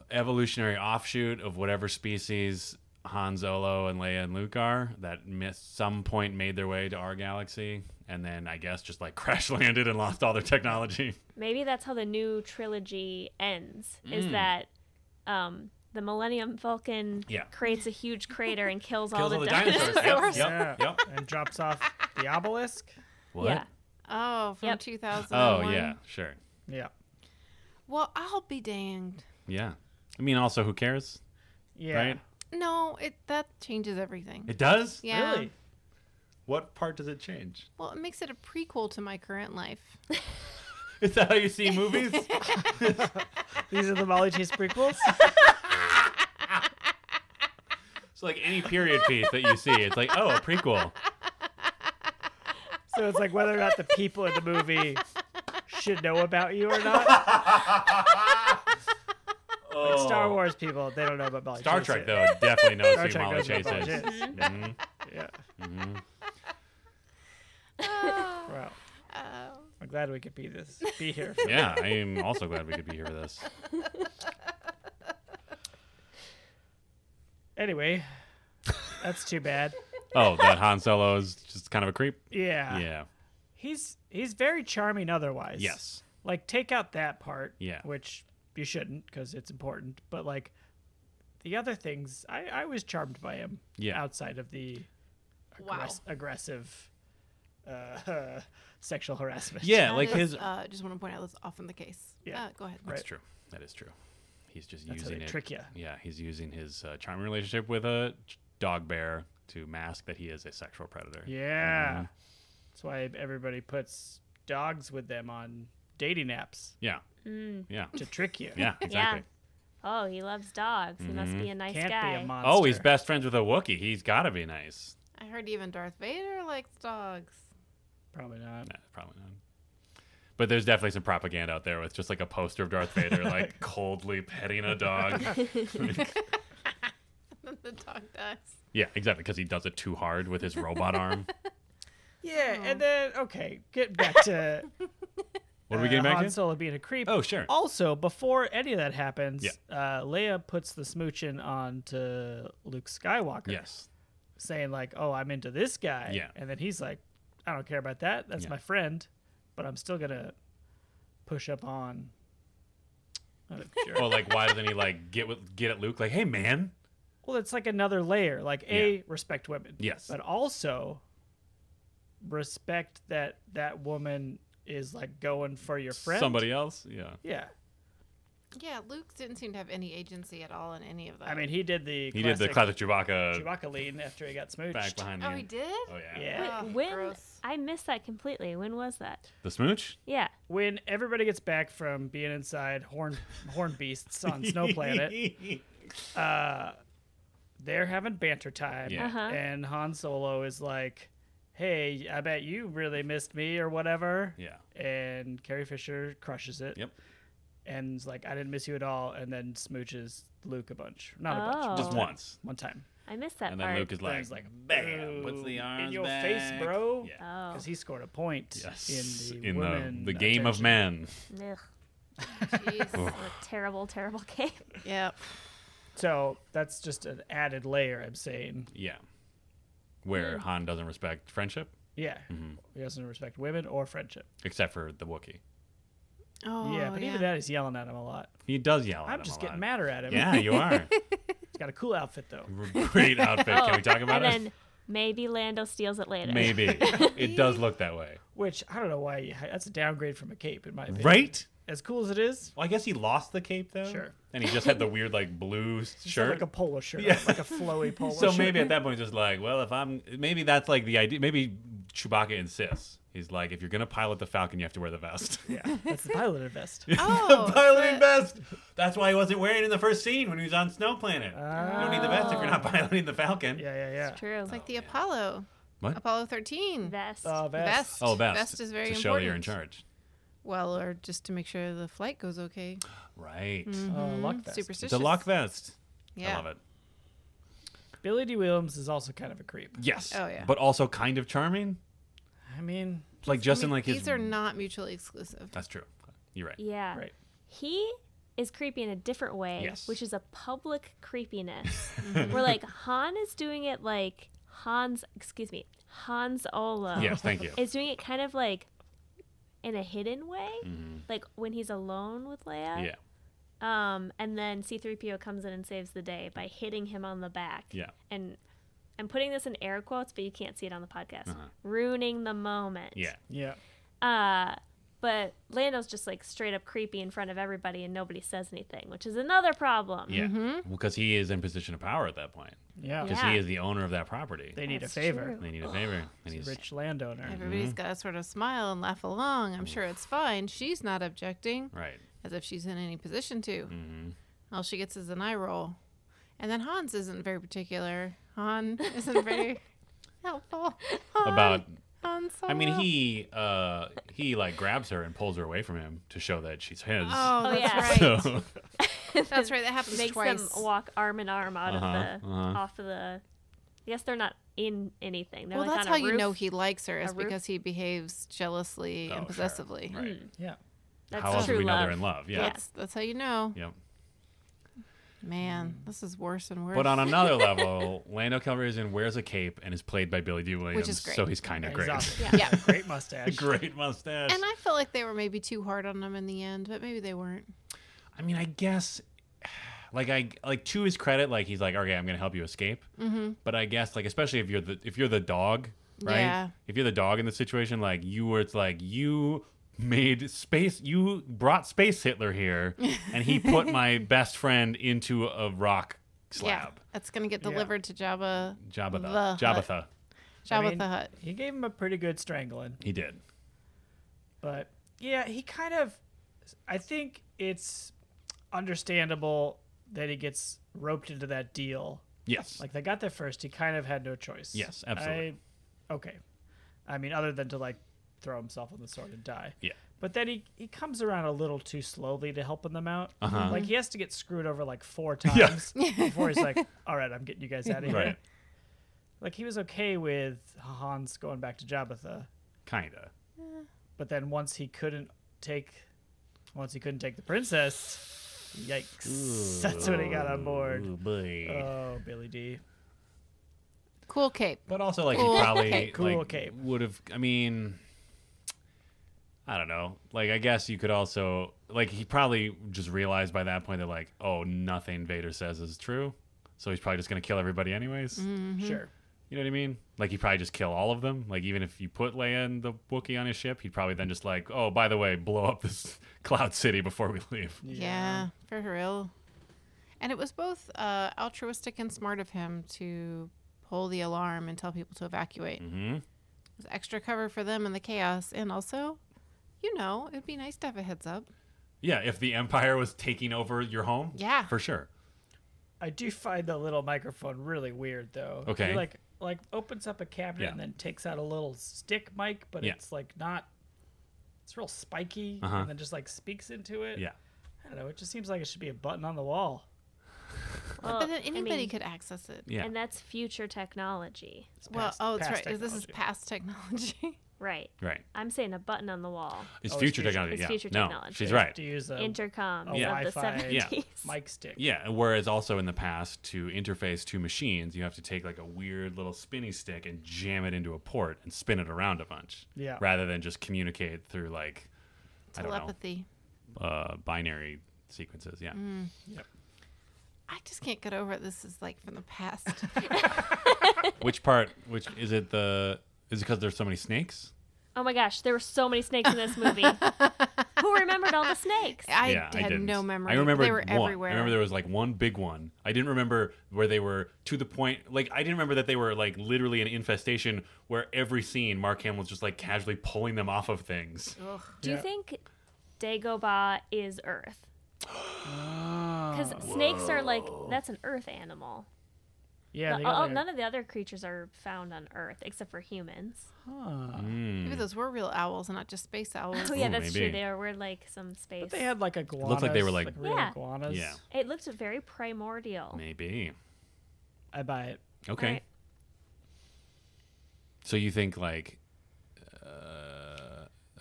S2: evolutionary offshoot of whatever species Han Solo and Leia and Luke are that miss some point made their way to our galaxy and then I guess just like [laughs] crash landed and lost all their
S3: [laughs]
S2: technology.
S4: Maybe that's how the new trilogy ends. Is
S2: Mm.
S4: that um, the Millennium Falcon
S2: Yeah.
S4: creates a huge crater and kills, all
S2: Kills
S4: the
S2: all the
S4: dinosaurs.
S2: dinosaurs.
S4: [laughs]
S1: Dinosaurs.
S2: [laughs] Yep. Yep. Yep.
S3: And drops off the obelisk.
S2: What?
S4: Yeah.
S1: oh, from
S4: Yep.
S1: 2001.
S2: Oh yeah, sure.
S3: Yeah.
S1: Well, I'll be damned.
S2: Yeah. I mean also who cares?
S3: Yeah.
S2: Right?
S1: No, it that changes everything.
S2: It does?
S1: yeah. [laughs]
S3: Really?
S2: What part does it change? [laughs]
S1: Well, it makes it a prequel to my current life.
S2: Is that how you see movies?
S3: These are the Molly Chase prequels.
S2: it's like any period piece that you see. It's like, oh, a
S3: [laughs]
S2: prequel.
S3: So it's like whether or not the people in the movie should know about you or not. Like Star Wars people, they don't know about Molly
S2: Oh. Star
S3: Chase
S2: Trek
S3: yet.
S2: though definitely knows
S3: Star
S2: who
S3: Trek
S2: Molly
S3: knows
S2: Chase is.
S3: about Molly Chase.
S2: Mhm.
S3: Yeah.
S2: Mhm.
S1: Oh,
S3: Wow.
S1: oh.
S3: I'm glad we could be this be here.
S2: [laughs] yeah, I am also glad we could be here with us.
S3: Anyway, that's too bad.
S2: Oh, that Han Solo is just kind of a creep.
S3: Yeah.
S2: Yeah.
S3: He's he's very charming otherwise.
S2: Yes.
S3: Like take out that part.
S2: Yeah.
S3: Which you shouldn't because it's important. But like the other things, I I was charmed by him.
S2: Yeah.
S3: Outside of the
S1: Wow.
S3: aggress- aggressive uh, [laughs] sexual harassment.
S2: Yeah,
S1: That
S2: like
S1: is,
S2: his.
S1: Uh, just want to point out that's often the case.
S3: Yeah.
S1: Uh, go ahead.
S3: Right.
S2: That's true. That is true. He's just
S3: That's how
S2: using
S3: they
S2: it.
S3: trick you.
S2: Yeah, he's using his uh, charming relationship with a ch- dog bear to mask that he is a sexual predator.
S3: Yeah.
S2: Mhm.
S3: That's why everybody puts dogs with them on dating apps
S2: Yeah.
S4: Mm.
S2: Yeah.
S1: [laughs]
S3: to trick you.
S2: Yeah. Exactly. Mm-hmm.
S4: Oh, he loves dogs. He must be a nice
S3: Can't
S4: guy.
S3: be a monster.
S2: Oh, he's best friends with a Wookiee. He's got to be nice.
S1: I heard even Darth Vader likes dogs. [laughs]
S3: Probably not.
S2: Nah, probably not. But there's definitely some propaganda out there with just like a poster of Darth Vader like coldly petting a dog.
S1: Then the dog dies.
S2: yeah, exactly, because he does it too hard with his robot arm.
S3: Yeah, and then okay, get back to
S2: [laughs] What are we getting
S3: uh,
S2: back
S3: Han
S2: to?
S3: Solo being a creep.
S2: Oh, sure.
S3: Also, before any of that happens,
S2: Yeah.
S3: uh, Leia puts the smoochin' on to Luke Skywalker,
S2: Yes.
S3: saying like, "Oh, I'm into this guy,"
S2: Yeah.
S3: and then he's like, "I don't care about that. That's
S2: Yeah.
S3: my friend, but I'm still gonna push up on." Oh, What a jerk.
S2: Well, like, why doesn't he like get with get at Luke? Like, hey, man.
S3: Well, it's like another layer. Like, a respect women.
S2: Yes.
S3: But also respect that that woman is like going for your friend.
S2: Somebody else. Yeah.
S3: Yeah.
S1: Yeah, Luke didn't seem to have any agency at all in any of that.
S3: I mean, he did the
S2: He
S3: classic
S2: did the classic Chewbacca,
S3: Chewbacca lean after he got smooched.
S2: back behind the.
S1: oh, he did.
S2: Oh yeah.
S3: Yeah.
S4: Wait,
S1: Ugh, [laughs]
S4: when
S1: gross.
S4: I missed that completely. When was that?
S2: The smooch.
S4: Yeah.
S3: When everybody gets back from being inside horn horn beasts on Snow Planet,
S2: [laughs]
S3: uh, they're having banter time.
S2: Yeah.
S4: Uh-huh.
S3: And Han Solo is like, Hey, I bet you really missed me or whatever.
S2: yeah.
S3: And Carrie Fisher crushes it.
S2: Yep.
S3: and is like, I didn't miss you at all, and then smooches Luke a bunch. Not a bunch.
S2: Just
S4: Oh.
S2: once.
S3: One time.
S4: I missed that
S2: And then
S4: part.
S2: Luke is
S3: Then
S2: like,
S3: he's like,
S2: bam, puts the
S3: "Boom,
S2: arms
S3: in your
S2: back.
S3: face, bro.
S2: Yeah.
S4: oh.
S3: Because he scored a point
S2: Yes.
S3: in the women
S2: the game of
S3: attention.
S2: men.
S4: Ugh.
S1: Jeez.
S4: What a terrible, terrible [laughs] game.
S1: [laughs] yep.
S3: So that's just an added layer, I'm saying.
S2: Yeah. Where
S3: Hmm.
S2: Han doesn't respect friendship, Mm-hmm.
S3: Yeah. He doesn't respect women or friendship.
S2: except for the Wookiee.
S1: Oh
S3: yeah, but even that is yelling at him a lot.
S2: He does yell at him
S3: I'm
S2: a
S3: just getting
S2: lot.
S3: madder at him.
S2: Yeah, you are.
S3: [laughs] He's got a cool outfit, though.
S2: Great outfit. Can we
S3: Oh,
S2: talk about
S4: and
S2: it?
S4: then maybe Lando steals it later.
S2: [laughs]
S3: [laughs]
S2: Maybe. it does look that way.
S3: Which, I don't know why. you- That's a downgrade from a cape, in my opinion.
S2: Right?
S3: As cool as it is,
S2: Well, I guess he lost the cape though.
S3: Sure.
S2: And he just had the weird like
S3: [laughs]
S2: blue
S3: it's not
S2: shirt.
S3: like a polo shirt,
S2: Yeah.
S3: like
S2: [laughs]
S3: a flowy polo
S2: so
S3: shirt.
S2: maybe at that point, just like, well, if I'm, maybe that's like the idea. Maybe Chewbacca insists. He's like, if you're gonna pilot the Falcon, you have to wear the vest. [laughs]
S3: Yeah, that's the pilot of vest.
S1: Oh,
S2: Piloting
S1: but-
S2: vest. That's why he wasn't wearing it in the first scene when he was on Snow Planet.
S3: Ah.
S2: you don't need the vest if you're not [laughs] piloting the Falcon.
S3: Yeah, Oh, yeah, yeah.
S4: It's true.
S1: It's like the Apollo.
S2: What?
S1: Apollo
S2: Hmm.
S1: 13.
S4: Vest.
S3: Uh, vest.
S1: Vest.
S2: Oh, vest.
S1: Vest is very
S2: to
S1: important.
S2: show that you're in charge.
S1: Well, or just to make sure the flight goes okay.
S2: Right.
S3: Uh, luck vest.
S1: Superstitious.
S2: The lock
S1: Mm.
S2: vest.
S1: Yeah.
S2: I love it.
S3: Billy D. Williams is also kind of a creep.
S2: Yes.
S1: Oh, yeah.
S2: But also kind of charming.
S3: I mean,
S2: Like
S1: I
S2: just
S1: mean,
S2: in like
S1: these
S2: his.
S1: are not mutually exclusive.
S2: That's true. You're right.
S4: Yeah.
S3: right.
S4: He is creepy in a different way,
S2: Yes.
S4: which is a public creepiness.
S2: [laughs]
S4: Where like Han is doing it like Hans, excuse me, Hans Olo
S2: Yes. Thank
S1: [laughs]
S2: you.
S4: is doing it kind of like in a hidden way, like when he's alone with Leia.
S2: Mm-hmm. Yeah.
S4: Um, and then C3PO comes in and saves the day by hitting him on the back.
S2: Yeah.
S4: And I'm putting this in air quotes, but you can't see it on the podcast.
S2: Uh-huh.
S4: Ruining the moment.
S2: Yeah.
S3: Yeah.
S4: Uh, but Lando's just like straight up creepy in front of everybody and nobody says anything, which is another problem.
S2: Yeah.
S1: Mm-hmm.
S2: Because he is in position of power at that point.
S3: Yeah.
S2: Because
S4: Yeah.
S2: he is the owner of that property.
S3: They need
S4: That's
S3: a favor.
S4: true.
S2: They need a
S1: [gasps]
S2: favor. And
S3: He's
S2: he's
S3: a rich landowner.
S1: Everybody's got to sort of smile and laugh along. I'm sure it's fine. She's not objecting,
S2: right.
S1: as if she's in any position to.
S2: Mhm.
S1: All she gets is an eye roll. And then Hans isn't very particular. Han isn't
S4: [laughs]
S1: very helpful. Han,
S2: About.
S1: Han Solo.
S2: I mean, he uh he like grabs her and pulls her away from him to show that she's his.
S1: Oh,
S4: Oh,
S1: that's
S4: yeah.
S1: right.
S2: [laughs] So
S1: That's right. That happens
S4: Makes
S1: twice.
S4: them walk arm in arm out
S2: Uh-huh,
S4: of the
S2: uh-huh.
S4: off of the I guess they're not in anything. They're
S1: well,
S4: like
S1: that's
S4: on
S1: how
S4: a
S1: you
S4: roof.
S1: know he likes her is
S4: a roof. Hmm.
S1: because he behaves jealously
S2: Oh, sure.
S1: and possessively.
S2: Right.
S3: Yeah.
S4: That's
S2: How else
S4: true
S2: do we know
S4: love.
S2: they're in love? Yeah.
S1: That's that's how you know.
S2: Yep.
S1: Man, this is worse and worse.
S2: Mm-hmm. But
S1: [laughs]
S2: on another level, Lando Calrissian wears a cape and is played by Billy D. Williams,
S1: is great.
S2: so he's kind of great.
S3: Exhausted.
S1: Yeah. Yeah.
S3: Great
S2: [laughs]
S3: mustache.
S2: great mustache.
S1: and I felt like they were maybe too hard on him in the end, but maybe they weren't.
S2: I mean, I guess, like I like to his credit, like he's like, okay, I'm gonna help you escape. Mm-hmm. But I guess, like especially if you're the if you're the dog, right?
S1: Yeah.
S2: If you're the dog in the situation, like you were, it's like you made space, you brought space Hitler
S1: [laughs]
S2: here, and he put my best friend into a rock
S1: Yeah,
S2: slab.
S1: that's gonna get
S3: Yeah.
S1: delivered to Jabba,
S2: Jabba the,
S1: The
S2: Jabba
S1: Hutt.
S2: the.
S1: Jabba
S3: I mean,
S1: the Hutt.
S3: He gave him a pretty good strangling.
S2: He did.
S3: but yeah, he kind of. I think it's understandable that he gets roped into that deal.
S2: Yes.
S3: Like they got there first. He kind of had no choice.
S2: Yes, absolutely.
S3: I, okay, I mean, other than to like throw himself on the sword and die.
S2: yeah.
S3: But then he, he comes around a little too slowly to helping them out.
S2: Uh-huh.
S3: Like he has to get screwed over like four
S2: [laughs] Yeah.
S3: times before he's like, "All right, I'm getting you guys out of here."
S2: Right.
S3: Like he was okay with Hans going back to Jabbatha,
S2: Kinda.
S3: but then once he couldn't take once he couldn't take the princess yikes that's when he got on board
S2: Ooh, boy.
S3: oh billy d
S1: Cool cape.
S2: But also, like, he
S1: Cool
S2: probably
S1: cape.
S3: Cool
S2: like,
S3: cape.
S2: would have. I mean, I don't know. Like, I guess you could also like he probably just realized by that point that like, oh, nothing Vader says is true. So he's probably just gonna kill everybody anyways.
S3: sure
S2: You know what I mean? Like he'd probably just kill all of them. Like even if you put Leia and the Wookiee on his ship, he'd probably then just like, oh, by the way, blow up this [laughs] Cloud City before we leave.
S1: Yeah, for real. And it was both uh, altruistic and smart of him to pull the alarm and tell people to evacuate.
S2: Mm-hmm.
S1: It was extra cover for them in the chaos, and also, you know, it'd be nice to have a heads up.
S2: Yeah, if the Empire was taking over your home,
S1: Yeah.
S2: for sure.
S3: i do find the little microphone really weird though He,
S2: Okay.
S3: like like opens up a cabinet
S2: Yeah.
S3: and then takes out a little stick mic but
S2: Yeah.
S3: it's like not it's real spiky
S2: Uh-huh.
S3: and then just like speaks into it
S2: Yeah,
S3: i don't know it just seems like it should be a button on the wall
S4: Well,
S1: but then
S4: I mean,
S1: anybody could access it.
S2: yeah.
S4: And that's future technology.
S3: It's
S1: Well,
S3: past-
S1: oh, that's right.
S3: past
S1: This is
S3: technology.
S1: past technology. [laughs]
S4: Right.
S2: Right.
S4: I'm saying a button on the wall.
S2: It's
S3: Oh, it's
S2: future
S3: future-
S2: technology.
S4: it's
S2: yeah.
S4: future
S2: no,
S4: technology.
S2: she's
S3: They have
S2: right.
S3: to use
S1: Uh,
S3: a
S4: Intercoms
S3: a
S4: of the
S3: Wi-Fi
S4: 70s.
S3: mic stick
S2: Yeah, and whereas also in the past to interface two machines, you have to take like a weird little spinny stick and jam it into a port and spin it around a bunch.
S3: Yeah.
S2: Rather than just communicate through like I don't know
S1: Telepathy.
S2: uh, binary sequences. Yeah.
S1: I just can't get over it. This is like from the
S2: [laughs]
S1: past.
S2: Which part? Which is it? The is it because there's so many snakes?
S4: [laughs] Oh my gosh, there were so many snakes in
S1: [laughs]
S4: this movie. Who remembered all the snakes?
S1: I
S2: yeah,
S1: had
S2: I didn't.
S1: no memory.
S2: I remember
S1: they were
S2: one.
S1: everywhere.
S2: I remember there was like one big one. I didn't remember where they were to the point. Like I didn't remember that they were like literally an infestation where every scene Mark Hamill was just like casually pulling them off of things.
S4: Do you
S3: Yeah.
S4: think Dagobah is Earth?
S3: Uh,
S4: Because snakes are like that's an Earth animal.
S3: yeah
S4: No-
S3: they got
S4: oh,
S3: like a-
S4: none of the other creatures are found on Earth except for humans.
S3: Huh.
S2: Hmm,
S1: Maybe those were real owls and not just space owls.
S2: [laughs]
S4: Oh yeah,
S2: Ooh,
S4: that's
S2: maybe.
S4: true. They were like some space.
S3: But they had like iguanas.
S2: like they were, like-
S3: real
S4: Yeah.
S3: iguanas.
S2: Yeah.
S4: It looked very primordial.
S2: Maybe.
S3: I buy it.
S2: Okay.
S4: Alright.
S2: So you think like?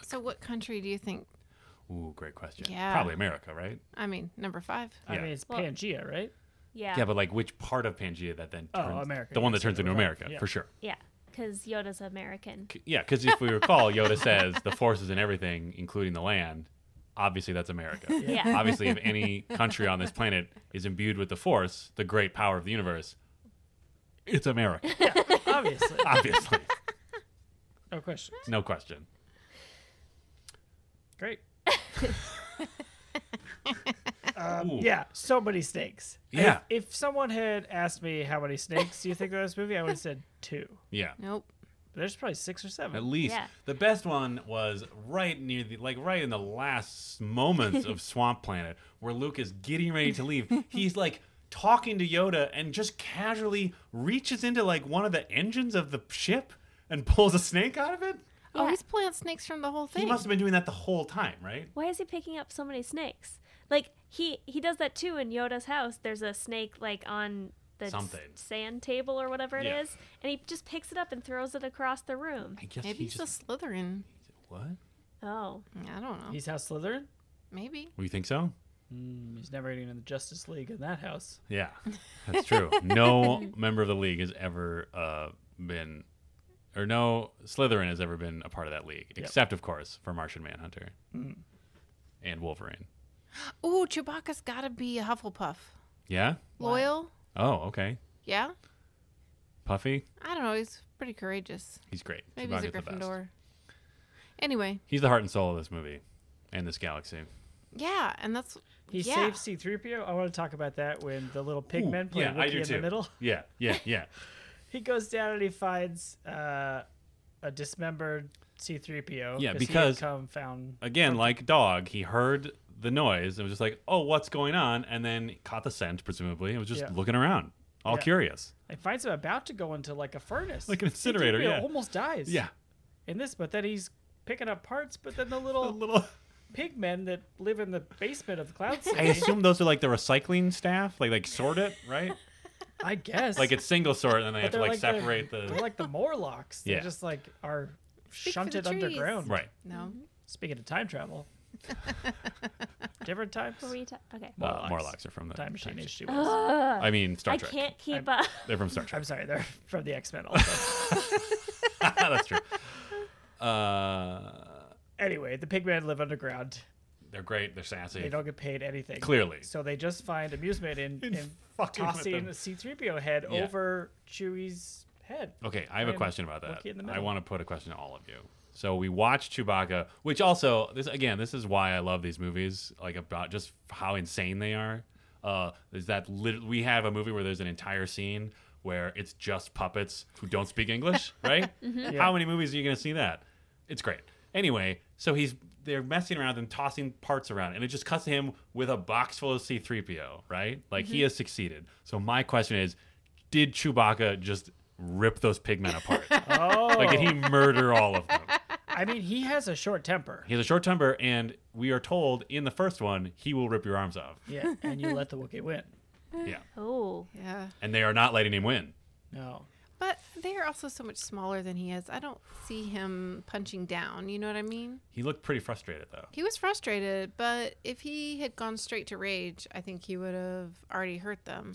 S1: So, what country do you think?
S2: Ooh, great question.
S1: Yeah.
S2: Probably America, right?
S1: I mean, number five.
S2: Yeah.
S3: I mean, it's
S4: Well-
S3: Pangea,
S4: [laughs]
S3: right?
S4: Yeah.
S2: Yeah, but like which part of Pangea that then?
S3: Oh,
S2: Turns,
S3: America,
S2: The one
S3: yeah,
S2: that turns
S3: so
S2: into
S3: right,
S2: America
S3: yeah.
S2: for sure.
S4: Because Yoda's American.
S2: C- Yeah, because if we recall, Yoda says the force is in everything, including the land. Obviously, that's
S1: [laughs]
S2: America.
S4: Yeah.
S2: Obviously, if any country on this planet is imbued with the force, the great power of the universe, it's America.
S3: Obviously.
S2: Obviously,
S3: No question.
S2: no question.
S3: Great.
S2: Ooh.
S3: Yeah, so many snakes.
S2: Yeah.
S3: If, if someone had asked me how many snakes do you think there was in this movie, I would have said two.
S2: yeah.
S1: Nope.
S3: But there's probably six or
S2: At
S3: seven.
S2: least
S4: Yeah.
S2: the best one was right near the like right in the last moments of Swamp Planet where Luke is getting ready to leave. He's like talking to Yoda and just casually reaches into like one of the engines of the ship and pulls a snake out of it.
S1: Oh,
S4: Yeah.
S1: he's pulling out snakes from the whole
S2: He
S1: thing.
S2: must have been doing that the whole time, right?
S4: Why is he picking up so many snakes? Like he he does that too in Yoda's house. There's a snake like on the s-
S2: Something.
S4: sand table or whatever it is,
S2: Yeah.
S4: and he just picks it up and throws it across the room.
S2: I guess
S1: Maybe
S2: he
S1: he's
S2: just
S1: a Slytherin.
S2: what?
S4: Oh,
S1: I don't know.
S3: He's House Slytherin.
S1: Maybe.
S2: You think so?
S3: Mm, he's never even in the Justice League in that house.
S2: Yeah, that's true. No member of the league has ever uh, been, or no Slytherin has ever been a part of that league, except of course for Martian Manhunter and Wolverine.
S1: Ooh, Chewbacca's got to be a Hufflepuff.
S2: Yeah.
S1: Loyal?
S2: Oh, okay.
S1: Yeah?
S2: Puffy,
S1: I don't know. He's pretty courageous.
S2: he's great.
S1: Maybe he's a
S2: Chewbacca's the best.
S1: Gryffindor. Anyway,
S2: He's the heart and soul of this movie and this galaxy.
S1: yeah, and that's
S3: He
S1: yeah.
S3: saves C-3PO. I want to talk about that when the little pig men play Wookiee in the middle. [laughs]
S2: Yeah, yeah, yeah.
S3: He goes down and he finds uh, a dismembered C-3PO.
S2: Yeah,
S3: he had
S2: because-
S3: come found
S2: Again, like dog, he heard the noise and was just like, "Oh, what's going on?" And then caught the scent, presumably, and was just
S3: Yeah.
S2: looking around, all
S3: Yeah.
S2: curious.
S3: and finds him about to go into like a furnace,
S2: Like an incinerator,
S3: C-3PO
S2: yeah.
S3: almost dies.
S2: Yeah,
S3: in this, but then he's picking up parts. But then the
S2: a
S3: [laughs] little
S2: little.
S3: pig men that live in the basement of Cloud
S2: I
S3: City.
S2: assume those are like the recycling staff, like like sort it, right?
S3: I guess
S2: Like it's single sort, and then they have
S3: But
S2: to like,
S3: they're
S2: separate the.
S3: They're like the Morlocks. They
S2: Yeah.
S3: just like are
S1: for
S3: shunted
S1: the trees.
S3: underground.
S2: Right.
S1: no.
S3: Speaking of time travel, different types.
S4: were you ta- okay?
S2: Morlocks.
S3: Morlocks.
S2: Uh, Morlocks are from the
S3: Time machine
S2: Time-
S3: is she was.
S2: I mean, Star
S4: I
S2: Trek.
S4: can't keep up.
S2: They're from Star Trek.
S3: I'm sorry, they're [laughs] from the X
S2: [laughs]
S3: Men also. [laughs]
S2: That's true. Uh,
S3: anyway, the pigmen live underground.
S2: they're great. They're sassy.
S3: They don't get paid anything.
S2: Clearly.
S3: So they just find amusement in, in,
S2: fucking with
S3: tossing
S2: them.
S3: a C3PO head
S2: Yeah.
S3: over Chewie's head.
S2: Okay, I have a
S3: And
S2: question about that.
S3: Wookiee in the
S2: I
S3: middle.
S2: want to put a question to all of you. So we watched Chewbacca, which also this again, this is why I love these movies, like about just how insane they are. Uh, is that lit- we have a movie where there's an entire scene where it's just puppets who don't speak English, right?
S3: Yeah.
S2: How many movies are you going to see that? It's great. Anyway, so he's they're messing around and tossing parts around, and it just cuts to him with a box full of C-3PO, right? Like he has succeeded. So my question is, did Chewbacca just rip those pigmen apart?
S3: Oh,
S2: like did he murder all
S4: [laughs]
S2: of them?
S3: I mean, he has a short temper.
S2: He has a short temper, and we are told in the first one he will rip your arms
S4: [gasps]
S2: off.
S3: Yeah, and you let the Wookiee win.
S2: Yeah,
S4: Oh,
S1: Yeah.
S2: and they are not letting him win.
S3: No.
S1: But they are also so much smaller than he is. I don't see him punching down. You know what I mean?
S2: He looked pretty frustrated though.
S1: He was frustrated, but if he had gone straight to rage, I think he would have already hurt them.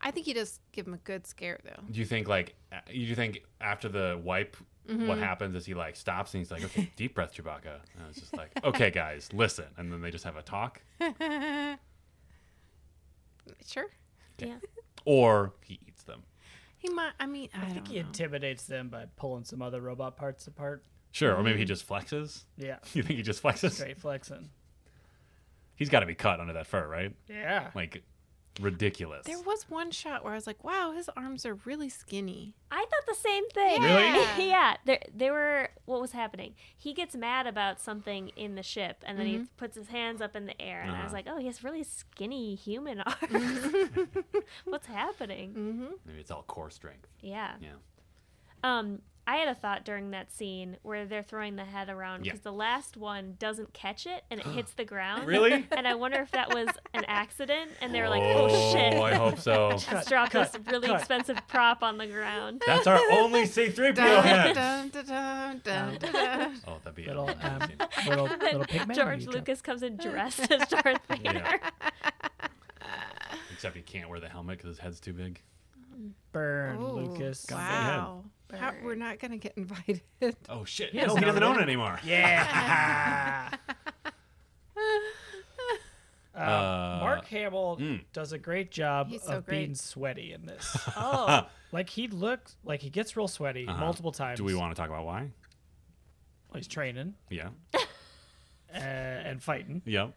S1: I think he just give him a good scare though.
S2: Do you think like a- do you think after the wipe
S4: Mm-hmm.
S2: what happens is he like stops and he's like, Okay, deep breath, Chewbacca. And it's just like, Okay guys, listen and then they just have a talk.
S1: Sure.
S4: yeah.
S2: Or he eats them.
S1: He might I mean I,
S3: I, think
S1: don't
S3: he
S1: know.
S3: intimidates them by pulling some other robot parts apart.
S2: Sure, or maybe
S4: Mm-hmm.
S2: he just flexes. [laughs]
S3: Yeah.
S2: You think he just flexes?
S3: Straight flexing.
S2: He's gotta be cut under that fur, right?
S3: Yeah.
S2: Like ridiculous.
S1: There was one shot where I was like, "Wow, his arms are really skinny."
S4: I thought the same thing.
S1: Really?
S4: [laughs] yeah. There, they were. What was happening? He gets mad about something in the ship, and then he puts his hands up in the air, and I was
S2: Uh-huh.
S4: like, "Oh, he has really skinny human [laughs] arms. What's happening?"
S1: Mm-hmm.
S2: Maybe it's all core strength.
S4: Yeah.
S2: Yeah.
S4: Um, I had a thought during that scene where they're throwing the head around
S2: Yeah.
S4: because the last one doesn't catch it and it hits the ground.
S2: Really?
S4: [laughs] And I wonder if that was an accident, and they were like, "Oh shit."
S2: I
S4: [laughs]
S2: hope so.
S4: Just drop this really
S3: cut.
S4: expensive prop on the ground.
S2: That's our
S3: [laughs]
S2: only C3PO head.
S1: Dun, dun, dun, dun, dun,
S3: Um, [laughs]
S1: dun.
S2: Oh, that'd be [laughs]
S3: Little,
S2: amazing.
S3: um,
S1: [laughs]
S3: little,
S4: [laughs]
S3: little pig man.
S4: George Lucas comes [laughs] in dressed as Darth Vader. [laughs]
S2: Except he can't wear the helmet because his head's too big.
S3: Burn,
S1: Ooh,
S3: Lucas.
S1: Wow. How, we're not going to get [laughs] invited.
S2: Oh shit!
S3: He
S2: no,
S3: doesn't
S2: he doesn't
S3: own
S2: own
S3: it.
S2: it anymore.
S3: Yeah. [laughs] Um,
S2: Uh,
S3: Mark Hamill
S2: mm.
S3: does a great job
S1: He's so
S3: of being
S1: great.
S3: sweaty
S2: [laughs]
S3: in this.
S4: Oh,
S3: like he looks like he gets real sweaty
S2: Uh-huh.
S3: multiple times.
S2: Do we want to talk about why?
S3: Well, he's training
S2: Yeah.
S3: uh, and fighting.
S2: Yep.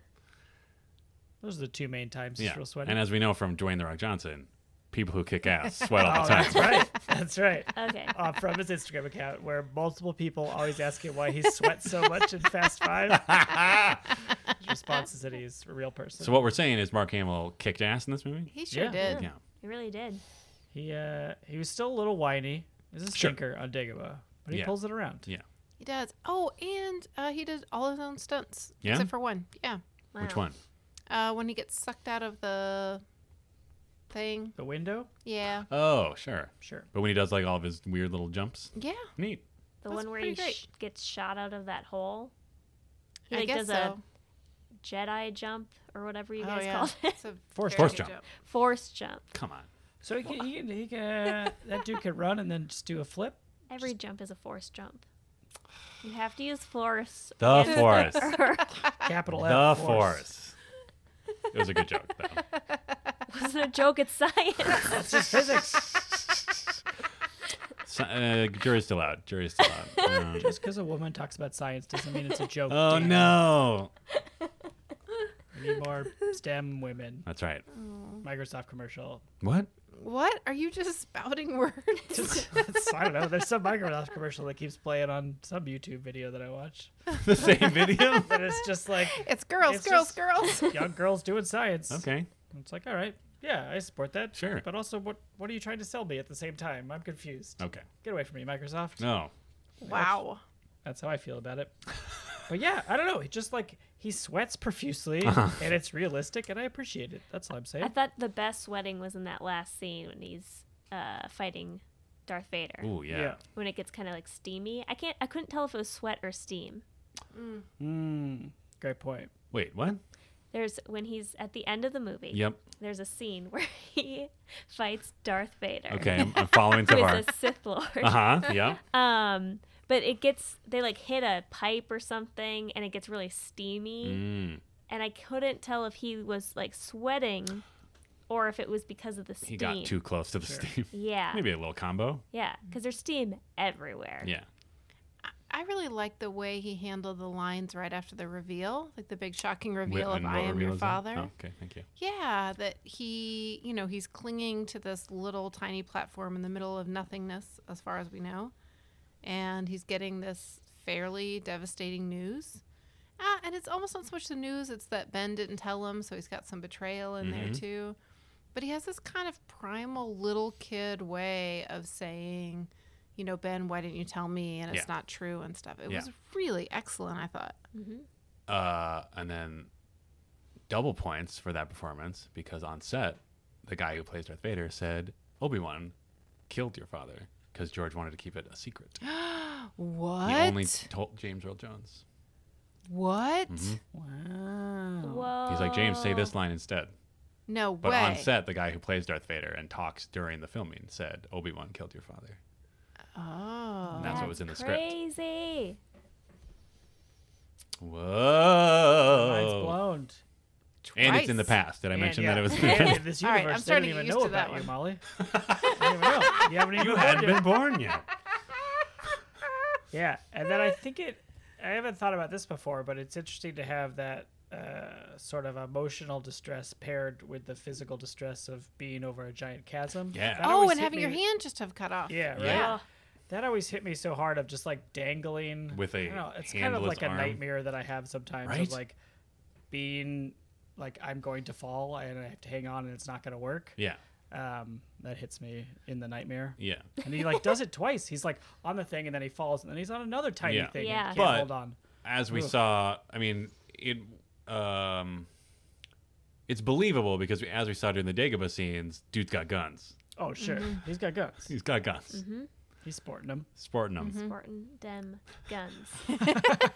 S3: Those are the two main times
S2: Yeah.
S3: he's real sweaty.
S2: And as we know from Dwayne the Rock Johnson, people who kick
S3: [laughs]
S2: ass sweat all
S3: oh,
S2: the time.
S3: that's right. That's right.
S4: okay.
S3: uh, from his Instagram account, where multiple people always ask him why he sweats so much in Fast Five. [laughs] His response is that he's a real
S2: [laughs]
S3: person.
S2: So what we're saying is Mark Hamill kicked ass in this movie.
S1: He sure
S3: Yeah.
S1: did.
S2: Yeah.
S4: You really did.
S3: he uh, he was still a little whiny. He's a
S2: Sure.
S3: stinker on Dagobah, but he
S2: Yeah.
S3: pulls it around.
S2: Yeah.
S1: He does. Oh, and uh, he did all his own stunts
S2: Yeah?
S1: except for one. Yeah.
S4: Wow.
S2: Which one?
S1: Uh, when he gets sucked out of the thing.
S3: The window?
S1: Yeah.
S2: Oh, sure.
S3: Sure.
S2: But when he does like all of his weird little jumps,
S1: Yeah.
S2: neat.
S4: The
S1: That's
S4: one where
S1: pretty
S4: he
S1: great.
S4: sh- gets shot out of that hole. He
S1: I
S4: like
S1: guess
S4: does
S1: so.
S4: a Jedi jump or whatever you
S1: oh,
S4: guys
S1: yeah.
S4: call it.
S1: [laughs]
S4: [laughs]
S1: It's a
S3: Force
S1: very
S2: jump.
S1: good
S4: Force jump.
S2: Come on.
S3: So he can, he can, he can uh, that dude could run and then just do a flip.
S4: Every jump is a force jump. You have to use force.
S2: The
S4: and-
S2: forest.
S3: Capital
S2: the
S3: F. force.
S2: force. It was a good joke,
S3: [laughs]
S2: though.
S4: [laughs] It's a joke. It's science. [laughs]
S3: That's just physics.
S2: Si- uh, jury's still out. Jury's still
S3: [laughs]
S2: out. Um,
S3: Just because a woman talks about science doesn't mean it's a joke.
S2: oh
S3: Dan.
S2: no!
S3: We need more STEM women.
S2: That's right.
S3: Microsoft commercial. [laughs]
S2: What?
S1: [laughs]
S2: [laughs]
S1: What? Are you just spouting [laughs] words?
S3: I don't know. There's some Microsoft commercial that keeps playing on some YouTube video that I watch.
S2: The
S1: [laughs]
S2: same video?
S3: And it's just like
S1: it's [laughs] girls,
S3: It's
S1: girls,
S3: just-
S1: girls.
S3: [laughs] young girls doing science.
S2: Okay.
S3: And It's like, all right, yeah, I support that.
S2: Sure.
S3: But also, what what are you trying to sell me at the same time? I'm confused.
S2: Okay.
S3: Get away from me, Microsoft.
S2: No.
S1: [laughs] wow.
S3: That's how I feel about
S2: [laughs]
S3: it. but yeah, I don't know. It just like he sweats profusely,
S2: Uh-huh.
S3: and it's realistic, and I appreciate it. That's all I'm saying.
S4: I thought the best sweating was in that last scene when he's uh, fighting Darth Vader.
S2: Ooh [laughs] yeah.
S4: When it gets kind of like steamy. I can't. I couldn't tell if it was sweat or steam.
S3: Mm, great point.
S2: Wait, what?
S4: There's when he's at the end of the movie.
S1: [laughs]
S2: Yep.
S4: There's a scene [laughs] where he fights Darth Vader.
S2: Okay, I'm, I'm following so
S4: Who
S2: far.
S4: is a
S2: [laughs]
S4: Sith Lord.
S2: Uh huh. Yeah.
S1: [laughs]
S4: Um, but it gets they like hit a pipe or something, and it gets really steamy.
S2: Mm.
S4: And I couldn't tell if he was like sweating, or if it was because of the steam.
S2: He got too close to the steam. [laughs]
S4: Yeah.
S2: Maybe a little combo.
S4: Yeah, because there's steam everywhere.
S2: Yeah.
S1: I really like the way he handled the lines right after the reveal, like the big shocking
S2: Wait,
S1: reveal
S2: and
S1: of
S2: what
S1: I am
S2: reveal
S1: your
S2: is that?
S1: father.
S2: Oh, okay, thank you.
S1: Yeah, that he, you know, he's clinging to this little tiny platform in the middle of nothingness, as far as we know. And he's getting this fairly devastating news. Ah, and it's almost not so much the news, it's that Ben didn't tell him, so he's got some betrayal in there
S2: Mhm.
S1: too. But he has this kind of primal little kid way of saying, you know, Ben, why didn't you tell me? And it's
S2: Yeah.
S1: not true and stuff. It
S2: Yeah.
S1: was really excellent, I thought.
S4: hmm
S2: Uh, and then double points for that performance because on set, the guy who plays Darth Vader said Obi Wan killed your father because George wanted to keep it a secret.
S1: What?
S2: He only told James Earl Jones.
S1: what?
S2: Mhm.
S3: Wow.
S4: Whoa.
S2: He's like James, say this line instead.
S1: No
S2: But
S1: way.
S2: on set, the guy who plays Darth Vader and talks during the filming said Obi Wan killed your father.
S1: Oh.
S2: That's what was in the script.
S4: crazy. Crazy.
S3: Mind's
S2: Whoa!
S3: blown.
S2: And it's in the
S1: Twice.
S2: past. Did I
S3: And,
S2: Oh. mention
S3: yeah,
S2: that it was? [laughs] In the
S3: [laughs] and
S2: past?
S3: in this
S1: All right,
S3: universe.
S1: I'm
S3: they
S1: starting to
S3: didn't even
S1: get
S3: know
S1: used to that
S3: about
S1: one.
S3: you,
S2: [laughs]
S3: Molly. They didn't even know. You haven't even
S2: you
S3: born
S2: hadn't
S3: yet.
S2: been born yet.
S3: Yeah, and then I think it. I haven't thought about this before, but it's interesting to have that uh, sort of emotional distress paired with the physical distress of being over a giant chasm.
S2: Yeah.
S3: That
S1: Oh,
S3: always
S1: and
S3: hit
S1: having
S3: me
S1: your
S3: with-
S1: hand just have cut off.
S3: Yeah, right.
S2: Yeah.
S4: Ugh.
S3: That always hit me so hard of just like dangling
S2: With a
S3: I don't know, it's kind of
S2: handless
S3: like
S2: arm.
S3: a nightmare that I have sometimes
S2: Right?
S3: of like being like I'm going to fall and I have to hang on and it's not going to work.
S2: Yeah,
S3: Um, that hits me in the nightmare.
S2: yeah.
S3: And he like does it twice. He's like on the thing and then he falls and then he's on another tiny
S2: Yeah.
S3: thing.
S4: Yeah.
S3: And can't
S2: But-
S3: hold on.
S2: As we saw, I mean, it. Um, it's believable because we, as we saw during the Dagobah scenes, dude's got guns.
S3: Oh sure, he's got guns.
S2: He's got guns,
S3: Mm-hmm. He's sporting them.
S2: sporting them.
S3: Mm-hmm.
S4: Spartan dem guns.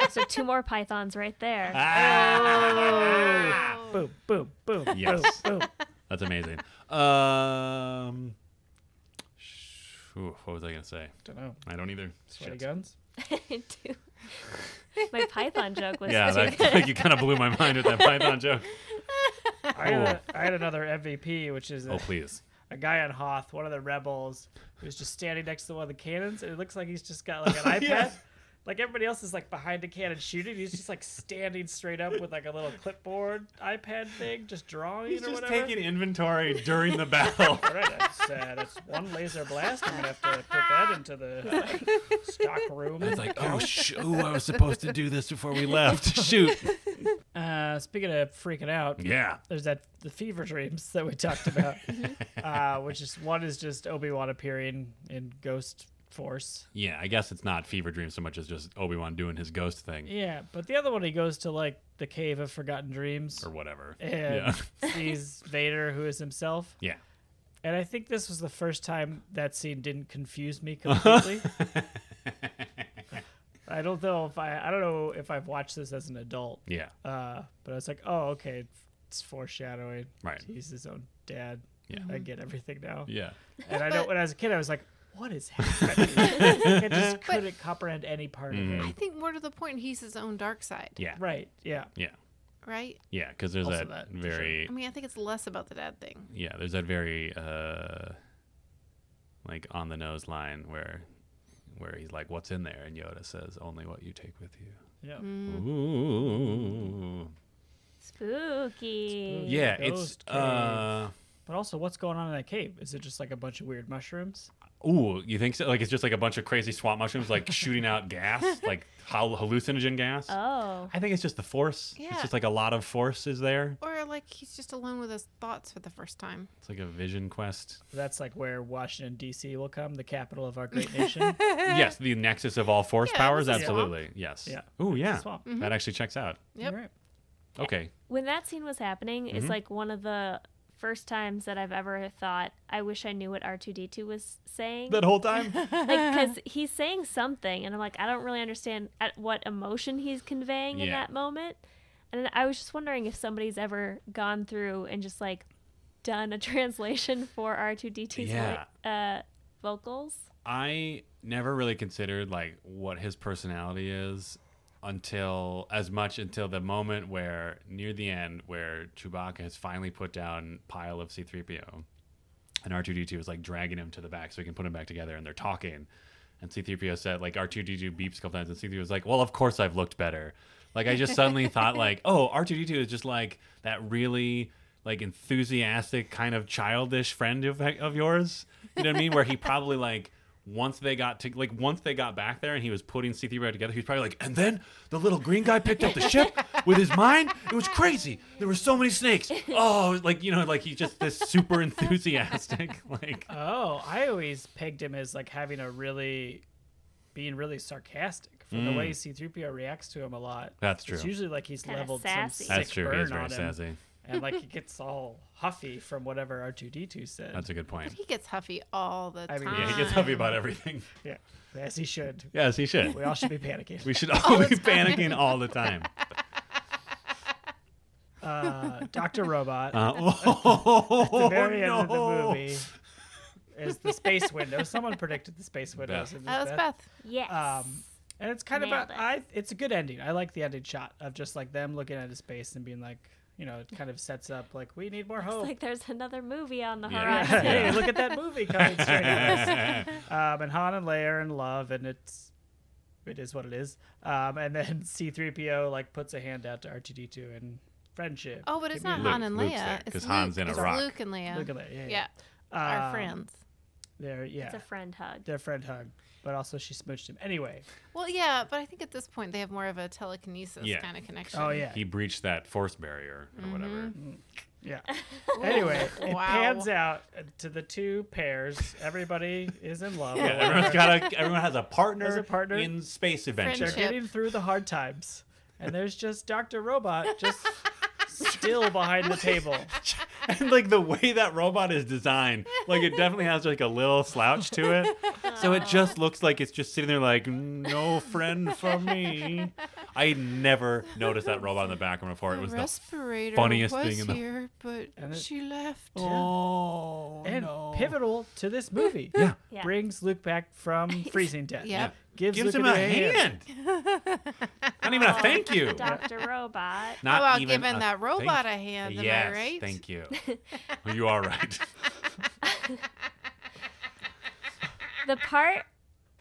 S4: so two more pythons
S2: [laughs]
S4: right there.
S2: Ah!
S3: Boom, boom, boom.
S2: Yes.
S3: boom, boom.
S2: That's amazing. [laughs] Um, sh- ooh, what was I gonna say?
S3: Don't know.
S2: I don't either.
S3: Sweaty
S2: Shit.
S3: guns.
S4: Two. [laughs] My python joke was
S2: Yeah,
S3: [laughs]
S2: that, [laughs] you kind of blew my mind with that Python joke.
S3: I had, a, I had another MVP, which is
S2: Oh
S3: a,
S2: please.
S3: a guy on Hoth, one of the rebels, who's just standing next to one of the cannons, and it looks like he's just got like
S2: [laughs]
S3: an iPad.
S2: Yeah.
S3: Like everybody else is like behind the cannon shooting, he's just like standing straight up with like a little clipboard iPad thing, just drawing
S2: He's
S3: or
S2: just
S3: whatever.
S2: taking inventory during the battle.
S3: All right, that's, uh, that's one laser blast. I'm gonna have to put that into the stock
S2: [laughs]
S3: room.
S2: It's like, oh, sh- ooh, I was supposed to do this before we
S3: [laughs]
S2: left. Shoot.
S3: Uh, speaking of freaking out,
S2: Yeah.
S3: there's that the fever dreams that we
S2: [laughs]
S3: talked about, uh, which is one is just Obi Wan appearing in ghost force.
S2: Yeah, I guess it's not fever dream so much as just Obi Wan doing his ghost thing
S3: Yeah, but the other one he goes to like the cave of forgotten dreams
S2: or whatever.
S3: and
S2: Yeah.
S3: sees Vader, who is himself,
S2: Yeah.
S3: And I think this was the first time that scene didn't
S2: [laughs]
S3: confuse me completely. I don't know if I I don't know if I've watched this as an adult.
S2: yeah,
S3: Uh, but I was like, oh, okay, it's foreshadowing.
S2: Right.
S3: He's his own dad.
S2: Yeah.
S3: I get everything now.
S2: yeah.
S3: And I know
S1: But-
S3: when I was a kid, I was like, what
S2: [laughs]
S3: is happening? I just
S1: But-
S3: couldn't comprehend any part of
S2: Mm.
S1: I
S3: it.
S1: think more to the point, he's his own dark side,
S2: Yeah.
S3: Right. Yeah.
S2: Yeah.
S1: right?
S2: Yeah, because there's
S3: Also
S2: that,
S3: that, for sure.
S2: very
S1: I mean, I think it's less about the dad thing.
S2: yeah, there's that very uh like on the nose line where where he's like, "What's in there?" and Yoda says, "Only what you take with you."
S3: Yeah.
S1: Mm.
S2: Ooh.
S4: Spooky.
S2: Yeah,
S3: Ghost
S2: it's uh
S3: But also, what's going on in that cave? Is it just like a bunch of weird mushrooms?
S2: ooh, you think so? Like it's just like a bunch of crazy swamp mushrooms like [laughs] shooting
S1: [laughs]
S2: out gas, like hal- hallucinogen gas.
S4: Oh.
S2: I think it's just the force. It's
S1: Uh. Yeah.
S2: just like a lot of force is there.
S1: Or like he's just alone with his thoughts for the first time.
S2: It's like a vision quest.
S1: [laughs]
S3: That's like where Washington D.C. will come, the capital of our great nation.
S2: yes, the nexus of all force
S1: Yeah, Mm-hmm.
S2: powers.
S1: it's a swamp.
S2: Absolutely. Yes.
S3: Yeah.
S2: Ooh, [laughs] yeah.
S3: swamp.
S2: That actually checks out.
S1: Yep.
S3: You're right.
S2: Okay.
S4: when that scene was happening
S2: Mm-hmm.
S4: it's like one of the first times that i've ever thought i wish i knew what r2d2 was saying
S2: [laughs] That
S1: [laughs]
S2: whole time.
S4: because he's saying something and i'm like i don't really understand at what emotion he's conveying in
S2: Yeah.
S4: that moment and i was just wondering if somebody's ever gone through and just like done a [laughs] translation for r2d2's
S2: Yeah.
S4: uh, vocals
S2: I never really considered like what his personality is until as much until the moment where near the end where Chewbacca has finally put down pile of C3PO and R2D2 is like dragging him to the back so he can put him back together and they're talking and C3PO said like R2D2 beeps a couple times and C3 was like well of course I've looked better like I just suddenly thought like oh R2D2 is just like that really like enthusiastic kind of childish friend of, of yours you know what I mean where he probably like once they got to like once they got back there and he was putting C3PO together, he was probably like, and then the little green guy picked up the ship with his mind. It was crazy. There were so many snakes. Oh, like you know, like he's just this super enthusiastic. [laughs] Like
S3: Oh, I always pegged him as like having a really, being really sarcastic for the way C-3PO reacts to him a lot.
S2: Mm. That's
S3: It's
S2: true.
S3: usually like he's
S4: Kinda
S3: leveled
S4: sassy.
S3: some
S2: that's
S3: sick
S2: true.
S3: burn
S2: He is very
S3: on him,
S2: sassy. [laughs]
S3: and like he gets all huffy from whatever R2D2 said.
S2: That's a good
S1: But
S2: point.
S1: he gets huffy all the
S3: I
S1: time.
S3: mean,
S2: Yeah, he gets huffy about everything.
S3: yeah, as he should.
S2: [laughs] Yes, he should.
S3: We all should be panicking.
S2: [laughs] We should all be panicking all the [laughs] time.
S3: Uh, Doctor Robot. [laughs]
S2: Uh, oh,
S3: the very
S2: no.
S3: end of the movie is the space window. Someone predicted the space windows.
S2: Beth.
S3: in this
S1: That was
S3: Beth.
S1: Beth.
S4: yes
S3: Um, and it's kind
S4: Nailed
S3: of a,
S4: it.
S3: I, it's a good ending. I like the ending shot of just like them looking at his space and being like, you know, it kind of sets up like we need more
S4: it's
S3: hope.
S4: like there's another movie on
S2: [laughs]
S4: the
S2: Yeah.
S4: horizon
S3: hey, Oh. look at that movie coming straight
S2: [laughs]
S3: at us. Um, and Han and Leia are in love, and it's it is what it is. Um, and then [laughs] C-3PO like puts a hand out to R2D2 and friendship.
S1: Oh, but it's
S3: Give me
S1: not
S3: a
S2: Luke-
S1: Han and
S2: Luke's
S1: Leia.
S2: there, 'cause
S1: it's
S2: Han's
S1: Luke.
S2: in a
S1: it's
S2: rock.
S1: Luke and Leia. Ah.
S3: Look at that,
S1: Yeah,
S3: yeah, yeah.
S1: our
S3: Um,
S1: friends.
S3: They're yeah,
S4: it's a friend hug
S3: their friend hug, but also she smooched him anyway.
S1: Well, yeah, but I think at this point they have more of a telekinesis
S2: Yeah.
S1: kind of connection.
S3: Oh yeah,
S2: He breached that force barrier or whatever.
S3: yeah. Anyway, it
S1: Wow.
S3: pans out to the two pairs. Everybody is in love.
S2: Yeah, everyone's got a everyone has a partner,
S3: Has a partner.
S2: in space adventure.
S3: They're
S1: Friendship.
S3: getting through the hard times, and there's just Doctor Robot just still behind the table.
S2: [laughs] and like the way that robot is designed, like it definitely has like a little slouch to it. So it just looks like it's just sitting there like no friend for me. I never noticed that robot in the background before. It was the
S1: respirator
S2: funniest
S1: was
S2: thing in the-
S1: here, but
S3: And it-
S1: she left.
S2: oh
S3: And
S2: no.
S3: pivotal
S2: [laughs]
S3: to this movie.
S2: Yeah.
S4: Yeah.
S3: Brings Luke
S2: [laughs]
S3: back from freezing death.
S1: Yeah.
S3: Gives,
S2: Gives him
S3: Luke
S2: a
S3: hand.
S2: hand. Not even a thank you.
S4: dr robot
S1: How
S2: Not
S1: about
S2: even
S1: giving
S2: a
S1: that robot a hand? Am
S2: yes,
S1: I right?
S2: thank
S1: [laughs]
S2: you. You are right. [laughs]
S4: the part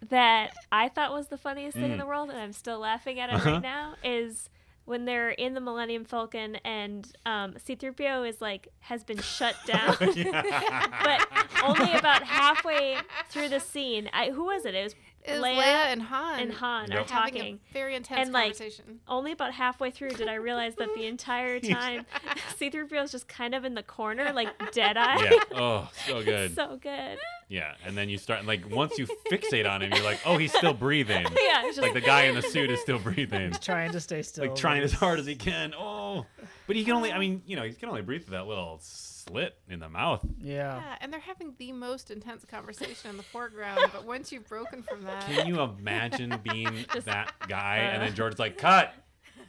S4: that I thought was the funniest thing in the world, and I'm still laughing at it
S2: Mm. Uh-huh.
S4: right now, is when they're in the Millennium Falcon and um, C-3PO is like has been shut
S2: [laughs]
S4: down, but only about halfway through the scene. I, who was it? It was,
S1: It was
S4: Leia,
S1: Leia, and Han.
S4: and Han
S2: Yep.
S4: are
S1: having
S4: talking.
S1: a very intense
S4: And, like,
S1: conversation.
S4: Only about halfway through did I realize that
S2: [laughs]
S4: the entire time [laughs] C-3PO is just kind of in the corner, like dead eye. [laughs]
S2: Yeah. Oh, so good.
S4: so good. [laughs]
S2: Yeah, and then you start like once you fixate on him, you're like, oh,
S4: [laughs]
S2: he's still breathing.
S4: Yeah, it's just
S2: Like the guy in the suit is still
S4: [laughs]
S2: breathing, [laughs]
S3: Trying to stay still.
S2: like trying as hard as he can. Oh, but he can only. I mean, you know, he can only breathe through that little s- slit in the mouth.
S3: Yeah.
S1: Yeah, and they're having the most intense conversation in the foreground. but once you've broken from that,
S2: Can you
S4: [laughs]
S2: imagine being
S4: Just-
S2: that guy? and
S4: uh.
S2: then George's like, cut,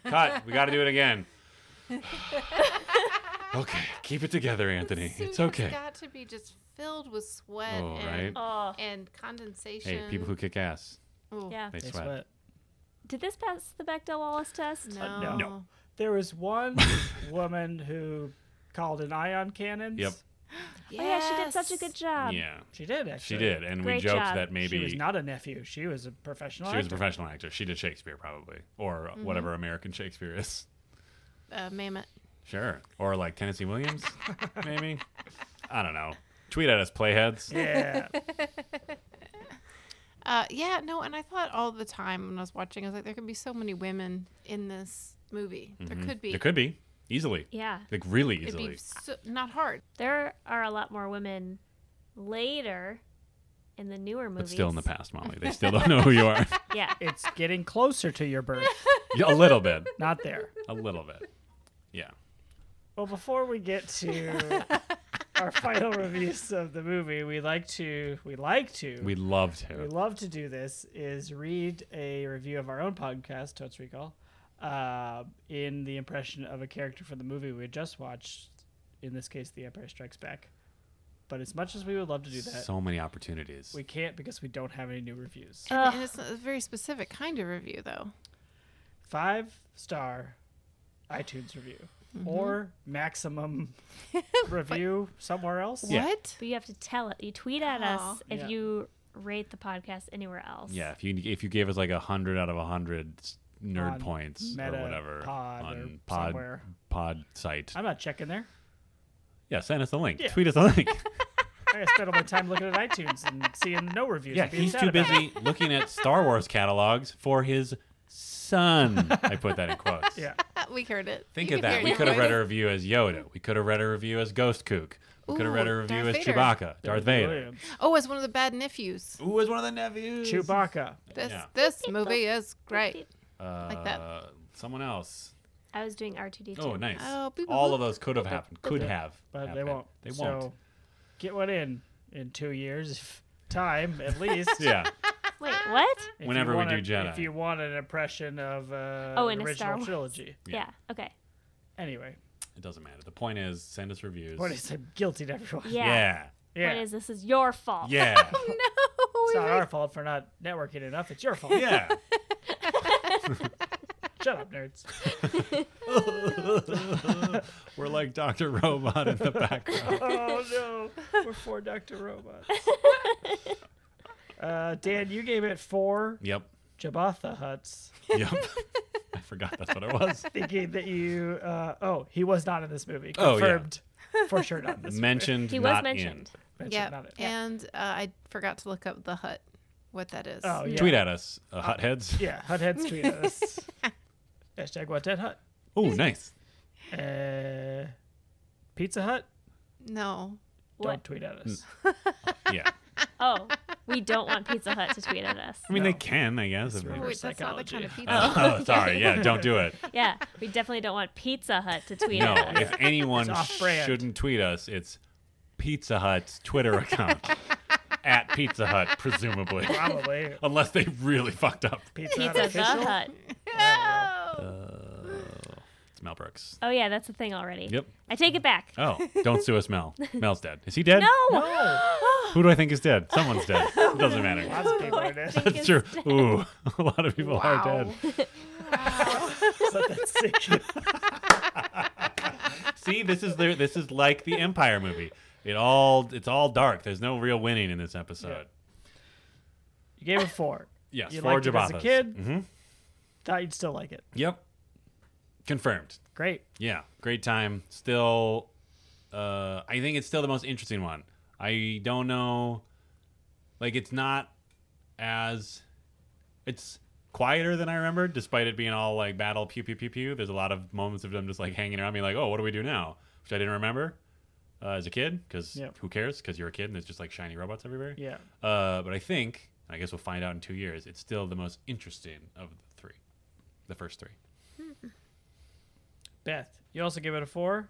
S2: cut, we got to do it
S4: [laughs]
S2: again. okay, keep it together, Anthony.
S1: suit
S2: It's
S1: has
S2: okay.
S1: got to be just filled with sweat
S2: Oh,
S1: and,
S4: Oh,
S1: and condensation.
S2: Hey, people who kick ass,
S1: Ooh,
S4: yeah.
S2: they
S3: They
S2: sweat.
S3: sweat.
S4: Did this pass the Bechdel Wallace test?
S1: No.
S3: Uh, no.
S2: No.
S4: Oh,
S3: There
S2: [laughs]
S3: was one woman who called an ion cannons.
S2: Yep.
S4: Oh yeah, she did such a
S1: Yes.
S4: good job.
S2: Yeah,
S3: She did actually.
S2: she did. And we
S4: Great
S2: joked
S4: job.
S2: that maybe
S3: She was not a nephew. She was a professional.
S2: she was a
S3: actor.
S2: professional actor. She did Shakespeare probably, or
S1: Mm-hmm.
S2: whatever American Shakespeare is.
S1: Uh, Mammoth.
S2: Sure. Or like
S1: [laughs]
S2: Tennessee Williams, maybe. I don't know. Tweet at us, playheads.
S3: Yeah.
S2: [laughs]
S1: Uh, yeah, no, and I thought all the time when I was watching, I was like, there could be so many women in this movie. There could be.
S2: It Mm-hmm. could be easily,
S4: Yeah.
S2: like really
S1: It'd
S2: easily.
S1: be so, not hard.
S4: There are a lot more women later in the newer movies.
S2: But still in the past, Molly. They still don't know who
S1: [laughs]
S2: you are.
S4: Yeah.
S3: it's getting closer to your birth.
S2: Yeah, a little bit.
S3: Not there.
S2: A little bit. Yeah.
S3: Well, before we get to
S2: [laughs]
S3: our final reviews of the movie, we like to we like to
S2: We love
S3: we
S2: to.
S3: love to do this is read a review of our own podcast, Totes Recall, uh, in the impression of a character from the movie we just watched. In this case, The Empire Strikes Back. But as much as we would love to do that,
S2: So many opportunities.
S3: we can't because we don't have any new reviews.
S4: Ugh.
S1: And it's a very specific kind of review, though.
S3: Five star iTunes review or maximum review somewhere else.
S2: Yeah.
S1: What?
S4: But you have to tell it. You tweet at
S1: Aw.
S4: us if
S3: Yeah.
S4: you rate the podcast anywhere else.
S2: Yeah, if you if you gave us like a hundred out of a hundred s- nerd
S3: On
S2: points
S3: Meta
S2: or whatever
S3: Pod
S2: on
S3: or
S2: pod
S3: somewhere.
S2: pod site,
S3: I'm not checking there.
S2: yeah, send us the link.
S3: Yeah.
S2: Tweet us the link.
S3: I spent all my time looking at iTunes and seeing no reviews.
S2: yeah,
S3: and being
S2: he's
S3: sad
S2: too
S3: about it.
S2: busy looking at Star Wars catalogs for his son. I put that in quotes.
S3: Yeah.
S1: Uh, we heard it.
S2: [laughs] Think
S1: You
S2: of
S1: could
S2: that.
S1: hear
S2: We
S1: it.
S2: could have read a review as Yoda. We could have read a review as Ghost Kook. We could have read a
S1: Ooh,
S2: review
S1: Darth
S2: as
S1: Vader.
S2: Chewbacca, Darth Vader.
S3: Williams.
S1: Oh, as one of the bad nephews.
S2: Who is one of the nephews?
S3: Chewbacca.
S1: This
S2: Yeah.
S1: this movie is great.
S2: Uh,
S1: Like that.
S2: Someone else.
S4: I was doing R2D2.
S2: Oh, nice.
S1: Oh, boop, boop,
S2: All of
S1: boop.
S2: those could have happened. Could have.
S3: But they
S2: happened.
S3: won't.
S2: They won't.
S3: So get one in in two years, if time
S2: [laughs]
S3: at least.
S2: Yeah.
S4: Wait, what?
S3: If you
S2: Whenever we
S3: want
S2: do
S3: a-
S2: Jedi.
S3: If you want an impression of uh,
S4: Oh,
S3: an
S4: in a Star
S3: original
S4: Wars.
S3: trilogy.
S2: [laughs] Yeah.
S4: Yeah. Okay.
S3: Anyway,
S2: It doesn't matter. The point is, send us reviews.
S3: what is I'm guilty to everyone.
S4: Yeah.
S2: Yeah.
S3: Yeah.
S4: What is this? Is your fault?
S2: Yeah.
S1: No,
S3: it's
S1: we
S3: not
S1: made-
S3: our fault for not networking enough.
S4: [laughs]
S3: It's your fault.
S1: [laughs]
S2: Yeah.
S3: Shut
S4: [laughs]
S3: up, nerds.
S2: [laughs] We're like Dr. Robot in the background.
S3: oh no, we're for
S4: [laughs]
S3: Dr. Robot. Uh, Dan, you gave it four
S2: Yep.
S3: Jabatha huts,
S2: Yep. I forgot that's what it was.
S3: thinking that you. Uh, oh, he was not in this movie.
S2: Oh, yeah.
S3: Confirmed, for sure not
S2: [laughs]
S3: in this.
S2: Mentioned,
S4: He was
S2: not
S4: mentioned.
S3: mentioned,
S1: Yep.
S3: not in-
S1: And uh, I forgot to look up the hut, what that is.
S3: Oh
S2: in.
S3: yeah.
S2: Tweet at us, uh, hot heads.
S3: [laughs] Yeah, hut heads tweet at us. Hashtag what dead hut.
S2: Oh, nice.
S3: Uh, Pizza Hut.
S1: No.
S3: Don't
S4: What?
S3: tweet at us.
S2: Hmm. Yeah.
S4: Oh, we don't want Pizza Hut to tweet at us.
S2: I mean,
S3: No.
S2: they can, I guess. if they-
S3: Reverse
S1: Wait, that's not the kind of
S3: psychology. [laughs]
S1: pizza.
S2: Oh, sorry. Yeah, don't do it.
S4: Yeah. We definitely don't want Pizza Hut to tweet
S2: No,
S4: at us.
S2: if anyone
S3: It's off-brand.
S2: shouldn't tweet us, it's Pizza Hut's Twitter account at Pizza Hut, presumably,
S3: Probably
S2: unless they really fucked up.
S3: Pizza, Hut
S4: Pizza the
S3: official.
S4: Hut.
S1: No.
S2: It's Mel Brooks.
S4: Oh yeah, that's a thing already.
S2: Yep.
S4: I take it back.
S2: Oh, don't sue us, Mel. Mel's dead. Is he dead?
S4: No.
S3: Oh,
S2: Who do I think is dead? Someone's dead.
S4: [laughs]
S2: It doesn't matter.
S3: lots of people are
S2: [laughs]
S3: dead.
S2: That's true. Ooh, [laughs] a lot of people are dead.
S3: Let that sink in.
S2: See, this is the, this is like the Empire movie. It all it's all dark. There's no real winning in this episode.
S3: You gave it four.
S2: Yes,
S3: You
S2: four
S3: liked it as a
S2: Jabathas.
S3: kid?
S2: hmm
S3: Thought you'd still like it.
S2: Yep. Confirmed.
S3: Great.
S2: Yeah, great time. Still, uh, I think it's still the most interesting one. I don't know, like it's not as it's quieter than I remembered, despite it being all like battle pew pew pew pew. There's a lot of moments of them just like hanging around me, like, oh, what do we do now? Which I didn't remember uh, as a kid, because
S3: Yep.
S2: who cares? Because you're a kid and there's just like shiny robots everywhere.
S3: Yeah.
S2: Uh, but I think, I guess we'll find out in two years. It's still the most interesting of the three, the first three.
S3: Beth, you also give it a four.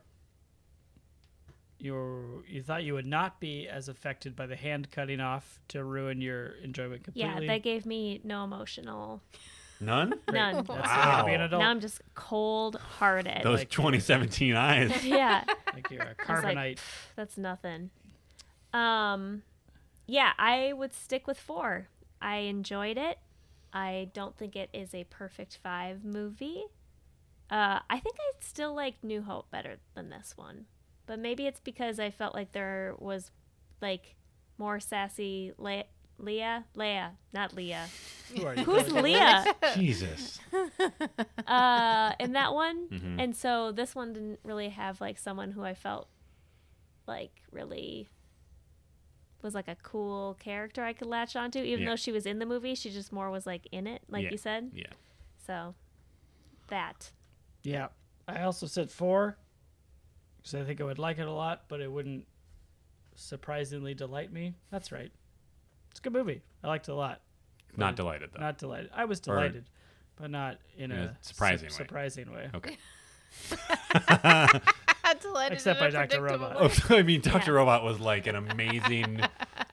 S3: you you thought you would not be as affected by the hand cutting off to ruin your enjoyment
S4: Yeah,
S3: completely.
S4: that gave me no emotional
S2: None?
S4: none.
S3: That's the way to be an
S2: Wow.
S3: adult.
S4: Now I'm just cold hearted.
S2: Those
S3: like-
S2: 2017 eyes.
S4: [laughs] yeah.
S3: like you're a
S4: [laughs] I was like,
S3: carbonite.
S4: "Pff, that's nothing. Um, yeah, I would stick with four. I enjoyed it. I don't think it is a perfect five movie. Uh, I think I still like New Hope better than this one, but maybe it's because I felt like there was like more sassy Le- Leia, Leia, not Leah.
S3: Who are you?
S4: Who's Leah?
S2: Jesus.
S4: uh, in that one.
S2: Mhm.
S4: And so this one didn't really have like someone who I felt like really was like a cool character I could latch onto. Even
S2: Yeah.
S4: though she was in the movie, she just more was like in it, like
S2: Yeah.
S4: you said.
S2: Yeah.
S4: So that.
S3: Yeah. I also said four because I think I would like it a lot, but it wouldn't surprisingly delight me. That's right. It's a good movie. I liked it a lot.
S2: Not delighted, though.
S3: Not delighted. I was delighted, but not in
S2: In
S3: a,
S2: a surprising
S3: su-
S2: way. Oh.
S3: surprising way.
S2: okay.
S1: Delighted
S3: Except
S1: in a
S3: by Dr.
S1: predictable
S3: Robot.
S1: way.
S2: Oh, I mean, Dr.
S4: Yeah.
S2: Robot was like an amazing,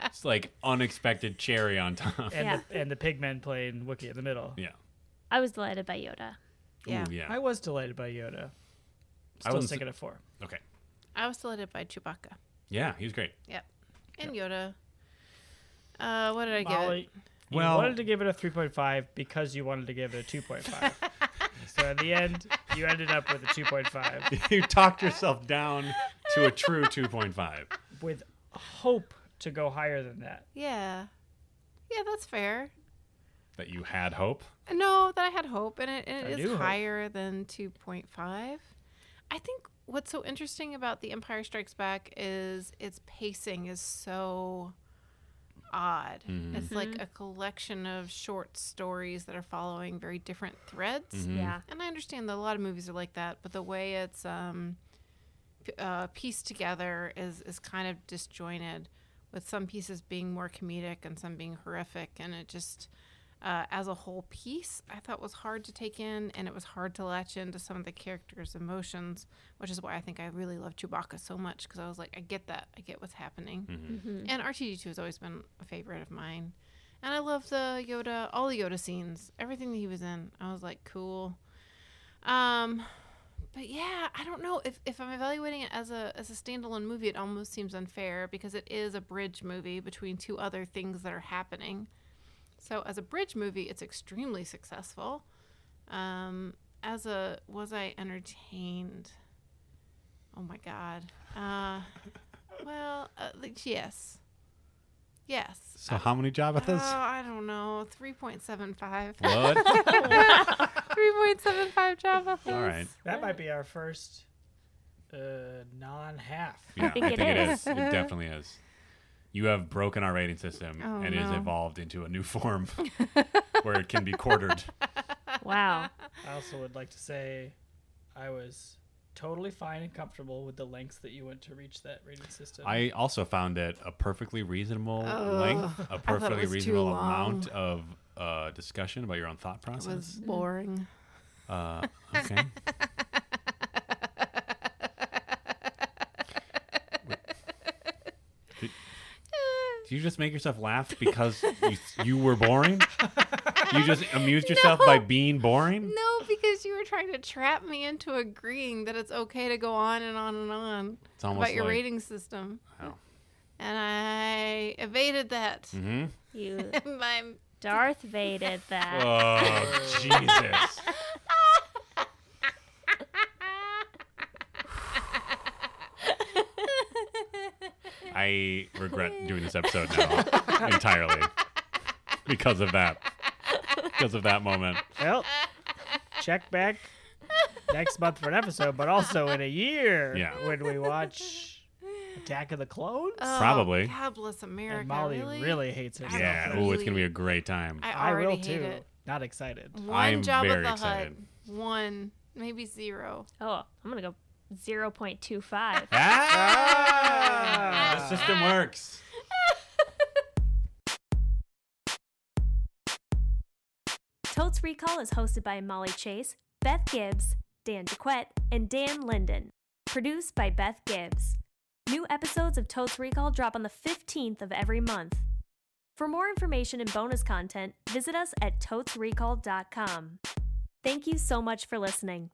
S2: it's like unexpected cherry on top.
S3: And,
S4: Yeah.
S3: the, and the pigmen playing Wookiee in the middle.
S2: Yeah.
S4: I was delighted by Yoda.
S1: Yeah.
S2: Ooh, yeah.
S3: I was delighted by Yoda.
S2: I
S3: Still
S2: wouldn't
S3: sticking at four.
S2: Okay.
S1: I was delighted by Chewbacca.
S2: Yeah, he was great. [laughs]
S1: Yep. And Yoda. Uh, what did I get?
S3: Molly, you
S2: Well-
S3: wanted to give it a 3.5 because you wanted to give it a 2.5.
S2: [laughs]
S3: so at the end, you ended up with a 2.5
S2: you talked yourself down to a true 2.5.
S3: with hope to go higher than that.
S1: Yeah. Yeah, that's fair.
S2: That you had hope.
S1: No, that I had hope, and it, and
S3: I
S1: it
S3: knew
S1: is
S3: hope.
S1: higher than 2.5. I think what's so interesting about The Empire Strikes Back is its pacing is so odd.
S3: Mm-hmm.
S1: It's like a collection of short stories that are following very different threads.
S2: Mm.
S4: Yeah.
S1: And I understand that a lot of movies are like that, but the way it's um, p- uh, pieced together is is kind of disjointed, with some pieces being more comedic and some being horrific, and it just. Uh, as a whole piece, I thought was hard to take in, and it was hard to latch into some of the characters' emotions, which is why I think I really love Chewbacca so much because I was like, I get that, I get what's happening,
S2: Mm-hmm.
S1: and R2D2 has always been a favorite of mine, and I love the Yoda, all the Yoda scenes, everything that he was in. I was like, cool. Um, but yeah, I don't know if, if I'm evaluating it as a as a standalone movie, it almost seems unfair because it is a bridge movie between two other things that are happening. So as a bridge movie, it's extremely successful. Um, as a was I entertained? Oh my god. Uh, well, uh, like, yes, yes.
S2: So, how many
S1: Oh,
S2: Jabbathas?
S1: I don't know. Three point seven five.
S2: What?
S1: Three point seven five job
S2: All right.
S3: That might be our first uh, non-half.
S2: Yeah, I
S4: think it
S2: it
S4: is.
S2: is. It definitely is. You have broken our rating system
S1: Oh,
S2: and it has
S1: no.
S2: evolved into a new form
S1: [laughs]
S2: where it can be quartered.
S4: Wow.
S3: I also would like to say I was totally fine and comfortable with the lengths that you went to reach that rating system.
S2: I also found it a perfectly reasonable length, a
S1: it
S2: perfectly
S1: was too
S2: reasonable
S1: long.
S2: amount of uh, discussion about your own thought
S1: It
S2: process.
S1: was boring.
S2: Uh,
S1: [laughs]
S2: okay. Did, did you just make yourself laugh because you, you were boring? You just amused yourself by
S1: No.
S2: being boring?
S1: No, because you were trying to trap me into agreeing that it's okay to go on and on and on
S2: It's almost
S1: about your
S2: like,
S1: rating system.
S2: Wow.
S1: And I evaded that. [laughs]
S2: hmm
S4: You
S1: My,
S4: Darth Vader that.
S2: Oh, Jesus. I regret doing this episode now entirely because of that. Because of that moment.
S3: well, check back next month for an episode, but also in a year
S2: Yeah.
S3: when we watch Attack of the Clones.
S1: Oh,
S2: Probably.
S1: God bless America.
S3: and Molly
S1: really?
S3: really? hates herself.
S2: Yeah.
S1: Absolutely.
S2: Oh, it's going to be a great time.
S1: I
S3: I
S1: already
S3: will
S1: hate
S3: too.
S1: it.
S3: Not excited.
S1: One
S2: I'm
S1: job
S2: very
S1: of the hut.
S2: excited.
S1: One, maybe zero.
S4: Oh, I'm gonna go zero point two five.
S2: Ah! The system works.
S4: Totes Recall is hosted by Molly Chase, Beth Gibbs, Dan Jaquette, and Dan Linden. Produced by Beth Gibbs. New episodes of Totes Recall drop on the 15th of every month. For more information and bonus content, visit us at totesrecall.com. Thank you so much for listening.